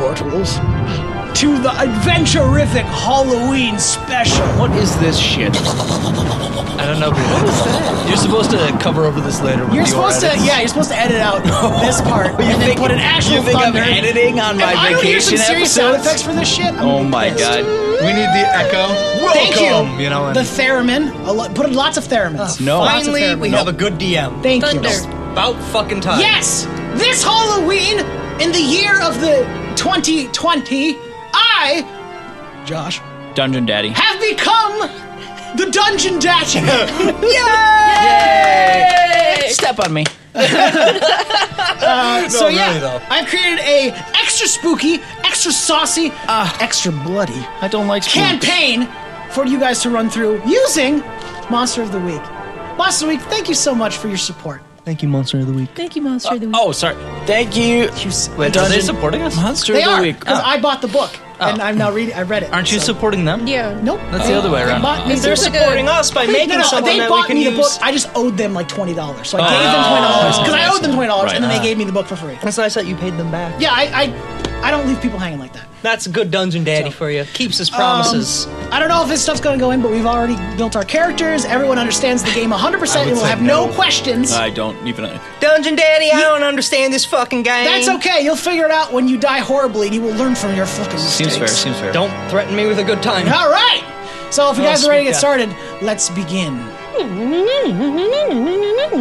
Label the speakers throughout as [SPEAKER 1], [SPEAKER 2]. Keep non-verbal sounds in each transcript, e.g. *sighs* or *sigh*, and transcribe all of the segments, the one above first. [SPEAKER 1] mortals, to the adventurific Halloween special.
[SPEAKER 2] What is this shit?
[SPEAKER 3] I don't know. What is that? You're supposed to cover over this later. With
[SPEAKER 1] You're
[SPEAKER 3] your
[SPEAKER 1] supposed
[SPEAKER 3] edits.
[SPEAKER 1] to, yeah, you're supposed to edit out this part and then
[SPEAKER 3] think-
[SPEAKER 1] put an actual
[SPEAKER 3] you think I'm
[SPEAKER 1] thunder.
[SPEAKER 3] editing on my
[SPEAKER 1] Am I gonna hear some
[SPEAKER 3] vacation
[SPEAKER 1] serious sound
[SPEAKER 3] episodes?
[SPEAKER 1] effects for this shit? I'm
[SPEAKER 3] Oh
[SPEAKER 1] gonna be
[SPEAKER 3] my
[SPEAKER 1] pissed.
[SPEAKER 3] god.
[SPEAKER 4] We need the echo.
[SPEAKER 1] Thank
[SPEAKER 4] Welcome.
[SPEAKER 1] you.
[SPEAKER 4] know, and
[SPEAKER 1] the theremin. A lot, put in lots of theremins.
[SPEAKER 3] No.
[SPEAKER 1] Lots of
[SPEAKER 5] Finally, we
[SPEAKER 1] theremins.
[SPEAKER 5] have a good DM.
[SPEAKER 1] Thank you.
[SPEAKER 6] Thunder.
[SPEAKER 5] About fucking time.
[SPEAKER 1] Yes! This Halloween, in the year of the 2020, I, Josh,
[SPEAKER 3] Dungeon Daddy.
[SPEAKER 1] have become the Dungeon
[SPEAKER 3] *laughs*
[SPEAKER 1] Daddy.
[SPEAKER 3] Step
[SPEAKER 1] *laughs*
[SPEAKER 3] on me. Uh,
[SPEAKER 1] Uh, so yeah,
[SPEAKER 5] really, though.
[SPEAKER 1] I've created a extra spooky, extra saucy,
[SPEAKER 3] Uh.
[SPEAKER 1] extra bloody
[SPEAKER 3] I don't like spoons.
[SPEAKER 1] campaign for you guys to run through using Monster of the Week. Monster of the Week, thank you so much for your support.
[SPEAKER 5] Thank you, Monster of the Week.
[SPEAKER 6] Thank you, Monster of the Week.
[SPEAKER 3] Oh, sorry. Thank you.
[SPEAKER 5] Wait, are they supporting us?
[SPEAKER 3] Monster
[SPEAKER 1] They
[SPEAKER 3] of the
[SPEAKER 1] are
[SPEAKER 3] Week.
[SPEAKER 1] because
[SPEAKER 3] Oh.
[SPEAKER 1] I bought the Ah. book and I'm now reading. I read it.
[SPEAKER 5] Aren't you
[SPEAKER 1] so-
[SPEAKER 5] supporting them?
[SPEAKER 6] Yeah.
[SPEAKER 1] Nope.
[SPEAKER 3] That's the other way around.
[SPEAKER 1] bought me the
[SPEAKER 6] They're
[SPEAKER 1] book.
[SPEAKER 6] supporting
[SPEAKER 5] us by
[SPEAKER 1] Hey, no, no, they bought me the book. I just owed them like twenty dollars, so I gave them twenty dollars
[SPEAKER 3] Ah,
[SPEAKER 1] because I owed them twenty dollars, and then they gave me the book for free.
[SPEAKER 5] That's nice that you paid them back.
[SPEAKER 1] Yeah, I, I, I don't leave people hanging like that.
[SPEAKER 5] That's a good dungeon daddy for you. Keeps his promises.
[SPEAKER 1] I don't know if this stuff's going to go in, but we've already built our characters. Everyone understands the game 100% and we'll
[SPEAKER 4] say
[SPEAKER 1] have no,
[SPEAKER 4] no.
[SPEAKER 1] questions.
[SPEAKER 3] I don't even.
[SPEAKER 5] dungeon daddy, I don't understand this fucking game.
[SPEAKER 1] That's okay. You'll figure it out when you die horribly and you will learn from your fucking mistakes.
[SPEAKER 3] Seems fair. Seems fair.
[SPEAKER 5] Don't threaten me with a good time.
[SPEAKER 1] All right. So if you
[SPEAKER 5] Oh,
[SPEAKER 1] guys are ready to get
[SPEAKER 5] sweet
[SPEAKER 1] started, let's begin.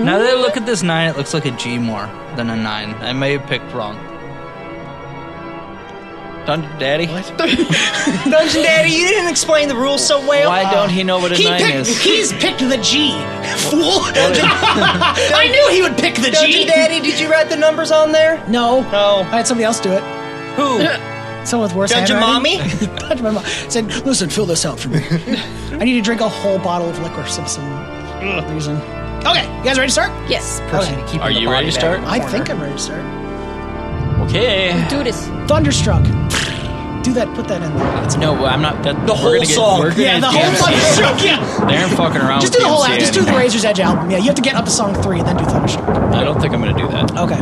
[SPEAKER 3] Now that I look at this nine, it looks like a G more than a nine. I may have picked wrong. Dungeon Daddy.
[SPEAKER 5] *laughs* Dungeon daddy, you didn't explain the rules so well.
[SPEAKER 3] Why don't he know what a
[SPEAKER 1] Ah. He
[SPEAKER 3] nine
[SPEAKER 1] picked,
[SPEAKER 3] is?
[SPEAKER 1] he's picked the G, *laughs* fool. *laughs* I knew he would pick the
[SPEAKER 5] Dungeon
[SPEAKER 1] G.
[SPEAKER 5] daddy, did you write the numbers on there?
[SPEAKER 1] No.
[SPEAKER 5] No.
[SPEAKER 1] I had somebody else do it.
[SPEAKER 5] Who?
[SPEAKER 1] Someone with worse
[SPEAKER 5] Dungeon
[SPEAKER 1] handwriting. *laughs*
[SPEAKER 5] mommy?
[SPEAKER 1] Dungeon mommy. Said, listen, fill this out for *laughs* me. I need to drink a whole bottle of liquor for some reason. Okay, you guys ready to start?
[SPEAKER 6] Yes.
[SPEAKER 1] Okay.
[SPEAKER 3] Are you ready to start?
[SPEAKER 1] I think I'm ready to start.
[SPEAKER 3] Okay.
[SPEAKER 6] Do this.
[SPEAKER 1] Thunderstruck. *sighs* Do that. Put that in there.
[SPEAKER 3] No, I'm not. That, the
[SPEAKER 5] whole song.
[SPEAKER 1] Yeah, the whole Thunderstruck. Yeah.
[SPEAKER 3] They're fucking around.
[SPEAKER 1] Just do
[SPEAKER 3] with
[SPEAKER 1] the whole. al-
[SPEAKER 3] DMCA
[SPEAKER 1] Just do the
[SPEAKER 3] anymore.
[SPEAKER 1] Razor's Edge album. Yeah, you have to get up to song three and then do Thunderstruck.
[SPEAKER 3] I don't think I'm gonna do that.
[SPEAKER 1] Okay.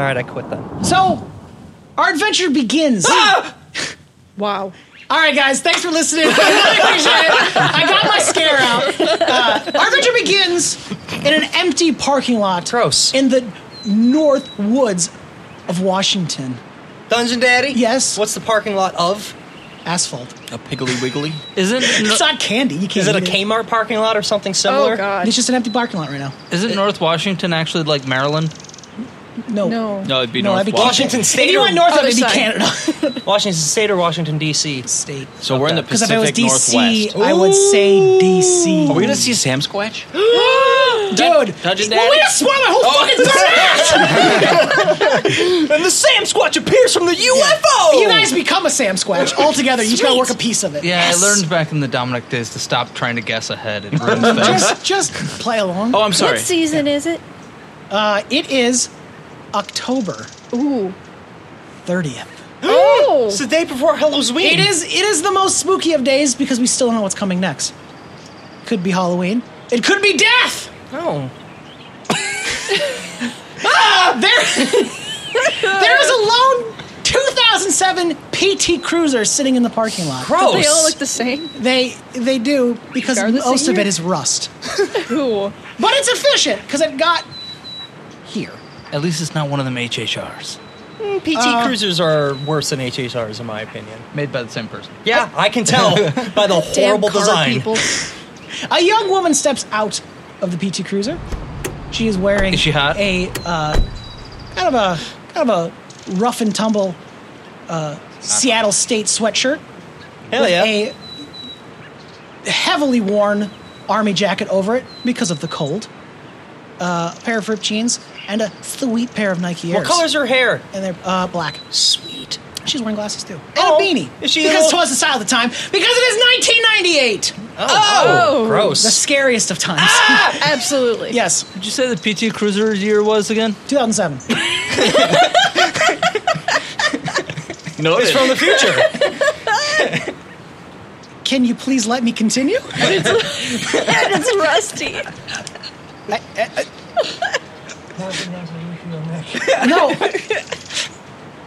[SPEAKER 5] Alright, I quit then.
[SPEAKER 1] So, our adventure begins.
[SPEAKER 6] Wow.
[SPEAKER 1] All right, guys. Thanks for listening. I really appreciate it. I got my scare out. Uh, our adventure begins in an empty parking lot.
[SPEAKER 5] Gross.
[SPEAKER 1] In the North Woods of Washington.
[SPEAKER 5] Dungeon daddy?
[SPEAKER 1] Yes.
[SPEAKER 5] What's the parking lot of?
[SPEAKER 1] Asphalt.
[SPEAKER 3] A piggly wiggly.
[SPEAKER 2] Isn't
[SPEAKER 1] It's not candy. You can't.
[SPEAKER 5] *laughs* Is it a
[SPEAKER 1] eat
[SPEAKER 5] Kmart parking lot or something similar?
[SPEAKER 6] Oh God.
[SPEAKER 1] It's just an empty parking lot right now.
[SPEAKER 2] isn't North Washington actually like Maryland?
[SPEAKER 1] No.
[SPEAKER 6] No.
[SPEAKER 3] No, it'd be
[SPEAKER 1] No,
[SPEAKER 3] North
[SPEAKER 1] that'd be
[SPEAKER 3] Washington.
[SPEAKER 5] Washington
[SPEAKER 1] Canada.
[SPEAKER 5] State
[SPEAKER 1] If you
[SPEAKER 5] or-
[SPEAKER 1] went north,
[SPEAKER 6] Other
[SPEAKER 1] that'd be
[SPEAKER 6] side.
[SPEAKER 1] Canada
[SPEAKER 5] Washington State or Washington D.C.
[SPEAKER 1] state. *laughs*
[SPEAKER 3] So we're in the
[SPEAKER 1] Because if it was
[SPEAKER 3] Pacific
[SPEAKER 1] DC,
[SPEAKER 3] Northwest.
[SPEAKER 1] I would say DC.
[SPEAKER 3] Are we gonna see Sam Squatch?
[SPEAKER 1] Dude,
[SPEAKER 3] touch it,
[SPEAKER 1] well,
[SPEAKER 3] Daddy?
[SPEAKER 1] we just swore my whole fucking third act.
[SPEAKER 5] And the Sam Squatch appears from the UFO.
[SPEAKER 1] You guys become a Sam Squatch altogether. You just gotta work a piece of it.
[SPEAKER 2] Yeah,
[SPEAKER 1] Yes.
[SPEAKER 2] I learned back in the Dominic days to stop trying to guess ahead. It ruins things.
[SPEAKER 1] Just, just play along.
[SPEAKER 3] Oh, I'm sorry.
[SPEAKER 6] What season is it?
[SPEAKER 1] Uh, it is October
[SPEAKER 6] Ooh.
[SPEAKER 1] 30th.
[SPEAKER 6] Oh.
[SPEAKER 5] It's the day before Halloween.
[SPEAKER 1] It is. It is the most spooky of days because we still don't know what's coming next. Could be Halloween. It could be death.
[SPEAKER 5] Oh.
[SPEAKER 1] Uh, There, *laughs* there is a lone 2007 PT Cruiser sitting in the parking lot.
[SPEAKER 5] Gross.
[SPEAKER 6] They all look the same.
[SPEAKER 1] They they do because
[SPEAKER 6] Regardless of
[SPEAKER 1] most of
[SPEAKER 6] year?
[SPEAKER 1] it is rust,
[SPEAKER 6] Ooh.
[SPEAKER 1] but it's efficient because it got here.
[SPEAKER 2] At least it's not one of them HHRs
[SPEAKER 5] Mm, PT
[SPEAKER 3] Uh,
[SPEAKER 5] cruisers are worse than HHRs, in my opinion.
[SPEAKER 2] made by the same person.
[SPEAKER 5] Yeah, I can tell by the
[SPEAKER 6] Damn
[SPEAKER 5] horrible
[SPEAKER 6] car
[SPEAKER 3] *laughs*
[SPEAKER 5] design.
[SPEAKER 6] People.
[SPEAKER 1] A young woman steps out of the PT Cruiser. She is wearing
[SPEAKER 2] Is she hot?
[SPEAKER 1] a uh, kind of a kind of a rough and tumble uh, Seattle State sweatshirt.
[SPEAKER 5] Hell
[SPEAKER 1] with
[SPEAKER 5] Oh, yeah.
[SPEAKER 1] A heavily worn army jacket over it because of the cold. Uh, a pair of ripped jeans and a sweet pair of Nike Airs.
[SPEAKER 5] what color's her hair?
[SPEAKER 1] And they're uh, black.
[SPEAKER 5] Sweet.
[SPEAKER 1] She's wearing glasses too. And
[SPEAKER 5] Oh,
[SPEAKER 1] a beanie.
[SPEAKER 5] is she a
[SPEAKER 1] because it
[SPEAKER 5] little-
[SPEAKER 1] was the style of the time. Because it is 1998.
[SPEAKER 5] Oh,
[SPEAKER 6] Oh.
[SPEAKER 5] gross.
[SPEAKER 1] The scariest of times.
[SPEAKER 5] Ah!
[SPEAKER 6] Ah, Absolutely. *laughs*
[SPEAKER 1] yes,
[SPEAKER 2] Did you say the PT Cruiser year was again?
[SPEAKER 1] 2007.
[SPEAKER 3] No,
[SPEAKER 5] it's from the future.
[SPEAKER 2] *laughs*
[SPEAKER 1] Can you please let me continue?
[SPEAKER 6] And it's rusty.
[SPEAKER 1] no.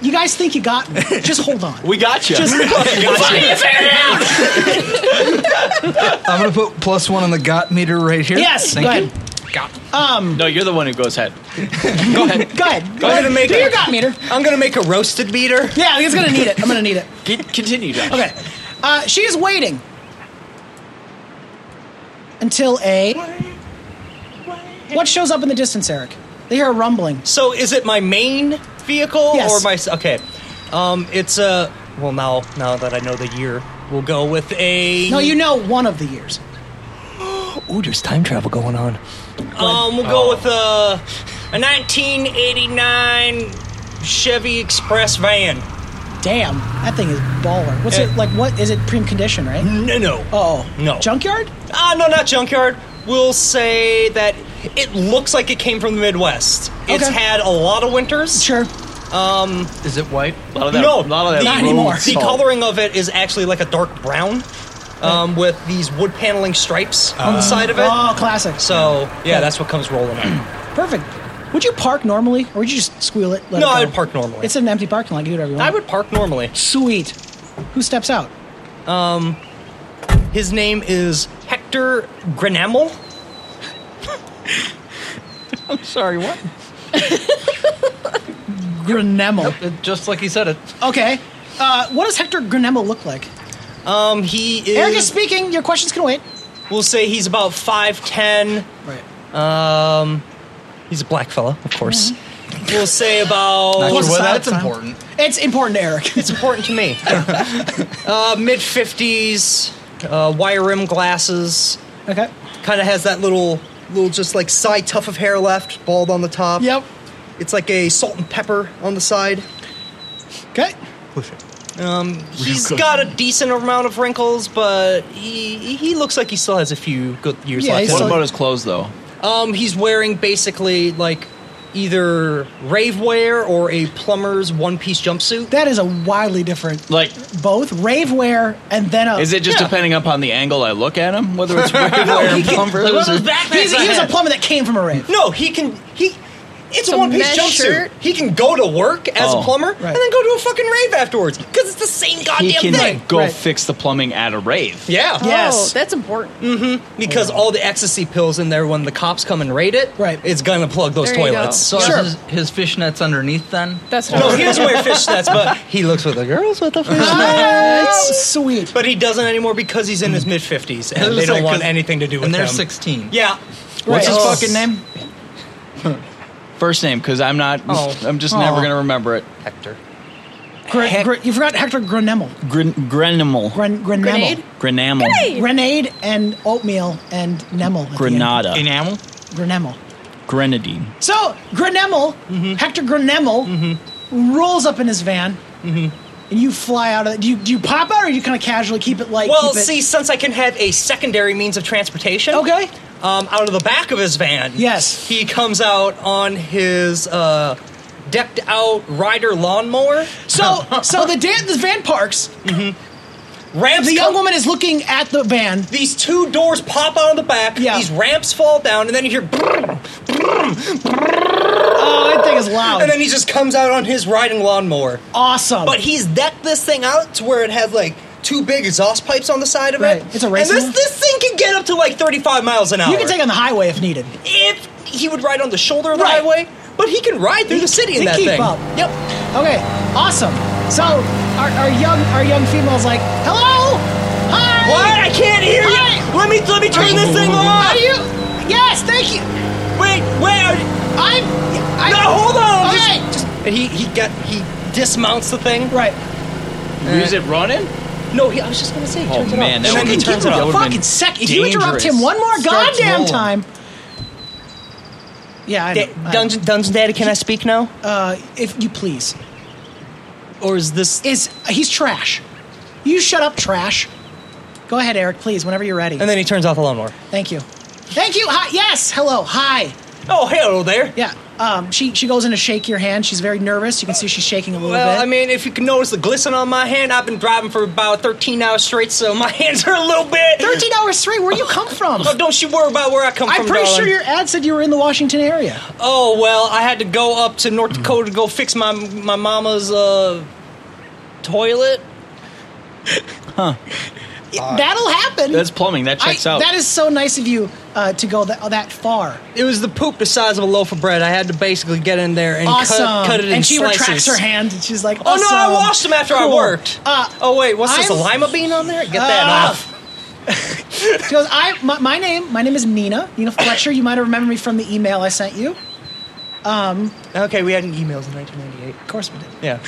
[SPEAKER 1] You guys think you got me? Just hold on.
[SPEAKER 5] *laughs* We got you.
[SPEAKER 1] Just-
[SPEAKER 7] I'm gonna put plus one on the got meter right here.
[SPEAKER 1] yes.
[SPEAKER 7] thank
[SPEAKER 1] go
[SPEAKER 7] you.
[SPEAKER 1] ahead.
[SPEAKER 5] no, you're the one who goes ahead.
[SPEAKER 1] Go
[SPEAKER 5] Go ahead.
[SPEAKER 1] ahead. Go
[SPEAKER 5] I'm
[SPEAKER 1] ahead.
[SPEAKER 5] gonna make
[SPEAKER 1] Do
[SPEAKER 5] a-
[SPEAKER 1] your got meter.
[SPEAKER 3] I'm gonna make a roasted meter.
[SPEAKER 1] Yeah, he's gonna need it. I'm gonna need it.
[SPEAKER 5] Get, continue, Josh.
[SPEAKER 1] Okay. Uh, she is waiting until a. What shows up in the distance, Eric? They hear a rumbling.
[SPEAKER 3] So is it my main vehicle
[SPEAKER 1] Yes.
[SPEAKER 3] or my s- okay? Um, it's a well now now that I know the year, we'll go with a
[SPEAKER 1] No, you know one of the years.
[SPEAKER 3] Ooh, there's time travel going on. Um, we'll go with a a 1989 Chevy Express van.
[SPEAKER 1] Damn, that thing is baller. What's
[SPEAKER 3] Eh.
[SPEAKER 1] it like? What is it? Prem condition, right?
[SPEAKER 3] No, no.
[SPEAKER 1] Oh,
[SPEAKER 3] No.
[SPEAKER 1] Junkyard?
[SPEAKER 3] Ah, no, not junkyard. We'll say that it looks like it came from the Midwest. It's
[SPEAKER 1] Okay.
[SPEAKER 3] had a lot of winters.
[SPEAKER 1] Sure.
[SPEAKER 7] Is it white?
[SPEAKER 5] A lot of that,
[SPEAKER 3] no,
[SPEAKER 5] a lot of that
[SPEAKER 3] the,
[SPEAKER 1] Not
[SPEAKER 5] road
[SPEAKER 1] anymore.
[SPEAKER 3] The
[SPEAKER 5] salt.
[SPEAKER 3] coloring of it is actually like a dark brown, um, with these wood paneling stripes on the side of it.
[SPEAKER 1] Oh, classic.
[SPEAKER 3] so yeah, that's what comes rolling up.
[SPEAKER 1] Perfect. Would you park normally, or would you just squeal it? let
[SPEAKER 3] No,
[SPEAKER 1] it go?
[SPEAKER 3] I would park normally.
[SPEAKER 1] It's an empty parking lot. You do whatever you want.
[SPEAKER 3] I would park normally.
[SPEAKER 1] Sweet. Who steps out?
[SPEAKER 3] His name is Hector Grenamel.
[SPEAKER 7] Sorry, what?
[SPEAKER 1] Grenemel.
[SPEAKER 7] It, just like he said it.
[SPEAKER 1] Okay. Uh, what does Hector Grenemel look like?
[SPEAKER 3] Um, he is.
[SPEAKER 1] Eric is speaking. Your questions can wait.
[SPEAKER 3] we'll say he's about five ten.
[SPEAKER 1] Right.
[SPEAKER 3] Um, he's a black fella, of course.
[SPEAKER 1] Mm-hmm.
[SPEAKER 3] We'll say
[SPEAKER 7] Not
[SPEAKER 3] about.
[SPEAKER 1] Plus
[SPEAKER 7] sure
[SPEAKER 1] a
[SPEAKER 7] why
[SPEAKER 1] solid
[SPEAKER 7] that's
[SPEAKER 1] time.
[SPEAKER 7] important.
[SPEAKER 1] It's important to Eric.
[SPEAKER 3] *laughs* It's important to me. uh, Mid fifties, uh, wire rim glasses.
[SPEAKER 1] okay.
[SPEAKER 3] Kind of has that little, little just like side tuft of hair left, bald on the top.
[SPEAKER 1] Yep.
[SPEAKER 3] It's like a salt and pepper on the side.
[SPEAKER 1] Okay.
[SPEAKER 3] He's got a decent amount of wrinkles, but he he looks like he still has a few good years
[SPEAKER 1] Yeah,
[SPEAKER 3] left.
[SPEAKER 1] he's
[SPEAKER 5] What
[SPEAKER 1] So-
[SPEAKER 5] about his clothes, though?
[SPEAKER 3] Um, he's wearing basically like either rave wear or a plumber's one-piece jumpsuit.
[SPEAKER 1] That is a widely different.
[SPEAKER 5] Like,
[SPEAKER 1] both rave wear and then a.
[SPEAKER 5] is it just
[SPEAKER 3] Yeah.
[SPEAKER 5] depending upon the angle I look at him?
[SPEAKER 1] *laughs*
[SPEAKER 5] Whether it's wearing
[SPEAKER 7] Wearing
[SPEAKER 5] or
[SPEAKER 7] bumpers
[SPEAKER 5] Like, what
[SPEAKER 7] or-
[SPEAKER 5] was that?
[SPEAKER 1] He's, he was a plumber that came from a rave.
[SPEAKER 3] No, he can he. It's a
[SPEAKER 6] a
[SPEAKER 3] one-piece
[SPEAKER 6] mesh
[SPEAKER 3] jumpsuit.
[SPEAKER 6] shirt?
[SPEAKER 3] He can go to work as
[SPEAKER 5] Oh,
[SPEAKER 3] a plumber
[SPEAKER 1] right.
[SPEAKER 3] and then go to a fucking rave afterwards because it's the same goddamn
[SPEAKER 5] He can
[SPEAKER 3] thing.
[SPEAKER 5] like, go
[SPEAKER 1] Right.
[SPEAKER 5] fix the plumbing at a rave.
[SPEAKER 3] yeah.
[SPEAKER 1] Yes.
[SPEAKER 6] Oh, that's important.
[SPEAKER 3] Because all the ecstasy pills in there, when the cops come and raid it,
[SPEAKER 1] Right.
[SPEAKER 3] it's gonna plug those
[SPEAKER 6] There you go.
[SPEAKER 3] toilets.
[SPEAKER 7] So
[SPEAKER 3] So-
[SPEAKER 1] Sure.
[SPEAKER 7] is his, his fishnets underneath then?
[SPEAKER 6] That's what
[SPEAKER 3] no,
[SPEAKER 6] I
[SPEAKER 3] he
[SPEAKER 6] was
[SPEAKER 3] doesn't wear fishnets, but *laughs* he looks with the girls with the fishnets.
[SPEAKER 1] Ah, sweet.
[SPEAKER 3] but he doesn't anymore because he's in his mid fifties and they
[SPEAKER 7] It's
[SPEAKER 3] don't
[SPEAKER 7] like,
[SPEAKER 3] want
[SPEAKER 7] 'cause-
[SPEAKER 3] anything to do with
[SPEAKER 7] And they're
[SPEAKER 3] him.
[SPEAKER 7] 16.
[SPEAKER 3] Yeah.
[SPEAKER 5] What's his
[SPEAKER 1] Right.
[SPEAKER 5] fucking name? First name, because I'm not.
[SPEAKER 3] Oh.
[SPEAKER 5] I'm just never
[SPEAKER 3] Aw.
[SPEAKER 5] gonna remember it.
[SPEAKER 3] Hector.
[SPEAKER 1] Gre- Gre- you forgot Hector Grenemel.
[SPEAKER 5] Gren- Grenimal.
[SPEAKER 1] Gren- Grenemel.
[SPEAKER 6] Grenade?
[SPEAKER 5] Grenamel.
[SPEAKER 6] Hey!
[SPEAKER 1] Grenade and oatmeal and Nemel. at the end.
[SPEAKER 5] Granada.
[SPEAKER 7] Enamel?
[SPEAKER 1] Grenemel.
[SPEAKER 5] Grenadine.
[SPEAKER 1] So Grenemel,
[SPEAKER 3] Mm-hmm.
[SPEAKER 1] Hector Grenemel, rolls up in his van,
[SPEAKER 3] Mm-hmm.
[SPEAKER 1] and you fly out of it. Do you, do you pop out or you kind of casually keep it light?
[SPEAKER 3] Well,
[SPEAKER 1] keep it-
[SPEAKER 3] see, since I can have a secondary means of transportation,
[SPEAKER 1] Okay.
[SPEAKER 3] um, out of the back of his van,
[SPEAKER 1] Yes.
[SPEAKER 3] he comes out on his uh, decked-out rider lawnmower. *laughs*
[SPEAKER 1] So, so the, dan- the van parks.
[SPEAKER 3] Ramps
[SPEAKER 1] The young
[SPEAKER 3] come-
[SPEAKER 1] woman is looking at the van.
[SPEAKER 3] These two doors pop out of the back.
[SPEAKER 1] Yeah.
[SPEAKER 3] These ramps fall down, and then you hear,
[SPEAKER 1] Oh, that thing is loud.
[SPEAKER 3] and then he just comes out on his riding lawnmower.
[SPEAKER 1] awesome.
[SPEAKER 3] But he's decked this thing out to where it has like two big exhaust pipes on the side of
[SPEAKER 1] Right.
[SPEAKER 3] it.
[SPEAKER 1] It's a
[SPEAKER 3] race.
[SPEAKER 1] racing
[SPEAKER 3] And
[SPEAKER 1] one?
[SPEAKER 3] this this thing can get up to like 35 miles an hour.
[SPEAKER 1] you can take it on the highway if needed.
[SPEAKER 3] if he would ride on the shoulder of the
[SPEAKER 1] Right.
[SPEAKER 3] highway, but he can ride through the city
[SPEAKER 1] They
[SPEAKER 3] in that
[SPEAKER 1] keep
[SPEAKER 3] thing.
[SPEAKER 1] up. Yep. Okay. Awesome. So our, our young our young female's like, hello, hi.
[SPEAKER 3] What? I can't hear
[SPEAKER 1] Hi.
[SPEAKER 3] you. Let me let me turn this thing
[SPEAKER 1] How
[SPEAKER 3] off.
[SPEAKER 1] do you? Yes, thank you.
[SPEAKER 3] Wait, wait. Are
[SPEAKER 1] I'm. I,
[SPEAKER 3] no, hold on.
[SPEAKER 1] All
[SPEAKER 3] Just-
[SPEAKER 1] right.
[SPEAKER 3] just- and he he got he dismounts the thing.
[SPEAKER 1] Right.
[SPEAKER 5] Is it running?
[SPEAKER 3] No, he, I was just gonna say. He
[SPEAKER 5] Oh,
[SPEAKER 3] turns
[SPEAKER 5] man,
[SPEAKER 3] it
[SPEAKER 5] that
[SPEAKER 3] off. and then
[SPEAKER 5] would've been
[SPEAKER 3] he turns it
[SPEAKER 5] terrible.
[SPEAKER 3] off.
[SPEAKER 5] would've
[SPEAKER 1] Fucking
[SPEAKER 5] been
[SPEAKER 1] second. If you interrupt
[SPEAKER 5] dangerous.
[SPEAKER 1] him one more
[SPEAKER 7] Starts
[SPEAKER 1] goddamn
[SPEAKER 7] rolling.
[SPEAKER 1] time. Yeah, I know. I know.
[SPEAKER 3] Da- Dungeon Dungeon Daddy, can I speak now?
[SPEAKER 1] Uh, if you please,
[SPEAKER 3] Or is this?
[SPEAKER 1] is he's trash? You shut up, trash. Go ahead, Eric. Please, whenever you're ready.
[SPEAKER 3] And then he turns off the lawnmower.
[SPEAKER 1] Thank you. Thank you. Hi. Yes. Hello. Hi.
[SPEAKER 3] Oh, hello there.
[SPEAKER 1] Yeah. Um, she she goes in to shake your hand. She's very nervous. You can see she's shaking a little
[SPEAKER 3] Well,
[SPEAKER 1] bit.
[SPEAKER 3] I mean, if you can notice the glisten on my hand, I've been driving for about 13 hours straight, so my *laughs* hands are a little bit. *laughs*
[SPEAKER 1] thirteen hours straight. Where do you come from?
[SPEAKER 3] Oh, don't you worry about where I come
[SPEAKER 1] I'm
[SPEAKER 3] from.
[SPEAKER 1] pretty
[SPEAKER 3] darling.
[SPEAKER 1] sure your ad said you were in the Washington area.
[SPEAKER 3] Oh well, I had to go up to
[SPEAKER 1] Mm.
[SPEAKER 3] North Dakota to go fix my my mama's uh, toilet.
[SPEAKER 1] That'll happen.
[SPEAKER 5] That's plumbing. Uh, That checks
[SPEAKER 1] I-
[SPEAKER 5] out. *laughs*
[SPEAKER 1] That is so nice of you uh, to go that, that far.
[SPEAKER 3] It was the poop the size of a loaf of bread. I had to basically get in there and
[SPEAKER 1] awesome.
[SPEAKER 3] cut, cut it in
[SPEAKER 1] and she
[SPEAKER 3] slices.
[SPEAKER 1] retracts her hand and she's like,
[SPEAKER 3] Oh no, I
[SPEAKER 1] "Awesome."
[SPEAKER 3] washed them after
[SPEAKER 1] Cool.
[SPEAKER 3] I worked.
[SPEAKER 1] Uh,
[SPEAKER 3] oh wait, what's this? A
[SPEAKER 1] I'm-
[SPEAKER 3] lima bean on there? Get that
[SPEAKER 1] Ah.
[SPEAKER 3] off.
[SPEAKER 1] She goes, I, my, my name, my name is Nina, Nina Fletcher. You might have remembered me from the email I sent you.
[SPEAKER 3] Okay, we had an emails in 1998.
[SPEAKER 1] Of course we did.
[SPEAKER 3] Yeah,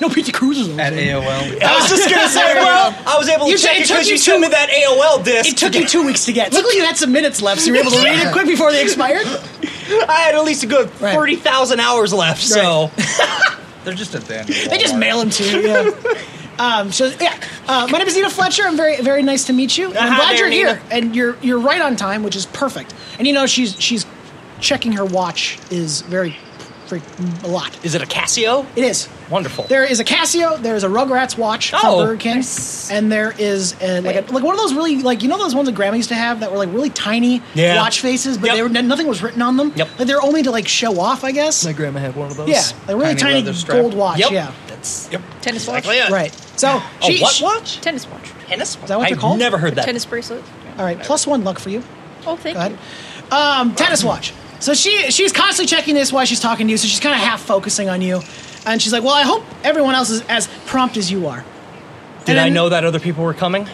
[SPEAKER 1] No, PT Cruise is
[SPEAKER 8] At
[SPEAKER 1] also.
[SPEAKER 8] AOL.
[SPEAKER 3] *laughs* I was just gonna *laughs* say. Well, I was able to
[SPEAKER 1] You said
[SPEAKER 3] check
[SPEAKER 1] it
[SPEAKER 3] it
[SPEAKER 1] took
[SPEAKER 3] because
[SPEAKER 1] you
[SPEAKER 3] you sent
[SPEAKER 1] two-
[SPEAKER 3] me that AOL disc.
[SPEAKER 1] It took you two weeks to get. Luckily, you had some minutes left, so you were able to read it quick before they expired.
[SPEAKER 3] *laughs* I had at least a good
[SPEAKER 1] Right.
[SPEAKER 3] forty thousand hours left. So
[SPEAKER 8] They're just at the end.
[SPEAKER 1] They just mail them to you. Yeah.
[SPEAKER 3] *laughs*
[SPEAKER 1] Um, so yeah, uh, my name is Nina Fletcher. I'm very, very nice to meet you. And I'm
[SPEAKER 3] Uh-huh,
[SPEAKER 1] glad
[SPEAKER 3] there,
[SPEAKER 1] you're
[SPEAKER 3] Nina.
[SPEAKER 1] here, and you're you're right on time, which is perfect. And you know she's she's checking her watch is very, very a lot.
[SPEAKER 3] is it a Casio?
[SPEAKER 1] It is.
[SPEAKER 3] Wonderful.
[SPEAKER 1] There is a Casio. There is a Rugrats watch from
[SPEAKER 3] Oh.
[SPEAKER 1] Burger King, and there is a, like a, like one of those really like you know those ones that Grandma used to have that were like really tiny
[SPEAKER 3] Yeah.
[SPEAKER 1] watch faces, but
[SPEAKER 3] Yep.
[SPEAKER 1] they were nothing was written on them.
[SPEAKER 3] Yep.
[SPEAKER 1] Like they were only to like show off, I guess.
[SPEAKER 3] My grandma had one of those.
[SPEAKER 1] yeah, like really
[SPEAKER 8] Tiny
[SPEAKER 1] tiny,
[SPEAKER 8] leather strap.
[SPEAKER 1] gold watch.
[SPEAKER 3] Yep.
[SPEAKER 1] Yeah,
[SPEAKER 3] That's yep.
[SPEAKER 6] Tennis watch.
[SPEAKER 3] Exactly it.
[SPEAKER 1] right. So
[SPEAKER 3] A
[SPEAKER 1] she,
[SPEAKER 3] Oh, what
[SPEAKER 1] she-
[SPEAKER 3] watch?
[SPEAKER 6] Tennis watch.
[SPEAKER 3] Tennis watch.
[SPEAKER 1] that what
[SPEAKER 3] I've
[SPEAKER 1] they're called?
[SPEAKER 3] never heard that.
[SPEAKER 6] Tennis bracelet.
[SPEAKER 1] All right, plus one luck for you.
[SPEAKER 6] Oh, thank
[SPEAKER 1] Go ahead.
[SPEAKER 6] you.
[SPEAKER 1] Um, tennis watch. So she she's constantly checking this while she's talking to you. So she's kind of half focusing on you, and she's like, "Well, I hope everyone else is as prompt as you are."
[SPEAKER 3] Did
[SPEAKER 1] And
[SPEAKER 3] I
[SPEAKER 1] then-
[SPEAKER 3] know that other people were coming?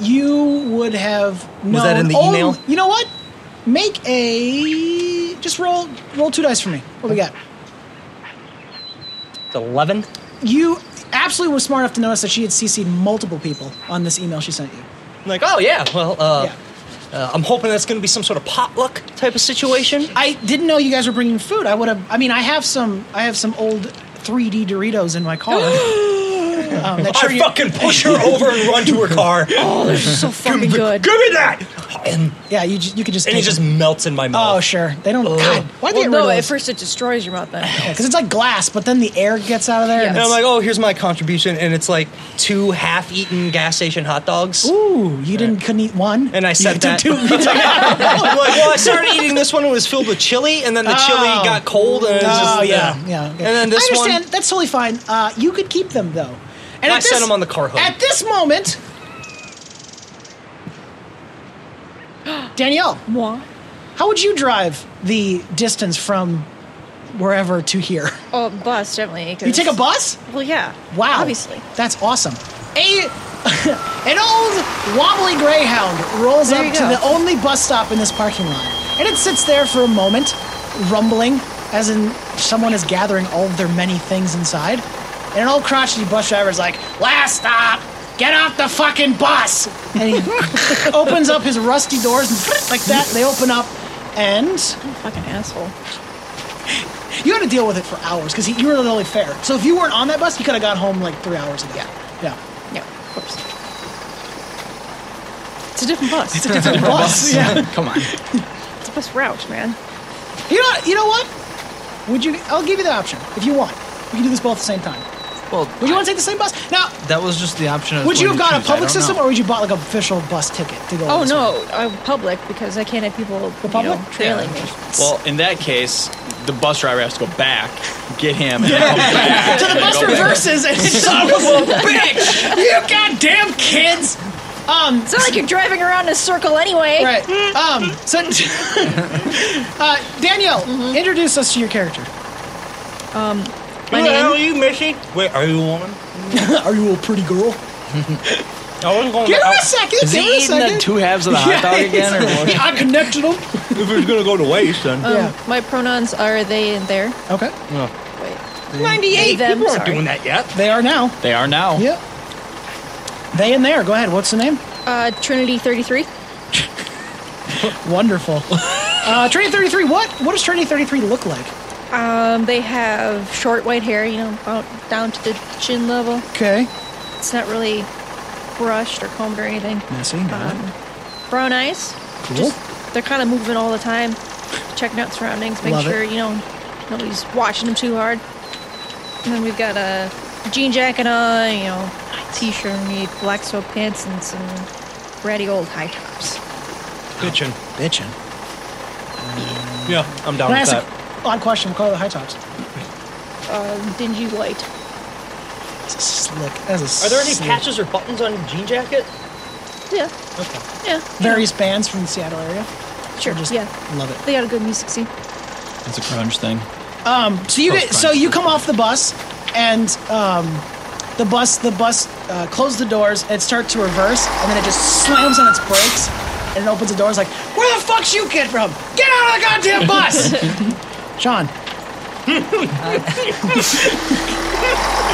[SPEAKER 1] You would have known.
[SPEAKER 3] that in the
[SPEAKER 1] Oh,
[SPEAKER 3] email?
[SPEAKER 1] You know what? Make a just roll roll two dice for me. What we got?
[SPEAKER 3] It's Eleven.
[SPEAKER 1] You absolutely were smart enough to notice that she had CC'd multiple people on this email she sent you.
[SPEAKER 3] I'm like, oh yeah. Well, uh,
[SPEAKER 1] Yeah.
[SPEAKER 3] uh, I'm hoping that's going to be some sort of potluck type of situation.
[SPEAKER 1] I didn't know you guys were bringing food. I would have. I mean, I have some. I have some old 3D Doritos in my
[SPEAKER 6] *gasps*
[SPEAKER 1] car. um, that sure
[SPEAKER 3] I
[SPEAKER 1] you-
[SPEAKER 3] fucking push her over and run *laughs* to her car.
[SPEAKER 6] Oh, they're so fucking good.
[SPEAKER 3] Give me that. And,
[SPEAKER 1] yeah, you ju- you could just
[SPEAKER 3] and
[SPEAKER 1] take
[SPEAKER 3] it just
[SPEAKER 1] them.
[SPEAKER 3] melts in my mouth.
[SPEAKER 1] Oh sure, they don't. God, why
[SPEAKER 6] Well,
[SPEAKER 1] they
[SPEAKER 6] no,
[SPEAKER 1] get
[SPEAKER 6] at
[SPEAKER 1] rid of
[SPEAKER 6] first it destroys your mouth then.
[SPEAKER 1] *laughs* Because it's like glass, but then the air gets out of there.
[SPEAKER 6] Yeah.
[SPEAKER 1] and
[SPEAKER 3] And I'm
[SPEAKER 1] it's-
[SPEAKER 3] like, oh, here's my contribution, and it's like two half-eaten gas station hot dogs.
[SPEAKER 1] Ooh, you didn't couldn't eat one.
[SPEAKER 3] And I said
[SPEAKER 1] you
[SPEAKER 3] that.
[SPEAKER 1] Took *laughs* two. You took
[SPEAKER 3] I'm like, well, I started eating this one. It was filled with chili, and then the
[SPEAKER 1] Oh.
[SPEAKER 3] chili got cold. *laughs* And it was
[SPEAKER 1] Oh
[SPEAKER 3] just,
[SPEAKER 1] yeah, yeah.
[SPEAKER 3] And then this
[SPEAKER 1] I understand.
[SPEAKER 3] one,
[SPEAKER 1] That's totally fine. Uh, you could keep them though. And
[SPEAKER 3] I
[SPEAKER 1] at this-
[SPEAKER 3] sent 'em on the car hook.
[SPEAKER 1] At this
[SPEAKER 6] *gasps*
[SPEAKER 1] moment, Danielle,
[SPEAKER 6] Moi.
[SPEAKER 1] how would you drive the distance from wherever to here?
[SPEAKER 6] Oh, bus definitely. 'cause-
[SPEAKER 1] You take a bus?
[SPEAKER 6] Well, yeah.
[SPEAKER 1] Wow,
[SPEAKER 6] Obviously.
[SPEAKER 1] that's awesome. A *laughs* an old wobbly greyhound rolls
[SPEAKER 6] There
[SPEAKER 1] up
[SPEAKER 6] you
[SPEAKER 1] to
[SPEAKER 6] go.
[SPEAKER 1] the only bus stop in this parking lot, and it sits there for a moment, rumbling, as in someone is gathering all of their many things inside. And an old crotchety bus driver's like, "Last stop, get off the fucking bus!" And he *laughs* opens up his rusty doors and *laughs* like that. They open up, and
[SPEAKER 6] Fucking asshole.
[SPEAKER 1] you had to deal with it for hours because you were the only fare. So if you weren't on that bus, you could have got home like three hours ago. Yeah, yeah.
[SPEAKER 6] Yeah, of course. It's a different bus. It's a,
[SPEAKER 1] bus. *laughs* Yeah.
[SPEAKER 8] Come on.
[SPEAKER 6] bus route, man.
[SPEAKER 1] You know. You know what? Would you? I'll give you the option if you want. We can do this both at the same time.
[SPEAKER 9] Well,
[SPEAKER 1] Would you want to take the same bus? Now,
[SPEAKER 9] that was just the option. I was
[SPEAKER 1] would you have
[SPEAKER 9] going to
[SPEAKER 1] got a
[SPEAKER 9] choose. I
[SPEAKER 1] public
[SPEAKER 9] don't
[SPEAKER 1] system,
[SPEAKER 9] know.
[SPEAKER 1] or would you bought like an official bus ticket to go?
[SPEAKER 6] Oh
[SPEAKER 1] this way?
[SPEAKER 6] no, uh, public because I can't have people
[SPEAKER 1] The
[SPEAKER 6] you
[SPEAKER 1] public?
[SPEAKER 6] know, trailing me.
[SPEAKER 5] Well, in that case, the bus driver has to go back, get
[SPEAKER 1] *laughs*
[SPEAKER 5] him, and then come back.
[SPEAKER 1] To the
[SPEAKER 5] and
[SPEAKER 1] bus
[SPEAKER 5] go back.
[SPEAKER 1] reverses, *laughs* and it's son of a bitch! You goddamn kids! Um,
[SPEAKER 6] It's not like you're driving around in a circle anyway.
[SPEAKER 1] right. Um, so, *laughs* uh, Danielle, introduce us to your character.
[SPEAKER 6] My
[SPEAKER 3] who the hell are
[SPEAKER 6] name.
[SPEAKER 3] you, Missy? Wait, are you a woman?
[SPEAKER 1] *laughs* Are you a pretty girl?
[SPEAKER 3] I wasn't going
[SPEAKER 1] Give
[SPEAKER 3] to.
[SPEAKER 1] her a
[SPEAKER 3] I-
[SPEAKER 1] second.
[SPEAKER 9] Is
[SPEAKER 1] give
[SPEAKER 9] he
[SPEAKER 1] her a
[SPEAKER 9] eating the
[SPEAKER 1] second.
[SPEAKER 9] two halves
[SPEAKER 1] *laughs*
[SPEAKER 9] of the hot dog again, or what?
[SPEAKER 1] I connected them.
[SPEAKER 3] if it's going to go to waste, then
[SPEAKER 1] *laughs*
[SPEAKER 6] Um,
[SPEAKER 1] Yeah.
[SPEAKER 6] My pronouns are they and their.
[SPEAKER 1] Okay.
[SPEAKER 6] Wait.
[SPEAKER 3] ninety-eight.
[SPEAKER 6] Them,
[SPEAKER 3] People aren't
[SPEAKER 6] sorry.
[SPEAKER 3] doing that yet.
[SPEAKER 1] They are now.
[SPEAKER 5] They are now.
[SPEAKER 1] Yep. They in there. Go ahead. What's the name?
[SPEAKER 6] Uh, Trinity 33.
[SPEAKER 1] Wonderful. *laughs* uh, Trinity 33. What? What does Trinity 33 look like?
[SPEAKER 6] Um, they have short white hair, you know, about down to the chin level.
[SPEAKER 1] Okay.
[SPEAKER 6] It's not really brushed or combed or anything.
[SPEAKER 1] Messy.
[SPEAKER 6] Um, brown eyes. Just, they're kind of moving all the time. checking out surroundings, making
[SPEAKER 1] Love it.
[SPEAKER 6] sure you know nobody's watching them too hard. And then we've got a jean jacket on, you know, t-shirt underneath, black soap pants, and some ratty old high tops.
[SPEAKER 10] Bitchin'.
[SPEAKER 1] Bitchin'.
[SPEAKER 10] Yeah, I'm down
[SPEAKER 1] Can I
[SPEAKER 10] with
[SPEAKER 1] ask
[SPEAKER 10] that.
[SPEAKER 1] a odd question? What color are the high tops?
[SPEAKER 6] Um, dingy white.
[SPEAKER 1] It's a slick. That's a
[SPEAKER 4] Are there any
[SPEAKER 1] slick-
[SPEAKER 4] patches or buttons on jean jacket?
[SPEAKER 6] Yeah,
[SPEAKER 1] Okay.
[SPEAKER 6] yeah.
[SPEAKER 1] Various bands from the Seattle area.
[SPEAKER 6] Sure,
[SPEAKER 1] Or just
[SPEAKER 6] yeah.
[SPEAKER 1] love it.
[SPEAKER 6] They got a good music scene.
[SPEAKER 5] It's a grunge thing.
[SPEAKER 1] So you get, so you come off the bus, and um, the bus the bus uh, closed the doors and it starts to reverse, and then it just slams on its brakes and it opens the doors like, where the fuck's you kid from? Get out of the goddamn bus, Sean.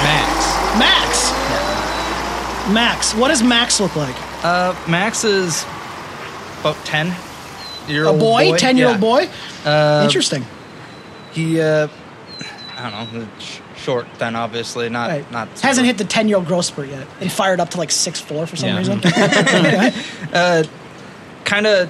[SPEAKER 2] Max.
[SPEAKER 1] Max. Max. What does Max look like?
[SPEAKER 3] Uh, Max is about ten. Year
[SPEAKER 1] A boy, ten year
[SPEAKER 3] Yeah.
[SPEAKER 1] old boy. Interesting.
[SPEAKER 3] He, uh, I don't know, sh- short. Then obviously not
[SPEAKER 1] Right.
[SPEAKER 3] not
[SPEAKER 1] hasn't hit the ten year old growth spurt yet. It fired up to like six four for some
[SPEAKER 5] Yeah.
[SPEAKER 1] reason.
[SPEAKER 3] kind of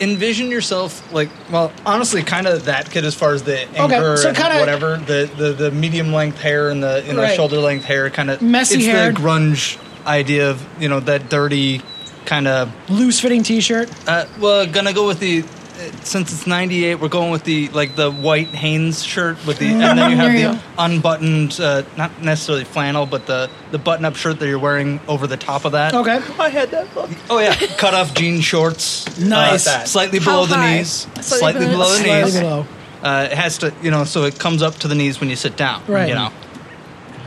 [SPEAKER 3] envision yourself like well honestly kind of that kid as far as the anger
[SPEAKER 1] so
[SPEAKER 3] and
[SPEAKER 1] kinda-
[SPEAKER 3] whatever the, the the medium length hair and the you know
[SPEAKER 1] Right.
[SPEAKER 3] shoulder length hair kind of
[SPEAKER 1] Messy
[SPEAKER 3] it's
[SPEAKER 1] haired.
[SPEAKER 3] the grunge idea of you know that dirty kind of
[SPEAKER 1] Loose fitting t shirt.
[SPEAKER 3] uh, well gonna go with the uh, since it's 98 we're going with the like the white Hanes shirt with the and then you have
[SPEAKER 6] *laughs* There you
[SPEAKER 3] the
[SPEAKER 6] go.
[SPEAKER 3] unbuttoned uh, not necessarily flannel but the the button up shirt that you're wearing over the top of that
[SPEAKER 1] Okay.
[SPEAKER 4] I had that
[SPEAKER 1] *laughs*
[SPEAKER 4] look.
[SPEAKER 3] Oh *laughs* yeah, cut off jean shorts.
[SPEAKER 1] Nice.
[SPEAKER 3] Uh, slightly below the
[SPEAKER 6] high?
[SPEAKER 3] knees.
[SPEAKER 6] Slightly
[SPEAKER 3] Slightly
[SPEAKER 6] below-
[SPEAKER 3] below the
[SPEAKER 1] Slightly
[SPEAKER 3] knees.
[SPEAKER 1] below.
[SPEAKER 3] Uh, it has to, you know, so it comes up to the knees when you sit down.
[SPEAKER 1] Right.
[SPEAKER 3] You know.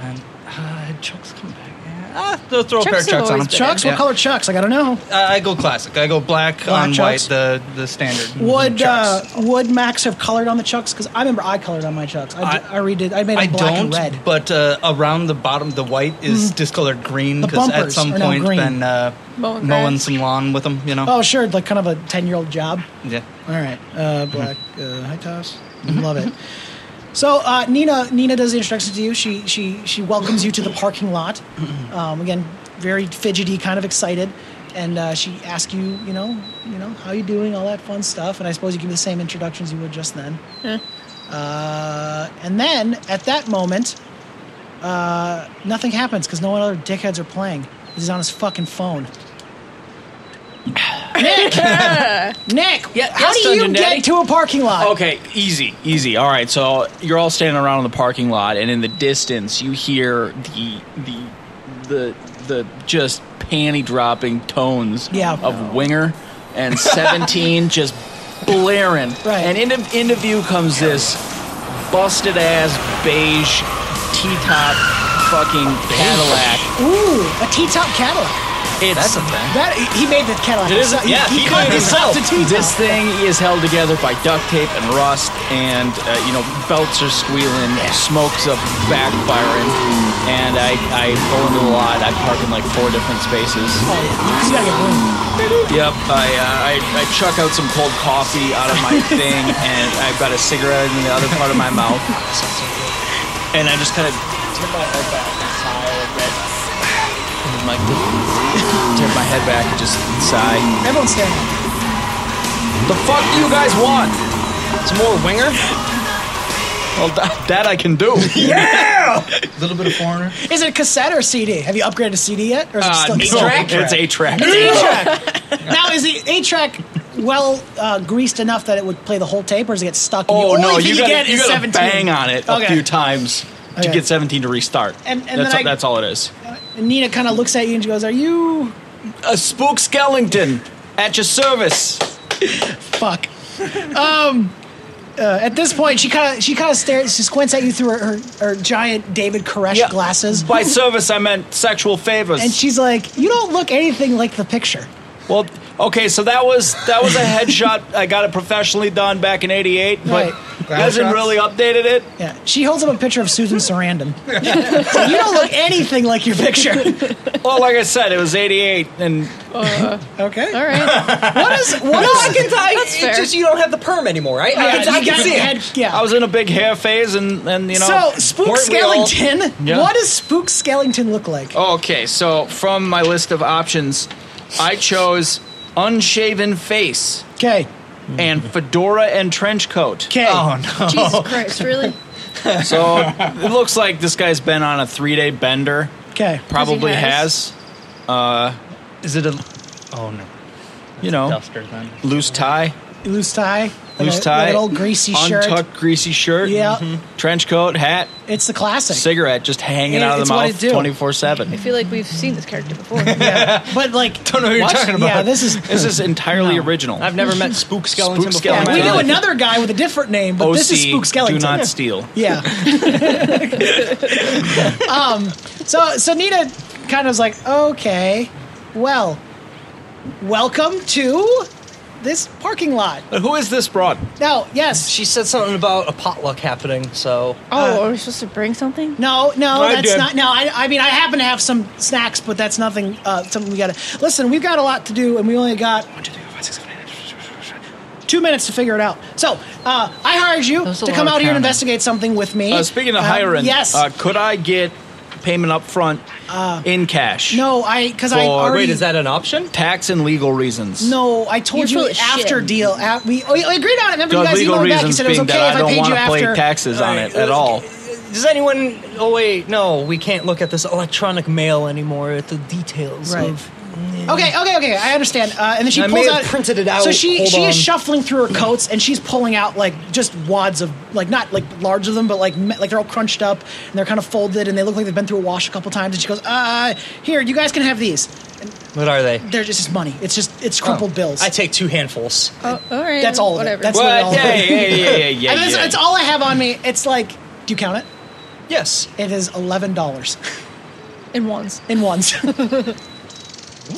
[SPEAKER 3] And uh, chucks come back. Yeah. Ah, they'll throw
[SPEAKER 6] Chucks
[SPEAKER 3] a pair of
[SPEAKER 6] have
[SPEAKER 3] chucks on
[SPEAKER 6] always
[SPEAKER 3] them.
[SPEAKER 6] been
[SPEAKER 1] Chucks? What
[SPEAKER 3] Yeah.
[SPEAKER 1] color chucks? Like, I don't know.
[SPEAKER 3] Uh, I go classic. I go black,
[SPEAKER 1] Black
[SPEAKER 3] on
[SPEAKER 1] chucks?
[SPEAKER 3] white, the the standard.
[SPEAKER 1] Would uh,
[SPEAKER 3] chucks.
[SPEAKER 1] would Max have colored on the chucks? Because I remember I colored on my chucks. I, d-
[SPEAKER 3] I-
[SPEAKER 1] I redid. I made
[SPEAKER 3] I
[SPEAKER 1] them black and
[SPEAKER 3] don't,
[SPEAKER 1] red.
[SPEAKER 3] but uh, around the bottom, the white is discolored green
[SPEAKER 1] The
[SPEAKER 3] because at
[SPEAKER 1] bumpers
[SPEAKER 3] some
[SPEAKER 1] are now
[SPEAKER 3] point
[SPEAKER 1] green.
[SPEAKER 3] been uh,
[SPEAKER 6] Mowing
[SPEAKER 3] mowing,
[SPEAKER 6] grass.
[SPEAKER 3] some lawn with them. You know.
[SPEAKER 1] Oh, sure, like kind of a ten year old job.
[SPEAKER 3] Yeah.
[SPEAKER 1] All right, uh, black uh, high tops.
[SPEAKER 3] Mm-hmm.
[SPEAKER 1] Love it. So uh, Nina, Nina does the introduction to you. She she she welcomes you to the parking lot. Um, again, very fidgety, kind of excited, and uh, she asks you, you know, you know, how you doing, all that fun stuff. And I suppose you give the same introductions you would just then. Uh, and then at that moment, uh, nothing happens because no other dickheads are playing. He's on his
[SPEAKER 4] *sighs*
[SPEAKER 1] fucking phone.
[SPEAKER 4] *laughs*
[SPEAKER 1] Nick, Nick,
[SPEAKER 4] Yeah,
[SPEAKER 1] how
[SPEAKER 4] yes,
[SPEAKER 1] do you
[SPEAKER 4] Dungeon
[SPEAKER 1] get
[SPEAKER 4] Daddy.
[SPEAKER 1] to a parking lot?
[SPEAKER 5] Okay, easy, easy. All right, so you're all standing around in the parking lot, and in the distance, you hear the the the the just panty dropping tones
[SPEAKER 1] Yeah.
[SPEAKER 5] of Winger
[SPEAKER 1] *laughs*
[SPEAKER 5] and Seventeen just blaring.
[SPEAKER 1] Right.
[SPEAKER 5] And into into view comes this busted ass beige T top fucking Cadillac.
[SPEAKER 1] Ooh, a T-top Cadillac.
[SPEAKER 5] It's
[SPEAKER 3] That's a thing.
[SPEAKER 1] That he made the Cadillac.
[SPEAKER 5] It is-
[SPEAKER 1] himself.
[SPEAKER 5] yeah, he
[SPEAKER 1] carved
[SPEAKER 5] did it
[SPEAKER 1] himself to T-top.
[SPEAKER 5] This thing is held together by duct tape and rust, and uh, you know belts are squealing, smokes up backfiring, and I I pull into the lot. I park in like four different spaces.
[SPEAKER 1] He's gotta get room.
[SPEAKER 5] Yep, I, uh, I I chuck out some cold coffee out of *laughs* my thing, and I've got a cigarette in the other part of my mouth, and I just kind of tip my head back, and sigh a little bit. And, like *laughs* tip my head back and just sigh.
[SPEAKER 1] Everyone's standing.
[SPEAKER 5] The fuck do you guys want? Some more winger? Well, that, that I can
[SPEAKER 1] *laughs*
[SPEAKER 5] do.
[SPEAKER 3] A little bit of *laughs* foreigner.
[SPEAKER 1] Is it a cassette or a CD? Have you upgraded a CD yet, or is it still
[SPEAKER 5] Uh, no, It's a track.
[SPEAKER 1] A-track. now is the A-track well uh, greased enough that it would play the whole tape, or does it get stuck? and
[SPEAKER 5] Oh
[SPEAKER 1] the
[SPEAKER 5] no,
[SPEAKER 1] only thing
[SPEAKER 5] you gotta,
[SPEAKER 1] get
[SPEAKER 5] you
[SPEAKER 1] is 17?
[SPEAKER 5] gotta bang on it a
[SPEAKER 1] Okay.
[SPEAKER 5] few times to
[SPEAKER 1] Okay.
[SPEAKER 5] get 17 to restart.
[SPEAKER 1] And- and
[SPEAKER 5] that's,
[SPEAKER 1] then
[SPEAKER 5] all-
[SPEAKER 1] I-
[SPEAKER 5] that's all it is.
[SPEAKER 1] And Nina kind of looks at you and she goes, "Are you
[SPEAKER 5] A spook skellington at your service.
[SPEAKER 1] fuck?" Um, uh, at this point, she kind of she kind of stares, she squints at you through her, her, her giant David Koresh
[SPEAKER 5] Yeah.
[SPEAKER 1] glasses,
[SPEAKER 5] By service, I meant sexual favors.
[SPEAKER 1] and she's like, "You don't look anything like the picture."
[SPEAKER 5] well, okay, so that was that was a headshot. I got it professionally done back in '88,
[SPEAKER 1] Right.
[SPEAKER 5] but hasn't
[SPEAKER 3] shots?
[SPEAKER 5] really updated it.
[SPEAKER 1] Yeah, she holds up a picture of Susan Sarandon. *laughs* So you don't look anything like your picture.
[SPEAKER 5] Well, like I said, it was '88, and
[SPEAKER 1] Okay.
[SPEAKER 6] All right.
[SPEAKER 1] What is what
[SPEAKER 4] No, I
[SPEAKER 1] is?
[SPEAKER 4] can. I,
[SPEAKER 6] That's
[SPEAKER 4] it's
[SPEAKER 6] fair.
[SPEAKER 4] just you don't have the perm anymore. I, I,
[SPEAKER 1] Yeah,
[SPEAKER 4] can, I
[SPEAKER 1] you got
[SPEAKER 4] can see it.
[SPEAKER 1] head- yeah.
[SPEAKER 5] I was in a big hair phase, and and you know.
[SPEAKER 1] so Spook
[SPEAKER 4] weren't we all-
[SPEAKER 1] Skellington.
[SPEAKER 5] Yeah. Oh.
[SPEAKER 1] What does Spook Skellington look like?
[SPEAKER 5] okay, so from my list of options, I chose unshaven face.
[SPEAKER 1] Okay.
[SPEAKER 3] Mm-hmm.
[SPEAKER 5] and fedora and trench coat.
[SPEAKER 1] Okay.
[SPEAKER 3] Oh no.
[SPEAKER 6] Jesus Christ, really?
[SPEAKER 5] So it looks like this guy's been on a three day bender.
[SPEAKER 1] Okay.
[SPEAKER 5] Probably
[SPEAKER 6] has?
[SPEAKER 5] has. Uh,
[SPEAKER 3] Is it a? Oh no.
[SPEAKER 5] you know,
[SPEAKER 3] Duster then.
[SPEAKER 5] loose tie,
[SPEAKER 1] Loose tie. like
[SPEAKER 5] loose
[SPEAKER 1] a-
[SPEAKER 5] tie,
[SPEAKER 1] Like an old greasy
[SPEAKER 5] untucked
[SPEAKER 1] shirt.
[SPEAKER 5] greasy shirt,
[SPEAKER 1] Yeah.
[SPEAKER 3] Mm-hmm.
[SPEAKER 5] trench coat, hat,
[SPEAKER 1] It's the classic.
[SPEAKER 5] cigarette just hanging
[SPEAKER 1] It-
[SPEAKER 5] out of
[SPEAKER 1] it's
[SPEAKER 5] the
[SPEAKER 1] what I
[SPEAKER 5] mouth
[SPEAKER 1] do.
[SPEAKER 5] twenty four seven.
[SPEAKER 6] I feel like we've seen this character before.
[SPEAKER 1] *laughs* Yeah. But like,
[SPEAKER 3] Don't know what you're talking about.
[SPEAKER 1] yeah, this is.
[SPEAKER 5] This is entirely original.
[SPEAKER 10] I've never met Spook Skellington
[SPEAKER 5] Spook
[SPEAKER 1] yeah,
[SPEAKER 5] Skellington.
[SPEAKER 10] before.
[SPEAKER 1] we
[SPEAKER 5] Yeah.
[SPEAKER 1] knew another guy with a different name, but
[SPEAKER 5] OC,
[SPEAKER 1] this is Spook Skeleton.
[SPEAKER 5] do not steal.
[SPEAKER 1] Yeah. um. So so Nina kind of was like, okay, well, welcome to this parking lot.
[SPEAKER 5] But who is this broad?
[SPEAKER 1] Now, yes.
[SPEAKER 10] She said something about a potluck happening, so
[SPEAKER 6] Oh, are we supposed to bring something?
[SPEAKER 1] no, no,
[SPEAKER 10] I
[SPEAKER 1] that's
[SPEAKER 10] did.
[SPEAKER 1] not. No, I, I mean, I happen to have some snacks, but that's nothing. Uh, something we gotta listen. We've got a lot to do, and we only got two minutes to figure it out. So uh, I hired you
[SPEAKER 6] That was a
[SPEAKER 1] to
[SPEAKER 6] lot
[SPEAKER 1] come
[SPEAKER 6] of
[SPEAKER 1] out here and
[SPEAKER 6] counting.
[SPEAKER 1] investigate something with me.
[SPEAKER 5] Uh, speaking
[SPEAKER 1] Um,
[SPEAKER 5] of hiring,
[SPEAKER 1] yes. Uh,
[SPEAKER 5] uh, could I get payment up front in cash?
[SPEAKER 1] no, I because I
[SPEAKER 5] for-
[SPEAKER 1] already.
[SPEAKER 10] wait, is that an option?
[SPEAKER 5] tax and legal reasons.
[SPEAKER 1] No, I told
[SPEAKER 6] You're
[SPEAKER 1] you
[SPEAKER 6] full of
[SPEAKER 1] after
[SPEAKER 6] shit.
[SPEAKER 1] deal. At, we, we agreed on it. Remember,
[SPEAKER 5] So
[SPEAKER 1] you guys
[SPEAKER 5] legal
[SPEAKER 1] emailed back and
[SPEAKER 5] reasons
[SPEAKER 1] said it
[SPEAKER 5] being
[SPEAKER 1] was okay if
[SPEAKER 5] that I
[SPEAKER 1] I
[SPEAKER 5] don't
[SPEAKER 1] paid
[SPEAKER 5] want
[SPEAKER 1] you
[SPEAKER 5] to pay
[SPEAKER 1] after.
[SPEAKER 5] taxes on it
[SPEAKER 10] Alright,
[SPEAKER 5] at all.
[SPEAKER 10] Does anyone? Oh wait, no, we can't look at this electronic mail anymore. At the details
[SPEAKER 1] Right.
[SPEAKER 10] of
[SPEAKER 1] Okay, okay, okay. I understand. Uh, and then she
[SPEAKER 10] I
[SPEAKER 1] pulls
[SPEAKER 10] may have
[SPEAKER 1] out
[SPEAKER 10] printed it
[SPEAKER 1] So
[SPEAKER 10] out.
[SPEAKER 1] she
[SPEAKER 10] Hold
[SPEAKER 1] she
[SPEAKER 10] on.
[SPEAKER 1] is shuffling through
[SPEAKER 10] *laughs*
[SPEAKER 1] her coats and she's pulling out like just wads of like not like large of them, but like me- like they're all crunched up and they're kind of folded and they look like they've been through a wash a couple times. And she goes, "Uh, here, you guys can have these.
[SPEAKER 10] what are they?
[SPEAKER 1] They're just it's money. It's just it's crumpled bills.
[SPEAKER 10] I take two handfuls.
[SPEAKER 6] Oh, all right.
[SPEAKER 1] That's all of it.
[SPEAKER 6] Whatever.
[SPEAKER 1] That's-
[SPEAKER 5] But
[SPEAKER 1] all-
[SPEAKER 5] yeah, yeah, yeah, yeah,
[SPEAKER 1] *laughs*
[SPEAKER 5] yeah.
[SPEAKER 1] and it's,
[SPEAKER 5] yeah.
[SPEAKER 1] it's all I have on me. It's like, do you count it?
[SPEAKER 10] Yes.
[SPEAKER 1] It is eleven dollars *laughs*
[SPEAKER 6] in ones.
[SPEAKER 1] in ones. *laughs* It's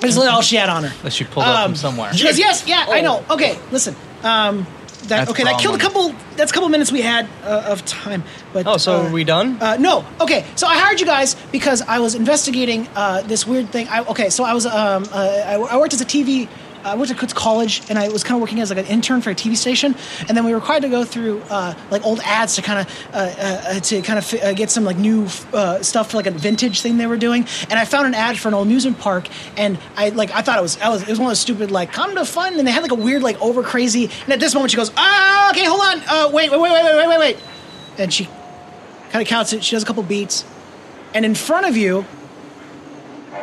[SPEAKER 1] literally all she had on her.
[SPEAKER 3] Unless you pulled up from somewhere.
[SPEAKER 1] She goes, yes, yeah, I know. Okay, listen. Um, that
[SPEAKER 3] That's
[SPEAKER 1] okay. That
[SPEAKER 3] wrong
[SPEAKER 1] killed a
[SPEAKER 3] one.
[SPEAKER 1] couple. That's a couple minutes we had uh, of time. But
[SPEAKER 10] Oh, so
[SPEAKER 1] uh,
[SPEAKER 10] are we done?
[SPEAKER 1] Uh, no. Okay. So I hired you guys because I was investigating uh, this weird thing. I, okay. So I was um, uh, I, I worked as a TV. I went to Kutz College and I was kind of working as like an intern for a TV station, and then we were required to go through uh, like old ads to kind of uh, uh, to kind of uh, get some like new uh, stuff for like a vintage thing they were doing. And I found an ad for an old amusement park, and I like I thought it was I was it was one of those stupid like come to fun, and they had like a weird like over crazy. And at this moment she goes, ah, okay, hold on, uh, wait, wait, wait, wait, wait, wait, wait, wait, and she kind of counts it. She does a couple beats, and in front of you,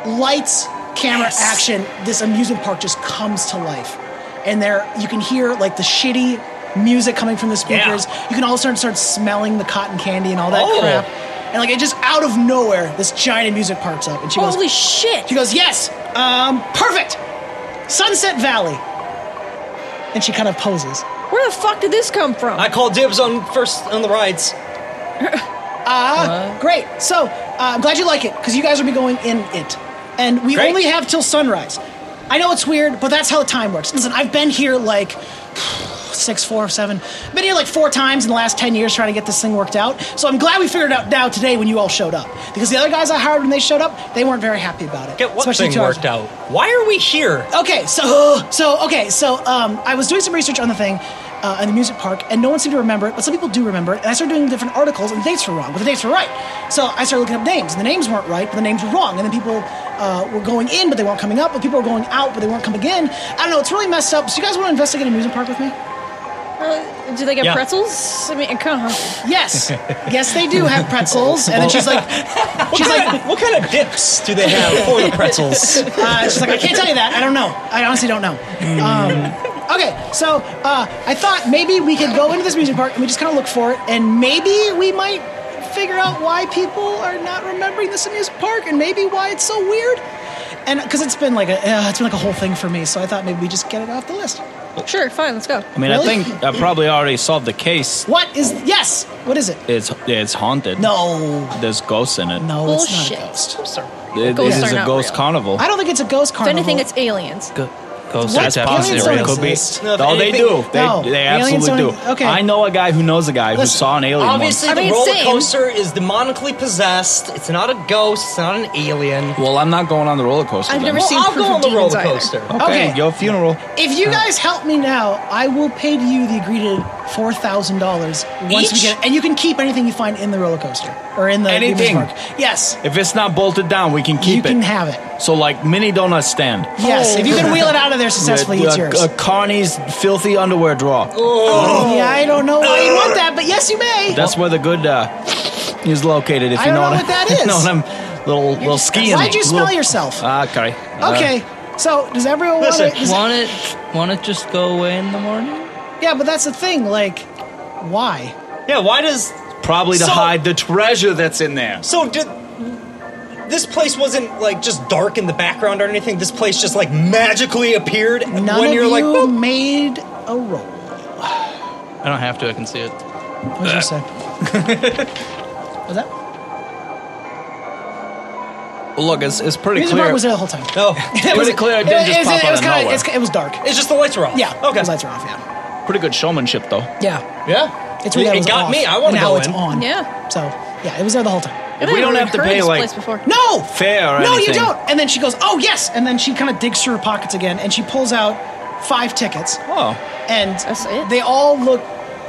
[SPEAKER 1] lights, camera, action. This amusement park just comes to life, and there you can hear like the shitty music coming from the speakers. You can also start smelling the cotton candy and all that
[SPEAKER 10] Oh.
[SPEAKER 1] crap. And like it just out of nowhere, this giant amusement park's up, and she goes,
[SPEAKER 6] Holy shit!
[SPEAKER 1] she goes, yes, um, perfect, Sunset Valley. And she kind of poses.
[SPEAKER 6] Where the fuck did this come from?
[SPEAKER 10] I call dibs on first on the rides.
[SPEAKER 1] Ah, great. So uh, I'm glad you like it because you guys will be going in it, and we
[SPEAKER 10] Great.
[SPEAKER 1] only have till sunrise. I know it's weird, but that's how the time works. Listen, I've been here like six, four, seven. I've been here like four times in the last ten years trying to get this thing worked out. So I'm glad we figured it out now today when you all showed up because the other guys I hired when they showed up, they weren't very happy about it.
[SPEAKER 10] Get one
[SPEAKER 1] especially
[SPEAKER 10] thing
[SPEAKER 1] two hours-
[SPEAKER 10] worked out. Why are we here?
[SPEAKER 1] Okay, so so okay, so um, I was doing some research on the thing, uh, on the music park, and no one seemed to remember it, but some people do remember it. And I started doing different articles, and the dates were wrong, but the dates were right. So I started looking up names, and the names weren't right, but the names were wrong. And then people uh, were going in, but they weren't coming up. But people were going out, but they weren't coming in. I don't know, it's really messed up. So you guys want to investigate a music park with me?
[SPEAKER 6] Uh, do they get
[SPEAKER 10] Yeah.
[SPEAKER 6] pretzels? I mean, I'm kind of hungry.
[SPEAKER 1] Yes, yes, they do have pretzels. And then she's like, she's like,
[SPEAKER 10] *laughs* What kind of dips do they
[SPEAKER 5] *laughs*
[SPEAKER 10] have for the pretzels?
[SPEAKER 1] Uh, she's like, I can't tell you that. I don't know. I honestly don't know. Um, okay, so uh, I thought maybe we could go into this music park and we just kind of look for it, and maybe we might figure out why people are not remembering this amusement park, and maybe why it's so weird. And because it's been like a uh, it's been like a whole thing for me, so I thought maybe we just get it off the list.
[SPEAKER 6] Sure, fine, let's go.
[SPEAKER 5] I mean,
[SPEAKER 1] Really?
[SPEAKER 5] I think I probably already solved the case.
[SPEAKER 1] What is yes? What is it?
[SPEAKER 5] It's it's haunted.
[SPEAKER 1] No,
[SPEAKER 5] there's ghosts in it.
[SPEAKER 1] no,
[SPEAKER 6] Bullshit.
[SPEAKER 1] it's not a ghost.
[SPEAKER 5] it,
[SPEAKER 6] Ghosts
[SPEAKER 5] it is
[SPEAKER 6] are
[SPEAKER 5] a
[SPEAKER 6] not
[SPEAKER 5] ghost
[SPEAKER 6] real.
[SPEAKER 5] carnival.
[SPEAKER 1] I don't think it's a ghost
[SPEAKER 6] If
[SPEAKER 1] carnival.
[SPEAKER 6] anything, it's aliens.
[SPEAKER 3] Ghost
[SPEAKER 1] What?
[SPEAKER 3] that's definitely
[SPEAKER 1] Aliens don't
[SPEAKER 3] real.
[SPEAKER 1] exist.
[SPEAKER 5] Could be.
[SPEAKER 10] No, if
[SPEAKER 5] oh, they
[SPEAKER 10] anything-
[SPEAKER 5] do. They,
[SPEAKER 1] No.
[SPEAKER 5] they
[SPEAKER 1] Aliens
[SPEAKER 5] absolutely do.
[SPEAKER 1] don't- e- okay.
[SPEAKER 5] I know a guy who knows a guy who
[SPEAKER 1] Listen,
[SPEAKER 5] saw an alien
[SPEAKER 10] Obviously,
[SPEAKER 6] I mean,
[SPEAKER 10] the roller
[SPEAKER 6] same.
[SPEAKER 10] coaster is demonically possessed. It's not a ghost. It's not an alien.
[SPEAKER 5] once. Well, I'm not going on the roller coaster.
[SPEAKER 6] I've
[SPEAKER 5] then.
[SPEAKER 6] never seen
[SPEAKER 10] I'll
[SPEAKER 6] proof of
[SPEAKER 10] go on the
[SPEAKER 6] demons
[SPEAKER 10] roller
[SPEAKER 6] either.
[SPEAKER 10] coaster.
[SPEAKER 5] Okay,
[SPEAKER 1] Okay.
[SPEAKER 5] your funeral.
[SPEAKER 1] If you guys help me now, I will pay to you the agreed four thousand dollars once we
[SPEAKER 4] Each?
[SPEAKER 1] get, and you can keep anything you find in the roller coaster or in the amusement
[SPEAKER 5] Anything.
[SPEAKER 1] park. Yes,
[SPEAKER 5] If it's not bolted down, we can keep
[SPEAKER 1] you
[SPEAKER 5] it.
[SPEAKER 1] can have it.
[SPEAKER 5] so like mini donut stand.
[SPEAKER 1] Yes, if you
[SPEAKER 5] Oh.
[SPEAKER 1] can wheel it out of
[SPEAKER 5] *laughs*
[SPEAKER 1] there successfully,
[SPEAKER 5] a,
[SPEAKER 1] it's yours. Oh.
[SPEAKER 5] a Connie's filthy underwear drawer.
[SPEAKER 1] Yeah, I don't know why you want that, but yes, you may.
[SPEAKER 5] That's where the good uh, is located. If
[SPEAKER 1] I
[SPEAKER 5] *laughs* you
[SPEAKER 1] don't
[SPEAKER 5] know,
[SPEAKER 1] know
[SPEAKER 5] what,
[SPEAKER 1] what that
[SPEAKER 5] I,
[SPEAKER 1] is.
[SPEAKER 5] know what I'm little little skiing.
[SPEAKER 1] Why'd you smell
[SPEAKER 5] little-
[SPEAKER 1] yourself?
[SPEAKER 5] Ah, okay. Uh,
[SPEAKER 1] okay, so does everyone want
[SPEAKER 5] listen,
[SPEAKER 1] it? does-
[SPEAKER 2] Want it? Want it? Just go away in the morning.
[SPEAKER 1] Yeah, but that's the thing. Like, why?
[SPEAKER 10] Yeah, why does
[SPEAKER 5] probably to
[SPEAKER 10] So-
[SPEAKER 5] hide the treasure that's in there.
[SPEAKER 10] so did this place wasn't like just dark in the background or anything? This place just like magically appeared
[SPEAKER 1] None
[SPEAKER 10] when
[SPEAKER 1] of
[SPEAKER 10] you're
[SPEAKER 1] you
[SPEAKER 10] like, "Boop."
[SPEAKER 1] made a roll.
[SPEAKER 2] I don't have to. I can see it.
[SPEAKER 1] What'd you say?
[SPEAKER 5] *laughs*
[SPEAKER 1] What's that?
[SPEAKER 5] Look, it's, it's pretty
[SPEAKER 1] Music Park
[SPEAKER 5] clear.
[SPEAKER 1] was there the whole time.
[SPEAKER 10] *laughs* oh,
[SPEAKER 5] Pretty clear. It didn't
[SPEAKER 1] it,
[SPEAKER 5] just
[SPEAKER 1] was-
[SPEAKER 5] pop
[SPEAKER 1] it
[SPEAKER 5] out
[SPEAKER 1] was
[SPEAKER 5] of
[SPEAKER 1] kinda-
[SPEAKER 5] nowhere.
[SPEAKER 1] it's- it was dark.
[SPEAKER 10] it's just the lights are off.
[SPEAKER 1] Yeah.
[SPEAKER 10] okay.
[SPEAKER 1] The lights are off. Yeah.
[SPEAKER 5] pretty good showmanship, though.
[SPEAKER 1] Yeah.
[SPEAKER 10] Yeah,
[SPEAKER 1] It's really
[SPEAKER 10] it, it got me. I want to
[SPEAKER 1] to
[SPEAKER 10] go
[SPEAKER 1] it's
[SPEAKER 10] in.
[SPEAKER 1] on.
[SPEAKER 6] Yeah.
[SPEAKER 1] So yeah, it was there the whole time.
[SPEAKER 6] I've
[SPEAKER 5] we
[SPEAKER 6] never
[SPEAKER 5] don't
[SPEAKER 6] even
[SPEAKER 5] have to
[SPEAKER 6] heard
[SPEAKER 5] pay,
[SPEAKER 6] this
[SPEAKER 5] like-
[SPEAKER 6] place before.
[SPEAKER 1] No
[SPEAKER 5] Fair or
[SPEAKER 1] No,
[SPEAKER 5] anything.
[SPEAKER 1] you don't. And then she goes, "Oh yes," and then she kind of digs through her pockets again, and she pulls out five tickets,
[SPEAKER 5] Oh,
[SPEAKER 1] and
[SPEAKER 6] That's it?
[SPEAKER 1] they all look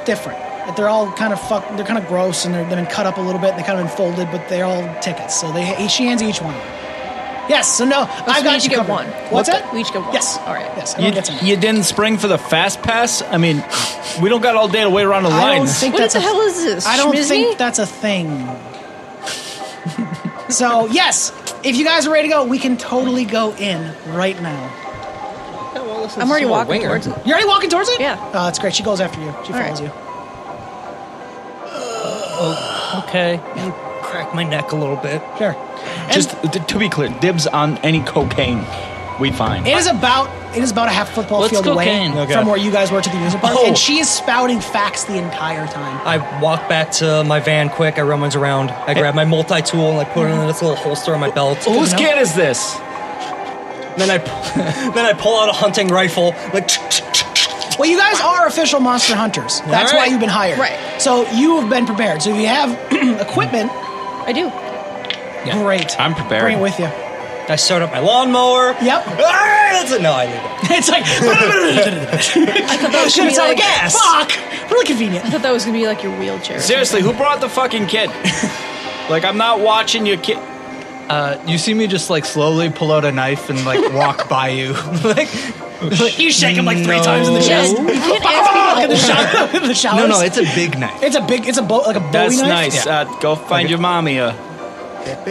[SPEAKER 1] different. Like, They're all kind of fuck. They're kind of gross, and they're, they've been cut up a little bit. and They kind of been folded, but they're all tickets. So they she hands each one. Yes. So no, I've
[SPEAKER 6] Oh, we
[SPEAKER 1] got
[SPEAKER 6] each
[SPEAKER 1] you
[SPEAKER 6] get
[SPEAKER 1] covered.
[SPEAKER 6] one.
[SPEAKER 1] What's
[SPEAKER 6] What
[SPEAKER 1] it?
[SPEAKER 6] the- we each get one.
[SPEAKER 1] Yes.
[SPEAKER 6] All right.
[SPEAKER 1] Yes.
[SPEAKER 5] you,
[SPEAKER 1] everyone gets one.
[SPEAKER 5] you didn't spring for the fast pass? I mean, we don't got all day to wait around the
[SPEAKER 1] I don't
[SPEAKER 5] lines.
[SPEAKER 1] think
[SPEAKER 6] What
[SPEAKER 1] that's
[SPEAKER 6] the
[SPEAKER 1] a-
[SPEAKER 6] hell is this?
[SPEAKER 1] I don't
[SPEAKER 6] Schmizzy?
[SPEAKER 1] think that's a thing. so yes, if you guys are ready to go, we can totally go in right now.
[SPEAKER 6] I'm already walking towards it.
[SPEAKER 1] You're already walking towards it.
[SPEAKER 6] Yeah.
[SPEAKER 1] Oh, that's great. She goes after you. She
[SPEAKER 6] All
[SPEAKER 1] follows
[SPEAKER 6] right.
[SPEAKER 1] you.
[SPEAKER 2] Okay.
[SPEAKER 10] Crack my neck a little bit.
[SPEAKER 1] Sure. And
[SPEAKER 5] Just t- to be clear, dibs on any cocaine we find.
[SPEAKER 1] it is about it is about a half football
[SPEAKER 2] What's
[SPEAKER 1] field
[SPEAKER 2] cocaine?
[SPEAKER 1] away
[SPEAKER 2] Okay.
[SPEAKER 1] from where you guys were to the amusement park,
[SPEAKER 10] Oh.
[SPEAKER 1] and she is spouting facts the entire time.
[SPEAKER 10] I walk back to my van quick. I rummage around. I grab my multi tool and I put it in this little holster on my belt.
[SPEAKER 5] Whose kid is this?
[SPEAKER 10] Then I *laughs* then I pull out a hunting rifle. Like
[SPEAKER 1] Well, you guys are official monster hunters. That's why
[SPEAKER 10] right.
[SPEAKER 1] you've been hired.
[SPEAKER 6] Right.
[SPEAKER 1] So you have been prepared. So if you have *clears throat* equipment,
[SPEAKER 6] I do.
[SPEAKER 1] great.
[SPEAKER 5] I'm prepared.
[SPEAKER 1] Bring it with you.
[SPEAKER 10] I start up my lawnmower.
[SPEAKER 1] Yep.
[SPEAKER 10] All right, that's it. No, I leave it.
[SPEAKER 1] It's like
[SPEAKER 6] That was
[SPEAKER 1] Shit,
[SPEAKER 6] gonna be
[SPEAKER 1] it's out
[SPEAKER 6] like,
[SPEAKER 1] of gas. Fuck! Really convenient.
[SPEAKER 6] I thought that was gonna be like your wheelchair.
[SPEAKER 5] Seriously, who brought the fucking kid? like, I'm not watching your kid.
[SPEAKER 2] Uh, you see me just like slowly pull out a knife and like
[SPEAKER 3] *laughs*
[SPEAKER 2] walk by you. like,
[SPEAKER 1] You shake him like three times in the
[SPEAKER 2] No.
[SPEAKER 1] chest.
[SPEAKER 6] Just, you can't ask me
[SPEAKER 1] Look
[SPEAKER 6] to
[SPEAKER 1] at the shower. the showers.
[SPEAKER 2] no, no, it's a big knife.
[SPEAKER 1] it's a big. It's a boat like a Bowie
[SPEAKER 5] That's
[SPEAKER 1] knife.
[SPEAKER 5] nice.
[SPEAKER 2] Yeah.
[SPEAKER 5] Uh, go find your mommy. Uh,